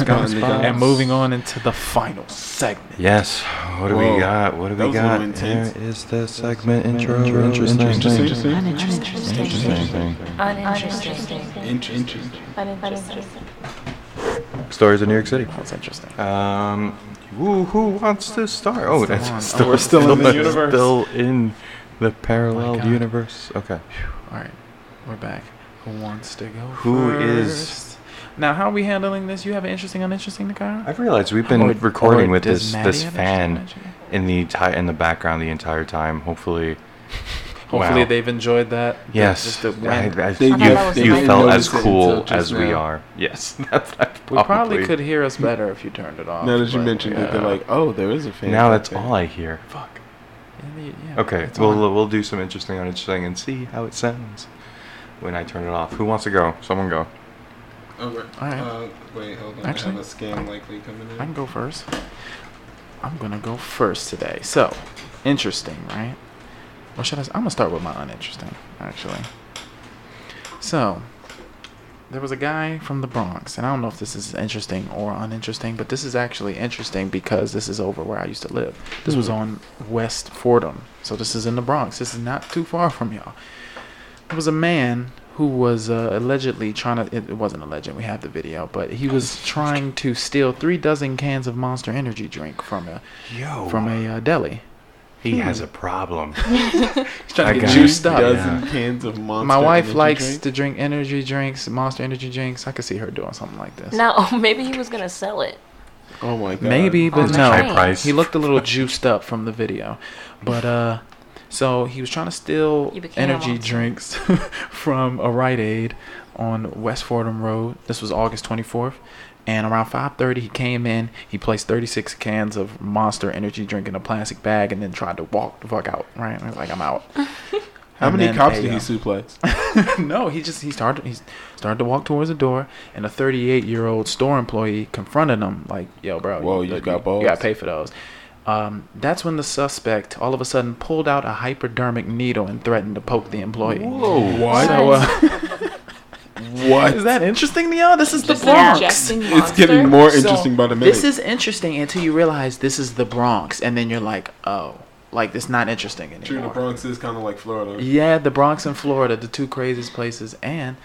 Speaker 7: Gum spots.
Speaker 3: And moving on into the final segment.
Speaker 6: yes. What do
Speaker 7: Whoa.
Speaker 6: we got? What do
Speaker 7: That
Speaker 6: we
Speaker 7: was a little
Speaker 6: got? Here
Speaker 7: intense.
Speaker 6: is the segment intro. intro, (laughs) Interesting.
Speaker 7: Interesting. Interesting.
Speaker 8: Uninteresting.
Speaker 6: Interesting.
Speaker 8: Uninteresting.
Speaker 7: Interesting. Interesting.
Speaker 6: Stories in New York City.
Speaker 3: That's interesting.
Speaker 6: Um, who who wants to start? Oh,
Speaker 3: Still
Speaker 6: that's
Speaker 3: on. Oh,
Speaker 6: still,
Speaker 7: we're still in the
Speaker 6: that's
Speaker 7: universe.
Speaker 6: Still in the parallel
Speaker 3: God.
Speaker 6: universe. Okay.
Speaker 3: All right, we're back. Who wants to go?
Speaker 6: Who is-
Speaker 3: first? Now, how are we handling this? You have an interesting, uninteresting, Nakara?
Speaker 6: I've realized we've been
Speaker 3: Or-
Speaker 6: recording
Speaker 3: or
Speaker 6: with
Speaker 3: does
Speaker 6: this
Speaker 3: Maddie
Speaker 6: this
Speaker 3: have
Speaker 6: fan
Speaker 3: interesting, uninteresting?
Speaker 6: in the ti- in the background the entire time. Hopefully,
Speaker 3: Hopefully,
Speaker 6: Wow.
Speaker 3: they've enjoyed that. the-
Speaker 6: yes,
Speaker 3: just the rant.
Speaker 6: I- I-
Speaker 7: They-
Speaker 6: you,
Speaker 8: that was
Speaker 6: you
Speaker 8: amazing.
Speaker 6: felt as
Speaker 7: Notice it
Speaker 6: cool
Speaker 7: until
Speaker 6: as
Speaker 7: just
Speaker 6: we
Speaker 7: now.
Speaker 6: are. Yes, (laughs) that's that's
Speaker 3: we probably could hear us better if you turned it off.
Speaker 7: Now that you
Speaker 3: but-
Speaker 7: mentioned it, they're
Speaker 3: Yeah.
Speaker 7: like, oh, there is a fan.
Speaker 6: Now
Speaker 7: out
Speaker 6: that's
Speaker 7: there.
Speaker 6: all I hear. Fuck.
Speaker 3: Yeah, the- yeah,
Speaker 6: Okay,
Speaker 3: it's
Speaker 6: we'll
Speaker 3: on.
Speaker 6: we'll do some interesting on interesting and see how it sounds when I turn it off. Who wants to go? Someone go.
Speaker 7: Oh, right.
Speaker 3: All right.
Speaker 7: Uh, wait, hold on.
Speaker 3: Actually-
Speaker 7: I have a scam likely coming in.
Speaker 3: I can go first. I'm gonna go first today. So, interesting, right? Or should I? s- I'm gonna start with my uninteresting, actually. So, there was a guy from the Bronx, and I don't know if this is interesting or uninteresting, but this is actually interesting because this is over where I used to live. This was on West Fordham, so this is in the Bronx. This is not too far from y'all. There was a man who was uh, allegedly trying to. It, it wasn't alleged. We have the video, but he was trying to steal three dozen cans of Monster Energy drink from a
Speaker 6: Yo,
Speaker 3: from a uh, deli.
Speaker 6: he has a problem.
Speaker 3: He's trying to
Speaker 6: That
Speaker 3: get
Speaker 6: guy-
Speaker 3: juiced up.
Speaker 7: Dozen
Speaker 6: Yeah.
Speaker 7: cans of monster.
Speaker 3: My wife
Speaker 7: Energy
Speaker 3: likes
Speaker 7: drink.
Speaker 3: to drink energy drinks, Monster Energy drinks. I could see her doing something like this.
Speaker 8: No, (laughs) maybe he was gonna sell it.
Speaker 7: Oh my god.
Speaker 3: Maybe, but
Speaker 8: On the
Speaker 3: no.
Speaker 8: train. High
Speaker 6: price.
Speaker 3: He looked a little juiced up from the video, but uh, so he was trying to steal
Speaker 8: You became a
Speaker 3: energy
Speaker 8: monster.
Speaker 3: drinks (laughs) from a Rite Aid on West Fordham Road. This was August 24th, and around 5:30 he came in. He placed 36 cans of Monster Energy drink in a plastic bag, and then tried to walk the fuck out. Right, He was like I'm
Speaker 8: (laughs)
Speaker 3: out.
Speaker 7: How
Speaker 3: And
Speaker 7: many
Speaker 3: then
Speaker 7: cops
Speaker 3: they,
Speaker 7: did he
Speaker 3: uh, (laughs)
Speaker 7: suplex?
Speaker 3: no, he just he started he started to walk towards the door, and a 38 year old store employee confronted him like, "Yo, bro,
Speaker 7: Whoa, you got balls."
Speaker 3: You got to pay for those." Um, that's when the suspect all of a sudden pulled out a hypodermic needle and threatened to poke the employee.
Speaker 7: Oh, what?
Speaker 3: So, uh,
Speaker 7: What?
Speaker 3: (laughs) is that interesting, Leon? This is the
Speaker 8: Yeah.
Speaker 3: Bronx.
Speaker 7: It's getting (laughs) more interesting
Speaker 3: So,
Speaker 7: by the minute.
Speaker 3: This is interesting until you realize this is the Bronx, and then you're like, "Oh, like it's not interesting anymore."
Speaker 7: True, the Bronx is kind of like Florida.
Speaker 3: Yeah, the Bronx and Florida, the two craziest places, and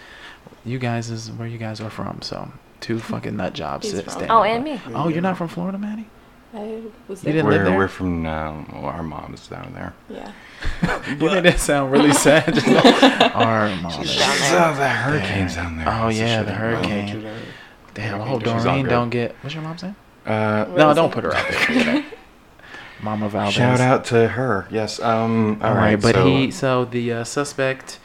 Speaker 3: you guys is where you guys are from. So two fucking nut jobs.
Speaker 10: He's
Speaker 3: sit-
Speaker 10: from-
Speaker 3: standing
Speaker 8: Oh,
Speaker 3: up.
Speaker 8: and me.
Speaker 3: Oh, you're not from Florida, Manny?
Speaker 10: I was
Speaker 3: You
Speaker 10: there.
Speaker 3: didn't live
Speaker 6: We're
Speaker 3: there.
Speaker 6: we're from uh, well, our mom's down there.
Speaker 10: Yeah.
Speaker 3: you made that sound really sad.
Speaker 6: (laughs)
Speaker 3: (laughs) Just like, our mom.
Speaker 6: Oh, the hurricanes down there.
Speaker 3: Oh yeah, the
Speaker 7: Oh, true
Speaker 3: hurricane.
Speaker 7: that.
Speaker 3: Damn, I
Speaker 6: Hurricane
Speaker 3: hope
Speaker 6: She's all
Speaker 3: Doreen
Speaker 6: good.
Speaker 3: don't get. What's your mom's name?
Speaker 6: Uh,
Speaker 3: no, don't put her out
Speaker 10: (laughs)
Speaker 3: there. Mama Valdez.
Speaker 6: Shout out to her. Yes. Um.
Speaker 3: all right, but
Speaker 6: so-
Speaker 3: he so the uh, suspect,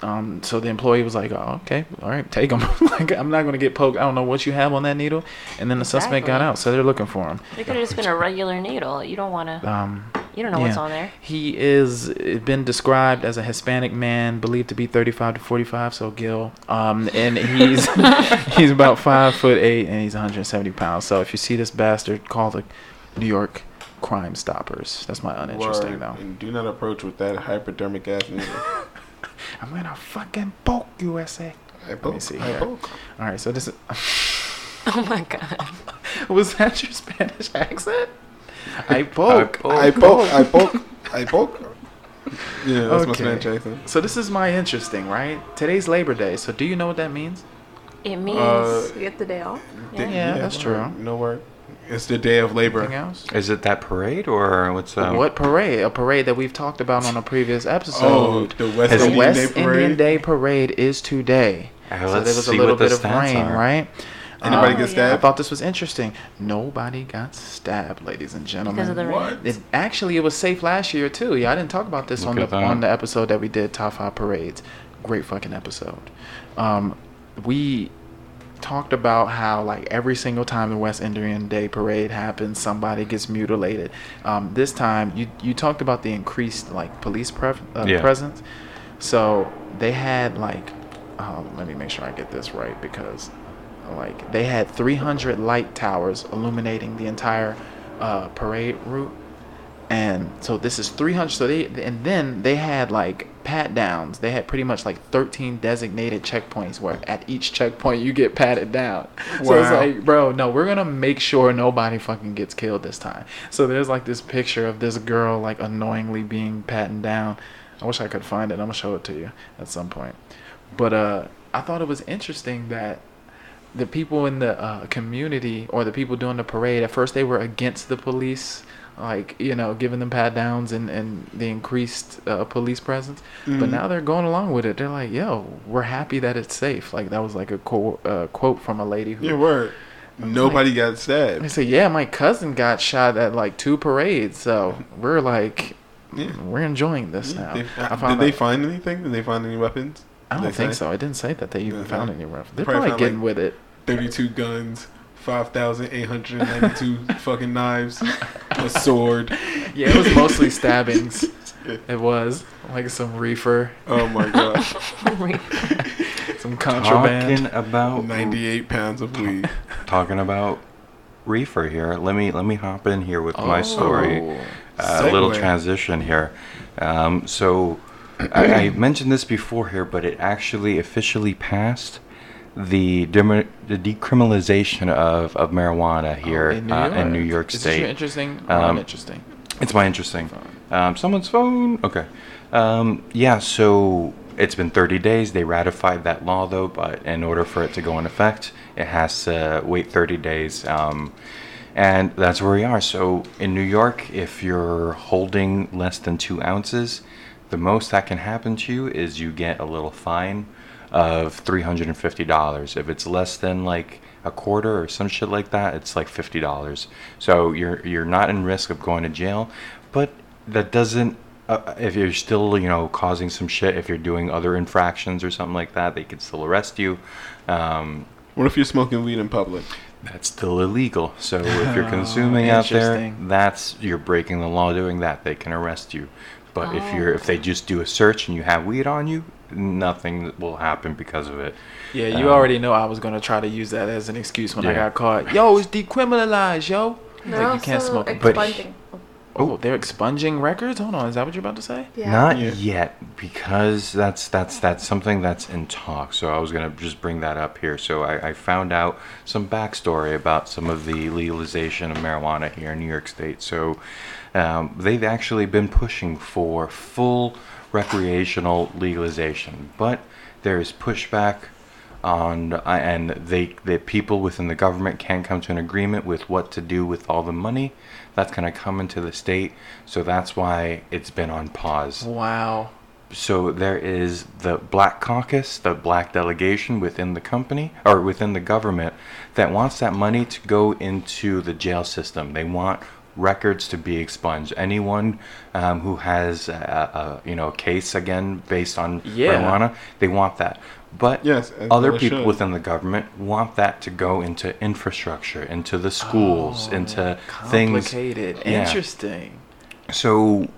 Speaker 3: um, so the employee was like, "Oh, okay, all right, take him. (laughs) like, I'm not gonna get poked. I don't know what you have on that needle." And then the suspect got
Speaker 8: Exactly.
Speaker 3: out, so they're looking for him.
Speaker 8: It could have just been a regular needle. You don't wanna.
Speaker 3: Um,
Speaker 8: You don't know what's on
Speaker 3: (laughs)
Speaker 8: there.
Speaker 3: He is uh, been described as a Hispanic man, believed to be 35 to 45, so Gil. Um, and
Speaker 8: (laughs)
Speaker 3: he's (laughs) he's about five foot eight, and he's 170 pounds. So if you see this bastard, call the New York Crime Stoppers. That's my uninteresting
Speaker 7: Word,
Speaker 3: though.
Speaker 7: And do not approach with that hypodermic ass
Speaker 3: (laughs)
Speaker 7: needle.
Speaker 3: I'm gonna fucking poke USA.
Speaker 7: I
Speaker 3: Let me
Speaker 7: poke,
Speaker 3: see
Speaker 7: I
Speaker 3: here.
Speaker 7: poke.
Speaker 3: All right, so this is. (laughs)
Speaker 8: Oh my god.
Speaker 3: Was that your Spanish accent? I poke.
Speaker 7: (laughs) I poke, I poke, I poke. Yeah, that's my
Speaker 3: Okay.
Speaker 7: Spanish accent.
Speaker 3: So this is my interesting, right? Today's Labor Day. So do you know what that means?
Speaker 8: It means.
Speaker 7: Uh,
Speaker 10: You get the day off.
Speaker 7: Didn't
Speaker 3: yeah,
Speaker 7: you
Speaker 3: that's
Speaker 7: have work?
Speaker 3: true.
Speaker 7: No work. It's the day of labor.
Speaker 3: Anything else?
Speaker 6: Is it that parade or what's um,
Speaker 3: what parade? A parade that we've talked about on a previous episode.
Speaker 7: Oh, the West
Speaker 3: The
Speaker 7: Indian
Speaker 3: West
Speaker 7: Day Parade? Ah,
Speaker 3: Indian Day Parade is today.
Speaker 6: Uh,
Speaker 3: so
Speaker 6: let's
Speaker 3: there was a
Speaker 6: see
Speaker 3: little
Speaker 6: what the
Speaker 3: bit of
Speaker 6: stats
Speaker 3: rain,
Speaker 6: are.
Speaker 3: right? Um,
Speaker 7: Anybody get
Speaker 3: I
Speaker 7: stabbed?
Speaker 3: thought this was interesting. Nobody got stabbed, ladies and gentlemen.
Speaker 8: Because of the rain. What?
Speaker 3: It, actually, it was safe last year too. Yeah, I didn't talk about this
Speaker 6: Look
Speaker 3: on
Speaker 6: at
Speaker 3: the
Speaker 6: that.
Speaker 3: on the episode that we did top five parades. Great fucking episode. Um, we talked about how like every single time the West Indian Day Parade happens, somebody gets mutilated. Um, this time, you you talked about the increased like police pref- uh,
Speaker 6: Yeah.
Speaker 3: presence. So they had like, uh, let me make sure I get this right because like they had 300 light towers illuminating the entire uh, parade route and so this is 300 so they and then they had like pat downs they had pretty much like 13 designated checkpoints where at each checkpoint you get patted down (laughs) so it's
Speaker 7: Wow.
Speaker 3: like bro no we're gonna make sure nobody fucking gets killed this time so there's like this picture of this girl like annoyingly being patted down i wish i could find it i'm gonna show it to you at some point but uh i thought it was interesting that the people in the uh, community or the people doing the parade at first they were against the police like you know giving them pat downs and, and the increased uh, police presence but
Speaker 7: Mm-hmm.
Speaker 3: now they're going along with it they're like yo we're happy that it's safe like that was like a co- uh, quote from a lady who
Speaker 7: Your word. Nobody got
Speaker 3: they
Speaker 7: stabbed.
Speaker 3: said yeah my cousin got shot at like two parades so we're like
Speaker 7: Yeah.
Speaker 3: we're enjoying this now
Speaker 7: They- uh,
Speaker 3: I
Speaker 7: did
Speaker 3: found
Speaker 7: they
Speaker 3: out-
Speaker 7: find anything? Did they find any weapons?
Speaker 3: I don't
Speaker 7: Did they
Speaker 3: think
Speaker 7: say?
Speaker 3: so. I didn't say that they even
Speaker 7: Uh-huh.
Speaker 3: found any rough. They're
Speaker 7: Probably
Speaker 3: probably,
Speaker 7: found,
Speaker 3: getting
Speaker 7: like,
Speaker 3: with it.
Speaker 7: 32 guns,
Speaker 3: (laughs)
Speaker 7: 5,892 fucking knives, a sword.
Speaker 3: Yeah, it was (laughs) mostly stabbings. It was like some reefer,
Speaker 7: Oh my god.
Speaker 3: some
Speaker 6: talking
Speaker 3: contraband.
Speaker 6: about
Speaker 7: 98 pounds of weed.
Speaker 6: talking about reefer here. Let me let me hop in here with
Speaker 3: Oh.
Speaker 6: my story.
Speaker 3: Uh,
Speaker 6: Uh, A little
Speaker 7: Segue.
Speaker 6: transition here. Um, so I, I mentioned this before here, but it actually officially passed the, demi- the decriminalization of, of marijuana here
Speaker 3: Oh, in New
Speaker 6: uh,
Speaker 3: York.
Speaker 6: in New York
Speaker 3: Is this
Speaker 6: State.
Speaker 3: your interesting? or
Speaker 6: Um,
Speaker 3: uninteresting?
Speaker 6: It's my interesting. Um, someone's phone. Okay. Um, yeah. So it's been 30 days. They ratified that law though, but in order for it to go in effect, it has to wait 30 days. Um, and that's where we are. So in New York, if you're holding less than two ounces, the most that can happen to you is you get a little fine of three hundred and fifty dollars. If it's less than like a quarter or some shit like that, it's like fifty dollars. So you're you're not in risk of going to jail, but that doesn't. Uh, if you're still, you know, causing some shit, if you're doing other infractions or something like that, they could still arrest you. Um,
Speaker 7: What if you're smoking weed in public?
Speaker 6: that's still illegal. So if you're consuming out there,
Speaker 3: interesting.
Speaker 6: that's you're breaking the law doing that. They can arrest you. But if you're if they just do a search and you have weed on you, nothing will happen because of it.
Speaker 3: Yeah, you
Speaker 6: um,
Speaker 3: already know I was gonna try to use that as an excuse when I
Speaker 6: Yeah.
Speaker 3: got caught. Yo, it's decriminalized, yo. It's
Speaker 10: They're
Speaker 3: Like you can't
Speaker 10: also
Speaker 3: smoke.
Speaker 6: but-
Speaker 10: expunging.
Speaker 3: oh, they're expunging records. Hold on, is that what you're about to say?
Speaker 10: Yeah.
Speaker 6: Not
Speaker 7: Yeah.
Speaker 6: yet, because that's that's that's something that's in talk. So I was gonna just bring that up here. So I, I found out some backstory about some of the legalization of marijuana here in New York State. So um, they've actually been pushing for full recreational legalization, but there is pushback on and they the people within the government can't come to an agreement with what to do with all the money that's going to come into the state so that's why it's been on pause
Speaker 3: Wow.
Speaker 6: so there is the black caucus, the black delegation within the company or within the government that wants that money to go into the jail system. They want records to be expunged. Anyone um, who has a, a you know a case again based on
Speaker 3: Yeah.
Speaker 6: marijuana, they want that. But
Speaker 7: Yes, as
Speaker 6: other
Speaker 7: they
Speaker 6: people
Speaker 7: should.
Speaker 6: within the government want that to go into infrastructure, into the schools, into things
Speaker 3: Oh, Complicated.
Speaker 6: Yeah.
Speaker 3: Interesting.
Speaker 6: so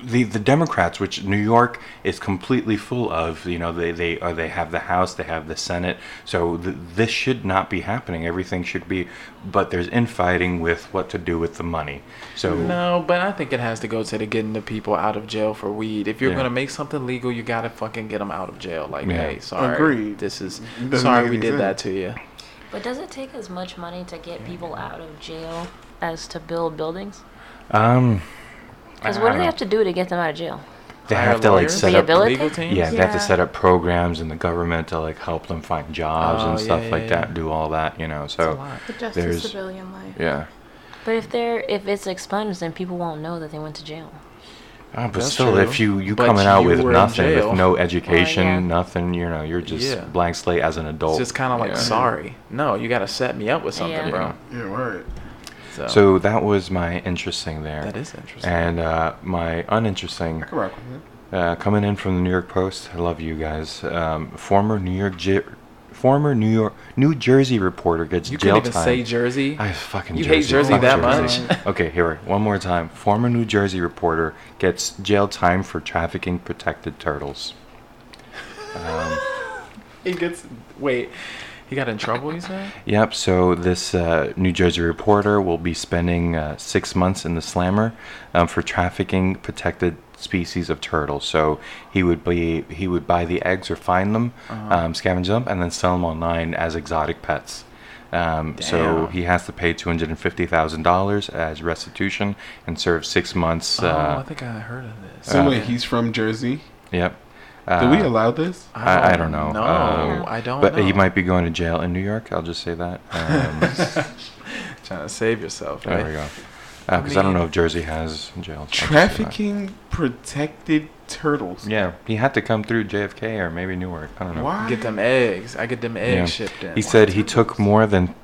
Speaker 6: the the Democrats, which New York is completely full of, you know, they they or they have the House, they have the Senate. So th- this should not be happening. Everything should be, but there's infighting with what to do with the money. So
Speaker 3: No, but I think it has to go to the getting the people out of jail for weed. If you're
Speaker 6: Yeah.
Speaker 3: gonna make something legal, you gotta fucking get them out of jail. Like,
Speaker 6: Yeah.
Speaker 3: hey, sorry,
Speaker 7: Agreed.
Speaker 3: this is
Speaker 7: Doesn't
Speaker 3: sorry
Speaker 7: make
Speaker 3: we
Speaker 7: any
Speaker 3: did
Speaker 7: sense.
Speaker 3: that to you.
Speaker 8: But does it take as much money to get people out of jail as to build buildings?
Speaker 6: um,
Speaker 8: Because
Speaker 6: I
Speaker 8: what do
Speaker 6: don't
Speaker 8: they have to do to get them out of jail?
Speaker 6: They
Speaker 3: Hire
Speaker 6: have to like
Speaker 3: lawyers?
Speaker 6: set up
Speaker 8: Rehabilitate?
Speaker 6: Yeah, they have to
Speaker 8: Yeah.
Speaker 6: set up programs in the government to like help them find jobs
Speaker 3: Oh,
Speaker 6: and
Speaker 3: yeah,
Speaker 6: stuff
Speaker 3: yeah,
Speaker 6: like
Speaker 3: yeah.
Speaker 6: that. Do all that, you know. So
Speaker 10: But just the
Speaker 6: there's
Speaker 10: civilian life.
Speaker 6: yeah.
Speaker 8: But if they're if it's expunged, then people won't know that they went to jail.
Speaker 6: Ah, but
Speaker 3: That's
Speaker 6: still, if
Speaker 3: true.
Speaker 6: you you
Speaker 3: But
Speaker 6: coming out
Speaker 3: you
Speaker 6: with
Speaker 3: were in
Speaker 6: nothing,
Speaker 3: jail.
Speaker 6: with no education,
Speaker 8: yeah.
Speaker 6: nothing, you know, you're just
Speaker 3: Yeah.
Speaker 6: blank slate as an adult.
Speaker 3: It's just kind of like
Speaker 6: Yeah.
Speaker 3: sorry. No, you gotta set me up with something, bro.
Speaker 8: Yeah.
Speaker 7: Yeah, right.
Speaker 3: So,
Speaker 6: So that was my interesting there.
Speaker 3: that is interesting.
Speaker 6: And uh, my uninteresting,
Speaker 7: I can rock with it.
Speaker 6: uh, coming in from the New York Post. I love you guys. Um, former New York, Jer- former New York, New Jersey reporter gets
Speaker 3: you
Speaker 6: jail
Speaker 3: can't even
Speaker 6: time.
Speaker 3: say Jersey.
Speaker 6: I fucking
Speaker 3: You hate Jersey
Speaker 6: Fuck
Speaker 3: that
Speaker 6: Jersey. (laughs)
Speaker 3: much?
Speaker 6: okay, here, one more time. Former New Jersey reporter gets jail time for trafficking protected turtles.
Speaker 3: he gets wait. He got in trouble. You said.
Speaker 6: Yep. So this uh, New Jersey reporter will be spending uh, six months in the slammer um, for trafficking protected species of turtles. So he would be he would buy the eggs or find them,
Speaker 3: Uh-huh.
Speaker 6: um, scavenge them, and then sell them online as exotic pets. Um, so
Speaker 3: Damn.
Speaker 6: he has to pay two hundred and fifty thousand dollars as restitution and serve six months.
Speaker 3: oh, I
Speaker 6: Uh,
Speaker 3: think I heard of this.
Speaker 7: So wait, he's from Jersey.
Speaker 6: yep.
Speaker 7: Do
Speaker 6: Uh,
Speaker 7: we allow this?
Speaker 6: I, I don't know.
Speaker 3: No,
Speaker 6: Um,
Speaker 3: I don't.
Speaker 6: But
Speaker 3: know.
Speaker 6: he might be going to jail in New York. I'll just say that.
Speaker 3: (laughs)
Speaker 6: Um,
Speaker 3: trying to save yourself.
Speaker 6: There
Speaker 3: Right?
Speaker 6: we go. Because I, don't know if Jersey has jail. time.
Speaker 7: Trafficking protected turtles.
Speaker 6: Yeah, he had to come through JFK or maybe Newark. I don't know.
Speaker 7: Why?
Speaker 3: Get them eggs. I get them eggs
Speaker 6: Yeah.
Speaker 3: shipped in.
Speaker 6: He said he took more than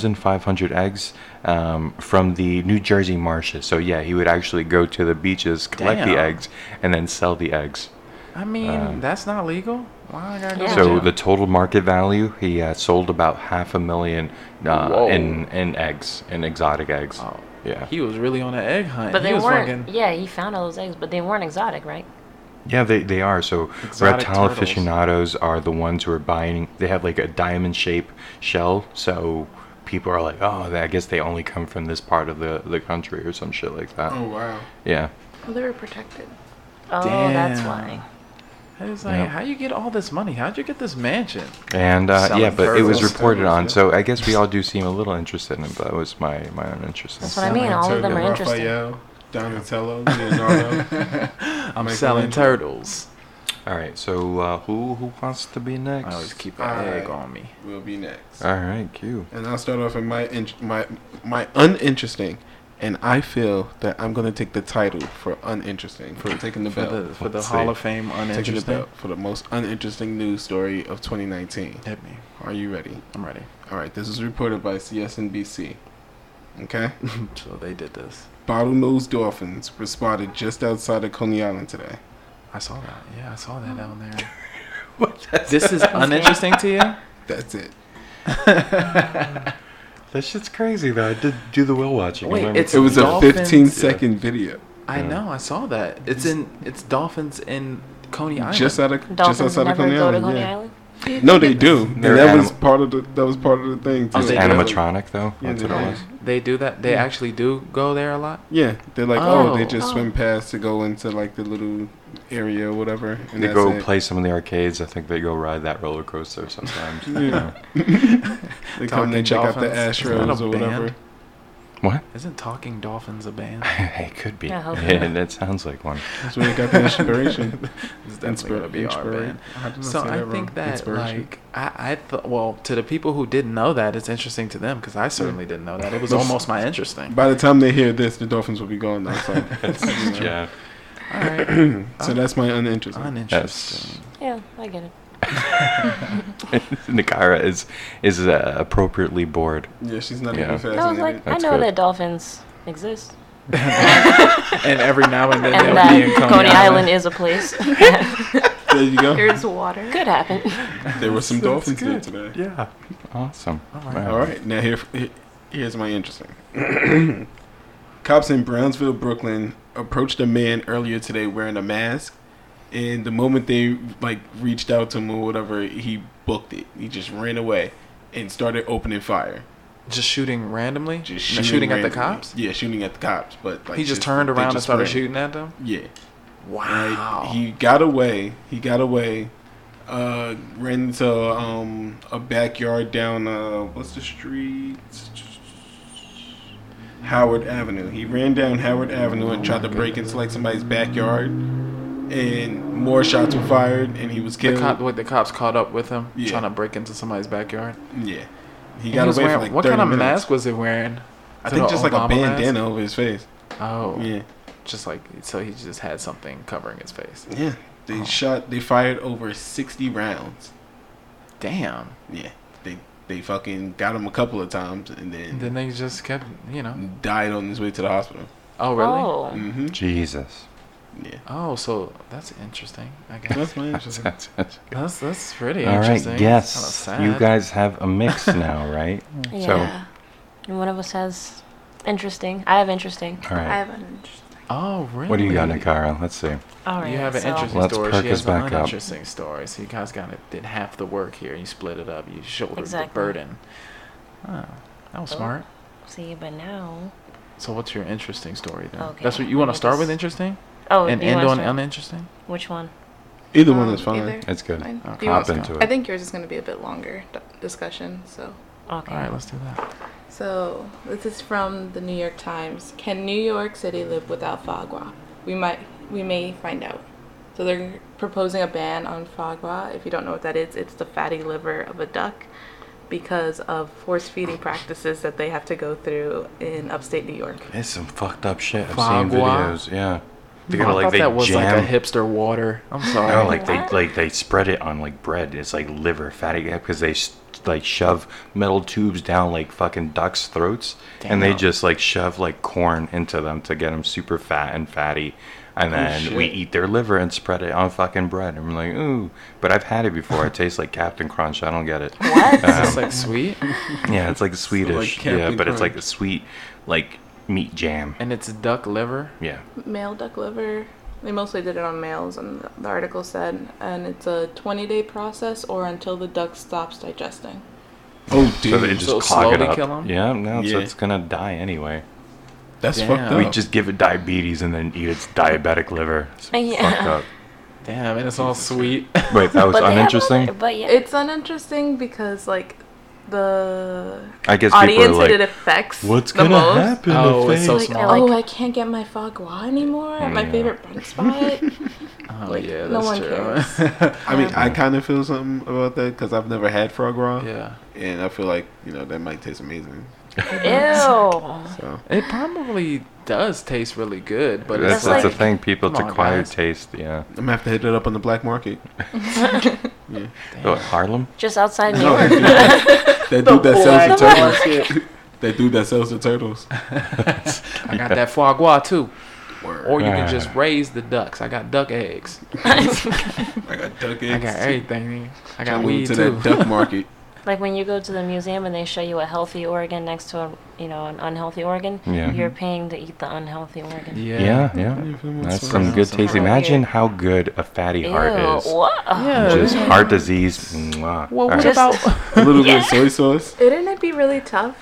Speaker 6: 3,500 eggs um, from the New Jersey marshes. So, yeah, he would actually go to the beaches, collect the
Speaker 3: Damn.
Speaker 6: eggs, and then sell the eggs.
Speaker 3: I mean, that's not legal. Why I gotta go?
Speaker 8: Yeah.
Speaker 3: to
Speaker 6: uh, So,
Speaker 3: jail?
Speaker 6: the total market value, he uh, sold about half a million uh,
Speaker 3: Whoa.
Speaker 6: in, in eggs, in exotic eggs.
Speaker 3: Oh.
Speaker 6: Yeah.
Speaker 3: he was really on an egg hunt.
Speaker 8: But
Speaker 3: he
Speaker 8: they
Speaker 3: was
Speaker 8: weren't.
Speaker 3: fucking.
Speaker 8: Yeah, he found all those eggs, but they weren't exotic, right?
Speaker 6: Yeah, they, they are. So
Speaker 3: Exotic
Speaker 6: reptile
Speaker 3: turtles.
Speaker 6: aficionados are the ones who are buying. They have like a diamond shape shell. So people are like, oh, they- I guess they only come from this part of the, the country or some shit like that.
Speaker 7: Oh wow.
Speaker 6: Yeah.
Speaker 10: Well, they were protected.
Speaker 8: Oh, that's
Speaker 3: Damn.
Speaker 8: why.
Speaker 3: I was like,
Speaker 6: Yeah.
Speaker 3: how you get all this money? How'd you get this mansion?
Speaker 6: And uh,
Speaker 3: Selling
Speaker 6: yeah, but it was
Speaker 3: turtles.
Speaker 6: reported on.
Speaker 7: Turtles, yeah.
Speaker 6: So I guess we all do seem a little interested in it. But that was my, my own interest.
Speaker 8: That's what I mean. All of them are interesting.
Speaker 7: Raphael, Donatello, (laughs) Leonardo.
Speaker 3: I'm selling turtles.
Speaker 6: All right. So uh, who who wants to be next?
Speaker 3: I always keep an egg
Speaker 7: Alright.
Speaker 3: on me.
Speaker 7: will be next.
Speaker 6: All right, Q.
Speaker 7: And I'll start off with my in- my my uninteresting, and I feel that I'm gonna take the title for uninteresting for taking the
Speaker 3: For
Speaker 7: belt.
Speaker 3: the for the
Speaker 6: Let's
Speaker 3: Hall
Speaker 6: see.
Speaker 3: of Fame
Speaker 7: Taking the
Speaker 3: uninteresting.
Speaker 7: belt for the most uninteresting news story of 2019.
Speaker 3: Hit me.
Speaker 7: Are you ready?
Speaker 3: I'm ready.
Speaker 7: All right, this is reported by CSNBC. (laughs) Okay?
Speaker 3: So they did this.
Speaker 7: Bottlenose dolphins were spotted just outside of Coney Island today.
Speaker 3: I saw that. Yeah, I saw that down
Speaker 7: (laughs)
Speaker 3: there. this is uninteresting to you?
Speaker 7: That's it.
Speaker 6: That shit's crazy though. I did do the whale watching.
Speaker 3: Wait,
Speaker 6: remember?
Speaker 3: it's-
Speaker 7: It was a
Speaker 3: Dolphins?
Speaker 7: 15 second video.
Speaker 3: I know. I saw that. It's in. It's dolphins in Coney Island.
Speaker 7: Just out of just
Speaker 8: Dolphins
Speaker 7: outside
Speaker 8: never
Speaker 7: of Coney
Speaker 8: go to
Speaker 7: Island.
Speaker 8: Coney
Speaker 7: yeah.
Speaker 8: Island.
Speaker 7: No, they do. And
Speaker 6: They're
Speaker 7: that was
Speaker 6: anim-
Speaker 7: part of the that was part of the thing too.
Speaker 3: Oh,
Speaker 6: It's
Speaker 3: they do.
Speaker 6: animatronic though.
Speaker 7: Yeah,
Speaker 6: That's
Speaker 7: they
Speaker 6: what it
Speaker 7: do.
Speaker 6: was.
Speaker 3: they do that. They actually do go there a lot.
Speaker 7: Yeah, they're like, oh, they
Speaker 3: Oh.
Speaker 7: just
Speaker 8: Oh.
Speaker 7: swim past to go into like the little area or whatever. And
Speaker 6: They
Speaker 7: that's
Speaker 6: go
Speaker 7: it.
Speaker 6: play some of the arcades. I think they go ride that roller coaster (laughs) sometimes. you know.
Speaker 7: They come and they check out the
Speaker 3: Dolphins. Isn't that
Speaker 7: Astros
Speaker 3: a
Speaker 7: or whatever.
Speaker 3: band?
Speaker 6: What? (laughs)
Speaker 3: Isn't talking dolphins a band?
Speaker 6: it could be.
Speaker 8: I hope
Speaker 6: Yeah, that sounds like one.
Speaker 7: That's where they got
Speaker 3: (laughs)
Speaker 7: the inspiration.
Speaker 3: It's definitely
Speaker 7: Inspira-
Speaker 3: gonna be our
Speaker 7: inspira-
Speaker 3: band.
Speaker 7: How did I
Speaker 3: So
Speaker 7: say
Speaker 3: I
Speaker 7: that wrong?
Speaker 3: think that
Speaker 7: Inspiration.
Speaker 3: like I, I thought well to the people who didn't know that it's interesting to them because I certainly didn't know that it was
Speaker 7: Let's-
Speaker 3: almost my interesting.
Speaker 7: By the time they hear this, the Dolphins will be gone now.
Speaker 3: (laughs)
Speaker 7: So,
Speaker 6: yeah.
Speaker 7: (clears throat)
Speaker 3: All right,
Speaker 7: so that's my uninteresting.
Speaker 6: Yes.
Speaker 3: uninteresting.
Speaker 8: Yeah, I get it.
Speaker 6: (laughs) Nikara is is uh, appropriately bored.
Speaker 7: yeah, she's not
Speaker 6: Yeah. No,
Speaker 7: even
Speaker 8: I was
Speaker 7: fascinated.
Speaker 8: like, I
Speaker 6: That's
Speaker 8: know
Speaker 6: good.
Speaker 8: that dolphins exist,
Speaker 3: And every now and then
Speaker 8: and
Speaker 3: they'll be in
Speaker 8: that Coney Island is a place that
Speaker 7: there you
Speaker 3: (laughs)
Speaker 7: go.
Speaker 10: There's water.
Speaker 8: could happen.
Speaker 7: There were some dolphins there today.
Speaker 6: Yeah. Awesome. All right.
Speaker 7: All right, now here, here- here's my interesting. (clears throat) Cops in Brownsville, Brooklyn, approached a man earlier today wearing a mask, and the moment they like reached out to him or whatever, he booked it. He just ran away and started opening fire.
Speaker 3: just shooting randomly,
Speaker 7: Just
Speaker 3: No, shooting, at the
Speaker 7: randomly.
Speaker 3: cops.
Speaker 7: Yeah, shooting at the cops. But like
Speaker 3: he just,
Speaker 7: just-
Speaker 3: turned
Speaker 7: they
Speaker 3: around and
Speaker 7: just
Speaker 3: started
Speaker 7: ran.
Speaker 3: shooting at them.
Speaker 7: Yeah.
Speaker 3: Wow.
Speaker 7: Right? He got away. He got away. Uh, ran into um, a backyard down uh, what's the street?
Speaker 3: Oh
Speaker 7: Howard Avenue. He ran down Howard Avenue and tried to break into like somebody's backyard, and and more shots were fired, and he was
Speaker 3: The
Speaker 7: killed.
Speaker 3: cop, what the cops caught up with him,
Speaker 7: Yeah.
Speaker 3: trying to break into somebody's backyard.
Speaker 7: yeah, he
Speaker 3: And
Speaker 7: got
Speaker 3: was
Speaker 7: away
Speaker 3: wearing,
Speaker 7: for like
Speaker 3: What
Speaker 7: 30
Speaker 3: kind of
Speaker 7: minutes.
Speaker 3: mask was he wearing?
Speaker 7: I
Speaker 3: Is it
Speaker 7: think
Speaker 3: a
Speaker 7: just like a
Speaker 3: Obama mask?
Speaker 7: bandana over his face.
Speaker 3: Oh,
Speaker 7: Yeah,
Speaker 3: just like so he just had something covering his face.
Speaker 7: yeah. They shot. They fired over sixty rounds.
Speaker 3: Damn.
Speaker 7: Yeah, they they fucking got him a couple of times, and then
Speaker 3: Then they just kept, you know.
Speaker 7: died on his way to the hospital.
Speaker 3: Oh really?
Speaker 8: Oh.
Speaker 7: Mm-hmm.
Speaker 6: Jesus.
Speaker 7: Yeah,
Speaker 3: Oh, so that's interesting. I guess
Speaker 7: that's my
Speaker 6: (laughs)
Speaker 7: interesting.
Speaker 6: That's it.
Speaker 3: that's that's pretty
Speaker 6: All right,
Speaker 3: interesting.
Speaker 6: yes.
Speaker 3: Kinda
Speaker 6: You
Speaker 3: sad.
Speaker 6: guys have a mix now, (laughs) right?
Speaker 8: Yeah. and one of us has interesting. I have interesting.
Speaker 6: So, all
Speaker 10: I
Speaker 6: right.
Speaker 10: have an interesting.
Speaker 3: Oh really?
Speaker 6: What do you got, Nakara? Let's see.
Speaker 8: All right.
Speaker 3: You have an
Speaker 8: so-
Speaker 3: interesting
Speaker 6: Let's
Speaker 3: story.
Speaker 6: perk
Speaker 3: She
Speaker 6: us
Speaker 3: has an
Speaker 6: back up.
Speaker 3: uninteresting story. So you guys kind of did half the work here. You split it up. You shouldered the
Speaker 8: Exactly.
Speaker 3: burden. Oh, that was
Speaker 8: Oh.
Speaker 3: smart.
Speaker 8: See, but now.
Speaker 3: So what's your interesting story then?
Speaker 8: Okay,
Speaker 3: That's what you
Speaker 8: let
Speaker 3: want to
Speaker 8: me
Speaker 3: start with
Speaker 8: just-
Speaker 3: interesting
Speaker 8: Oh,
Speaker 3: and
Speaker 8: do you
Speaker 3: end
Speaker 8: wanna
Speaker 3: on
Speaker 8: start?
Speaker 3: uninteresting.
Speaker 8: Which one?
Speaker 7: (laughs) Either one
Speaker 10: Um,
Speaker 7: is fine.
Speaker 10: either.
Speaker 6: It's good.
Speaker 10: Fine.
Speaker 3: Okay.
Speaker 10: Do you want-
Speaker 6: Hop into
Speaker 10: I
Speaker 6: it.
Speaker 10: think yours is going to be a bit longer d- discussion. So,
Speaker 8: Okay.
Speaker 3: All right, let's do that.
Speaker 10: so this is from the New York Times. Can New York City live without foie gras? We might, we may find out. So they're proposing a ban on foie gras. If you don't know what that is, it's the fatty liver of a duck because of force feeding practices that they have to go through in upstate New York.
Speaker 6: It's some fucked up shit. I've
Speaker 3: Foie
Speaker 6: seen
Speaker 3: gras?
Speaker 6: videos. Yeah. They
Speaker 3: I
Speaker 6: gotta, like,
Speaker 3: thought
Speaker 6: they
Speaker 3: that was
Speaker 6: jam.
Speaker 3: like a hipster water. I'm sorry. (laughs)
Speaker 6: No, Oh, like they
Speaker 8: What?
Speaker 6: like they spread it on like bread. It's like liver fatty because they s- like shove metal tubes down like fucking ducks' throats, and they
Speaker 3: Damn.
Speaker 6: just like shove like corn into them to get them super fat and fatty. And then we
Speaker 7: shit.
Speaker 6: eat their liver and spread it on fucking bread. I'm like, ooh, but I've had it before. It tastes like Captain Crunch. I don't get it.
Speaker 8: What?
Speaker 3: Is this like sweet?
Speaker 6: (laughs) Yeah, it's like Swedish. yeah,
Speaker 7: Captain
Speaker 6: but it's like a
Speaker 7: Crunch.
Speaker 6: sweet like meat jam.
Speaker 3: And it's duck liver.
Speaker 6: Yeah,
Speaker 10: male duck liver. They mostly did it on males, and the article said, and it's a 20 day process or until the duck stops digesting.
Speaker 7: Oh, dude,
Speaker 6: so they just
Speaker 3: so
Speaker 6: clog it
Speaker 3: slowly
Speaker 6: up.
Speaker 3: kill 'em?
Speaker 6: Yeah, no, so
Speaker 7: Yeah.
Speaker 6: it's gonna die anyway.
Speaker 7: that's
Speaker 3: Damn.
Speaker 7: fucked up.
Speaker 6: We just give it diabetes and then eat its diabetic liver. It's
Speaker 8: Yeah.
Speaker 6: fucked up.
Speaker 3: Damn, and it's all sweet.
Speaker 6: Wait, that was
Speaker 8: But they have
Speaker 6: uninteresting.
Speaker 8: other- But yeah.
Speaker 10: It's uninteresting because, like, the
Speaker 6: I guess people are
Speaker 10: audience that it
Speaker 6: like,
Speaker 10: affects
Speaker 6: "What's
Speaker 10: the
Speaker 6: gonna
Speaker 10: most.
Speaker 6: happen?"
Speaker 3: Oh,
Speaker 6: if
Speaker 3: it's so
Speaker 6: they-"
Speaker 10: Like,
Speaker 3: small.
Speaker 8: like-
Speaker 10: oh, I can't get my foie gras anymore at my
Speaker 6: Yeah. (laughs)
Speaker 10: favorite brunch spot.
Speaker 3: (laughs) Oh
Speaker 10: Like,
Speaker 3: yeah, that's
Speaker 10: no one
Speaker 3: true.
Speaker 7: I
Speaker 10: Um,
Speaker 7: mean, I kind of feel something about that because I've never had frog raw,
Speaker 3: (laughs) yeah,
Speaker 7: and I feel like you know that might taste amazing.
Speaker 8: Ew.
Speaker 7: So
Speaker 3: it probably does taste really good, but
Speaker 6: that's,
Speaker 3: it's
Speaker 6: that's
Speaker 3: like,
Speaker 6: the thing. People
Speaker 3: Come on,
Speaker 6: acquire
Speaker 3: guys.
Speaker 6: taste. Yeah.
Speaker 7: I'm gonna have to hit it up on the black (laughs) market.
Speaker 6: Oh, Harlem.
Speaker 8: Just outside New
Speaker 7: No, (laughs) that dude that,
Speaker 8: York.
Speaker 7: that dude that sells the turtles. that dude that sells the turtles.
Speaker 3: (laughs)
Speaker 6: (laughs)
Speaker 3: I got that foie gras too. Or you can
Speaker 6: Ah.
Speaker 3: just raise the ducks. I got duck eggs.
Speaker 7: I got duck eggs.
Speaker 3: I got everything. I got
Speaker 7: I'm going
Speaker 3: weed
Speaker 7: to
Speaker 3: too.
Speaker 7: that duck
Speaker 3: (laughs)
Speaker 7: market.
Speaker 8: like when you go to the museum and they show you a healthy organ next to a, you know, an unhealthy organ,
Speaker 6: Yeah.
Speaker 8: you're paying to eat the unhealthy organ.
Speaker 6: Yeah, yeah.
Speaker 7: Yeah.
Speaker 6: That's some good taste.
Speaker 8: Kinda
Speaker 6: Imagine
Speaker 8: weird.
Speaker 6: how good a fatty heart is.
Speaker 8: Ew. What?
Speaker 3: Yeah,
Speaker 6: Just
Speaker 3: yeah.
Speaker 6: heart disease. Mwah.
Speaker 3: Well,
Speaker 6: All
Speaker 3: what
Speaker 6: right.
Speaker 3: (laughs) about
Speaker 7: A little bit of soy sauce.
Speaker 10: Wouldn't it be really tough?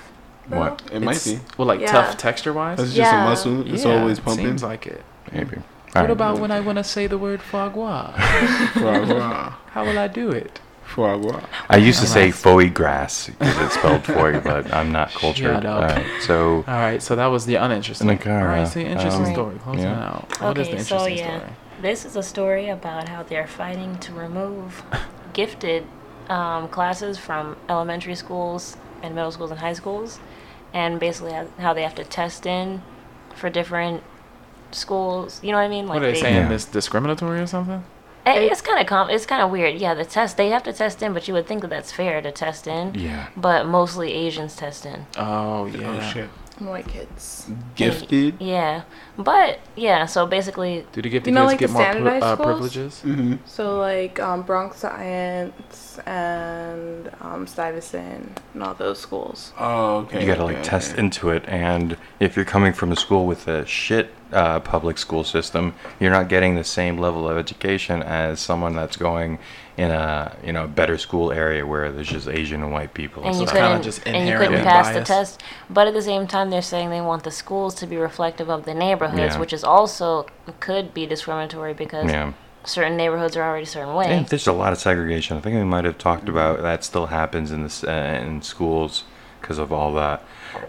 Speaker 10: though?
Speaker 6: What?
Speaker 7: It might be.
Speaker 3: Well, like
Speaker 10: Yeah.
Speaker 3: tough texture wise.
Speaker 7: That's just
Speaker 10: Yeah.
Speaker 7: a muscle. It's always pumping. (laughs)
Speaker 3: (laughs) Seems like it.
Speaker 6: Maybe. All
Speaker 3: What
Speaker 6: right.
Speaker 3: about when I want to say the word foie gras?
Speaker 7: Frog raw.
Speaker 3: How will I do it?
Speaker 7: Frog raw.
Speaker 6: I used to say foie grass because it's spelled foie, but I'm not cultured.
Speaker 3: (laughs) Shut up. Uh,
Speaker 6: All right. So
Speaker 3: All right, so that was the uninteresting. All
Speaker 6: Nakara,
Speaker 3: right, so the interesting
Speaker 8: um,
Speaker 3: story. Close
Speaker 6: yeah.
Speaker 3: it out. What is the
Speaker 8: Okay,
Speaker 3: interesting
Speaker 8: so yeah,
Speaker 3: story?
Speaker 8: this is a story about how they're fighting to remove gifted um, classes from elementary schools and middle schools and high schools, and basically how- how they have to test in for different schools. You know what I mean?
Speaker 3: What are they
Speaker 8: they-
Speaker 3: saying?
Speaker 6: Yeah.
Speaker 3: This discriminatory or something?
Speaker 8: Eh, It's kind of com- It's kind of weird. Yeah, the test they have to test in, but you would think that that's fair to test in.
Speaker 6: Yeah.
Speaker 8: But mostly Asians test in.
Speaker 3: Oh yeah.
Speaker 7: Oh shit.
Speaker 10: White kids.
Speaker 7: Gifted.
Speaker 8: Yeah, but yeah. So basically,
Speaker 3: Do the gifted
Speaker 10: You
Speaker 3: kids
Speaker 10: know, like the
Speaker 3: get more pri-
Speaker 10: standardized
Speaker 3: uh,
Speaker 10: schools?
Speaker 3: privileges?
Speaker 7: Mm-hmm.
Speaker 10: So, like, um, Bronx Science and um, Stuyvesant and all those schools.
Speaker 7: Oh okay.
Speaker 6: you gotta like
Speaker 7: okay,
Speaker 6: test
Speaker 7: okay.
Speaker 6: into it and if you're coming from a school with a shit uh, public school system you're not getting the same level of education as someone that's going in a you know better school area where there's just asian and white people
Speaker 8: and you
Speaker 3: it's kinda
Speaker 8: couldn't
Speaker 3: just
Speaker 8: and you
Speaker 3: inherently
Speaker 8: couldn't pass the
Speaker 3: biased.
Speaker 8: test. But at the same time, they're saying they want the schools to be reflective of the neighborhoods,
Speaker 6: Yeah.
Speaker 8: which is also could be discriminatory because
Speaker 6: yeah
Speaker 8: certain neighborhoods are already a certain way.
Speaker 6: and there's a lot of segregation i think we might have talked
Speaker 7: Mm-hmm.
Speaker 6: about that still happens in this uh, in schools because of all that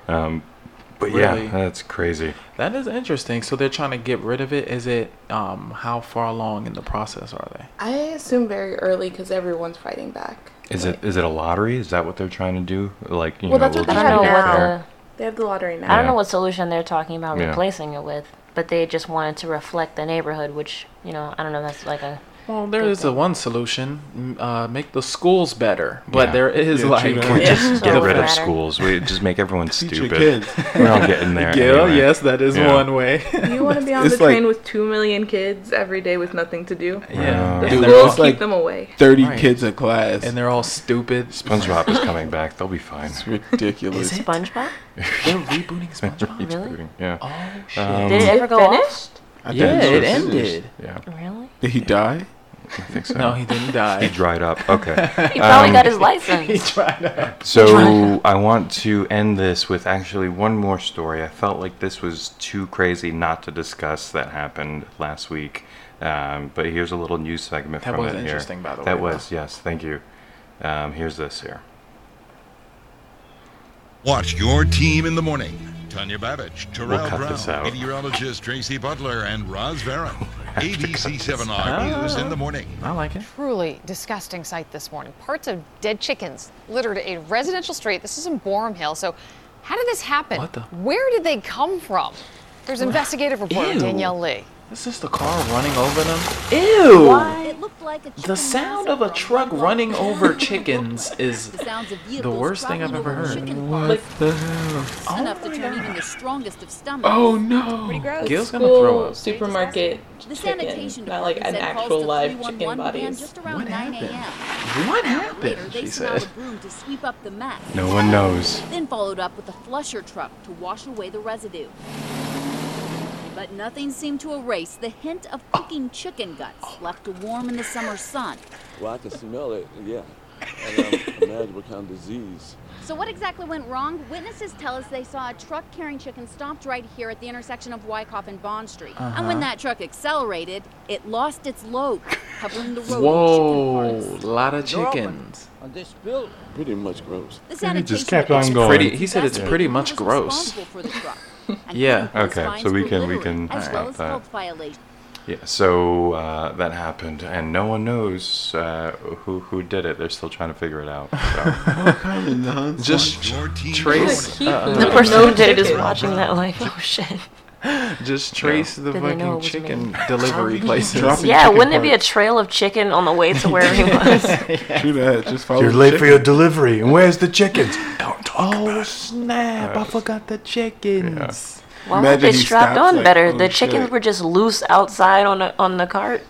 Speaker 6: um, But
Speaker 3: Really?
Speaker 6: yeah, that's crazy.
Speaker 3: That is interesting. So they're trying to get rid of it. Is it um how far along in the process are they?
Speaker 10: I assume very early because everyone's fighting back.
Speaker 6: Is it is it a lottery? Is that what they're trying to do? Like you
Speaker 10: Well,
Speaker 6: know,
Speaker 10: that's
Speaker 6: we'll
Speaker 10: what they
Speaker 6: just
Speaker 10: have
Speaker 6: make it
Speaker 10: now.
Speaker 6: fair.
Speaker 10: They have the lottery now.
Speaker 8: I don't know what solution they're talking about
Speaker 6: Yeah.
Speaker 8: replacing it with, but they just wanted to reflect the neighborhood, which you know I don't know. That's like a
Speaker 3: Well, there is a one solution: M- uh, make the schools better. But there is
Speaker 7: Yeah,
Speaker 3: like
Speaker 7: treat 'em
Speaker 3: (laughs)
Speaker 7: like
Speaker 6: Just get
Speaker 8: Don't
Speaker 6: rid of
Speaker 8: matter.
Speaker 6: schools. We just make
Speaker 7: (laughs)
Speaker 6: everyone
Speaker 7: your
Speaker 6: stupid.
Speaker 7: kids.
Speaker 6: We're all getting there.
Speaker 3: Yeah,
Speaker 6: anyway.
Speaker 3: yes, that is
Speaker 6: Yeah.
Speaker 3: one way. (laughs)
Speaker 10: You want to
Speaker 6: (laughs)
Speaker 10: be on the
Speaker 7: It's like-
Speaker 10: train with two million kids every day with nothing to do?
Speaker 3: yeah,
Speaker 10: The
Speaker 7: Dude,
Speaker 3: and, they're
Speaker 10: schools
Speaker 3: all,
Speaker 7: it's
Speaker 10: keep
Speaker 7: like-
Speaker 10: them away.
Speaker 7: 30
Speaker 3: Right.
Speaker 7: kids in class. (laughs)
Speaker 3: and they're all stupid.
Speaker 6: SpongeBob is coming back. They'll be fine.
Speaker 7: it's ridiculous.
Speaker 8: SpongeBob.
Speaker 3: They're (laughs) rebooting SpongeBob.
Speaker 6: It's
Speaker 8: Really?
Speaker 6: booting, Yeah.
Speaker 3: Oh shit!
Speaker 6: Um,
Speaker 8: Did it ever go off?
Speaker 10: Finished?
Speaker 7: I
Speaker 3: yeah,
Speaker 7: thought
Speaker 3: it
Speaker 7: was finished.
Speaker 3: ended.
Speaker 6: Yeah.
Speaker 8: Really? (laughs)
Speaker 7: Did he die?
Speaker 6: I think so.
Speaker 3: No, he didn't die.
Speaker 6: (laughs) He dried up. Okay.
Speaker 3: (laughs)
Speaker 8: He probably
Speaker 6: Um,
Speaker 8: got his
Speaker 6: (laughs)
Speaker 3: he
Speaker 8: license.
Speaker 3: tried out.
Speaker 6: So I want to end this with actually one more story. I felt like this was too crazy not to discuss that happened last week. Um, but here's a little news segment
Speaker 3: That
Speaker 6: from
Speaker 3: was
Speaker 6: it here.
Speaker 3: interesting, by the
Speaker 6: That
Speaker 3: way,
Speaker 6: was yes, thank you. Um, here's this here.
Speaker 11: Watch your team in the morning. Tanya Babbage, Terrell
Speaker 6: cut
Speaker 11: Brown,
Speaker 6: this out.
Speaker 11: meteorologist Tracy Butler, and Roz
Speaker 6: (laughs)
Speaker 11: Varon. ABC7R News in the morning.
Speaker 3: I like it.
Speaker 12: Truly disgusting sight this morning. Parts of dead chickens littered a residential street. This is in Borum Hill. So, how did this happen?
Speaker 3: What the-
Speaker 12: Where did they come from? There's investigative reporter
Speaker 3: Ew.
Speaker 12: Danielle Lee.
Speaker 3: It's just the car running over them. Ew!
Speaker 13: It looked like a
Speaker 3: The sound of a truck running over chickens is the worst thing I've ever heard. the hell?
Speaker 13: enough to turn even the strongest of stomachs.
Speaker 3: Oh no!
Speaker 10: Gross.
Speaker 3: Gail's gonna
Speaker 10: School,
Speaker 3: throw us.
Speaker 10: Supermarket
Speaker 13: The
Speaker 10: chicken,
Speaker 13: sanitation
Speaker 10: not like an
Speaker 13: department said calls
Speaker 10: actual
Speaker 13: to 311
Speaker 10: live
Speaker 13: began
Speaker 10: chicken bodies.
Speaker 13: Just around
Speaker 3: What
Speaker 13: 9
Speaker 3: happened?
Speaker 13: a.m.
Speaker 3: What
Speaker 13: Later,
Speaker 3: happened?
Speaker 13: they
Speaker 3: She
Speaker 13: smelled
Speaker 3: said.
Speaker 13: a broom to sweep up the mess.
Speaker 6: No one knows.
Speaker 13: Then followed up with a flusher truck to wash away the residue. But nothing seemed to erase the hint of
Speaker 3: Oh.
Speaker 13: cooking chicken guts left to warm in the summer sun.
Speaker 14: Well, I can smell it, yeah. And um, imagine what kind of disease.
Speaker 13: So, what exactly went wrong? Witnesses tell us they saw a truck carrying chicken stopped right here at the intersection of Wyckoff and Bond Street. And when that truck accelerated, it lost its load, covering the road.
Speaker 3: Whoa! A lot of chickens.
Speaker 14: Pretty much gross.
Speaker 13: The
Speaker 6: And it
Speaker 13: sanitation
Speaker 6: just kept on
Speaker 13: department
Speaker 6: going.
Speaker 3: Pretty. He said it's
Speaker 13: investigated
Speaker 3: pretty
Speaker 13: who
Speaker 3: much
Speaker 13: was
Speaker 3: gross.
Speaker 13: responsible for the truck, and
Speaker 3: Yeah.
Speaker 13: found those
Speaker 6: Okay,
Speaker 13: fines
Speaker 6: so we
Speaker 13: for
Speaker 6: can- we
Speaker 13: littering,
Speaker 6: can
Speaker 13: As
Speaker 6: stop
Speaker 13: well as
Speaker 6: that.
Speaker 13: health violations.
Speaker 6: Yeah. So uh, that happened, and no one knows uh, who who did it. They're still trying to figure it out.
Speaker 3: (laughs)
Speaker 6: So.
Speaker 7: What kind of nonsense?
Speaker 3: Just
Speaker 11: Your team
Speaker 8: (laughs)
Speaker 3: trace. uh,
Speaker 8: The person
Speaker 10: No
Speaker 8: who did it is
Speaker 10: chicken.
Speaker 8: watching that like, oh shit.
Speaker 3: just trace the
Speaker 8: Did they know it
Speaker 3: fucking
Speaker 8: was
Speaker 3: chicken
Speaker 8: me?
Speaker 3: (laughs) delivery places.
Speaker 7: dropping-
Speaker 8: Yeah,
Speaker 7: chicken
Speaker 8: wouldn't it be a
Speaker 7: parts.
Speaker 8: trail of chicken on the way to wherever
Speaker 7: (laughs)
Speaker 8: he was?
Speaker 7: True that. Just follow
Speaker 6: You're
Speaker 7: the
Speaker 6: late for your
Speaker 7: chicken.
Speaker 6: delivery, and where's the chickens?
Speaker 3: Oh snap! I forgot the chickens.
Speaker 8: Why weren't
Speaker 7: Imagine
Speaker 8: they
Speaker 7: he
Speaker 8: strapped
Speaker 7: stops,
Speaker 8: on
Speaker 7: like,
Speaker 8: better?
Speaker 7: oh,
Speaker 8: the chickens
Speaker 7: shit.
Speaker 8: were just loose outside on the on the
Speaker 7: (laughs)
Speaker 8: cart.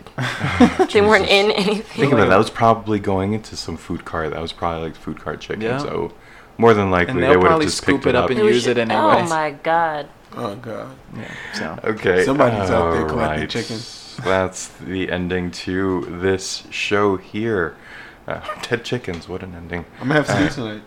Speaker 8: they weren't in anything.
Speaker 6: Think about it. That was probably going into some food cart. That was probably like food cart chicken.
Speaker 3: Yeah.
Speaker 6: So more than likely,
Speaker 3: And
Speaker 6: they
Speaker 3: they'll
Speaker 6: would have
Speaker 3: probably
Speaker 6: just
Speaker 3: scoop
Speaker 6: picked
Speaker 3: it up and
Speaker 8: It was
Speaker 3: use it
Speaker 8: just-
Speaker 3: anyway.
Speaker 8: Oh my god.
Speaker 7: Oh, God.
Speaker 3: So.
Speaker 6: Okay.
Speaker 7: Somebody's out there collecting
Speaker 6: alright.
Speaker 7: chicken.
Speaker 6: That's the ending to this show here. Uh, (laughs) dead chickens. What an ending. (laughs)
Speaker 7: I'm going to have stew tonight.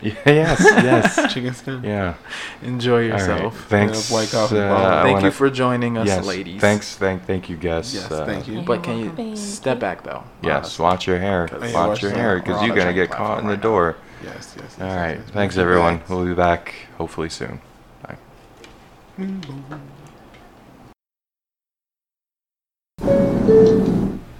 Speaker 6: Yeah, yes. Yes. (laughs)
Speaker 7: Chicken stew.
Speaker 6: yeah.
Speaker 3: Enjoy
Speaker 6: All right.
Speaker 3: yourself.
Speaker 6: Thanks.
Speaker 7: Yeah, white coffee
Speaker 6: uh,
Speaker 7: bomb.
Speaker 6: I
Speaker 3: Thank
Speaker 6: wanna-
Speaker 3: you for joining us,
Speaker 6: yes,
Speaker 3: ladies.
Speaker 6: Thanks. Thank. Thank you, guests.
Speaker 7: Yes,
Speaker 6: Uh,
Speaker 7: thank you.
Speaker 3: But can you
Speaker 10: welcome.
Speaker 3: step back though?
Speaker 6: Yes. Watch your hair.
Speaker 7: yeah,
Speaker 6: Watch,
Speaker 7: watch
Speaker 6: your
Speaker 7: that.
Speaker 6: hair,
Speaker 7: We're
Speaker 6: because
Speaker 7: on
Speaker 6: you're
Speaker 7: the
Speaker 6: gonna
Speaker 7: train
Speaker 6: get caught
Speaker 7: platform
Speaker 6: in the
Speaker 7: right now.
Speaker 6: door.
Speaker 7: Yes, yes, yes.
Speaker 6: All
Speaker 7: yes,
Speaker 6: right.
Speaker 7: yes.
Speaker 6: Thanks,
Speaker 7: Back.
Speaker 6: everyone. We'll be back hopefully soon. Bye.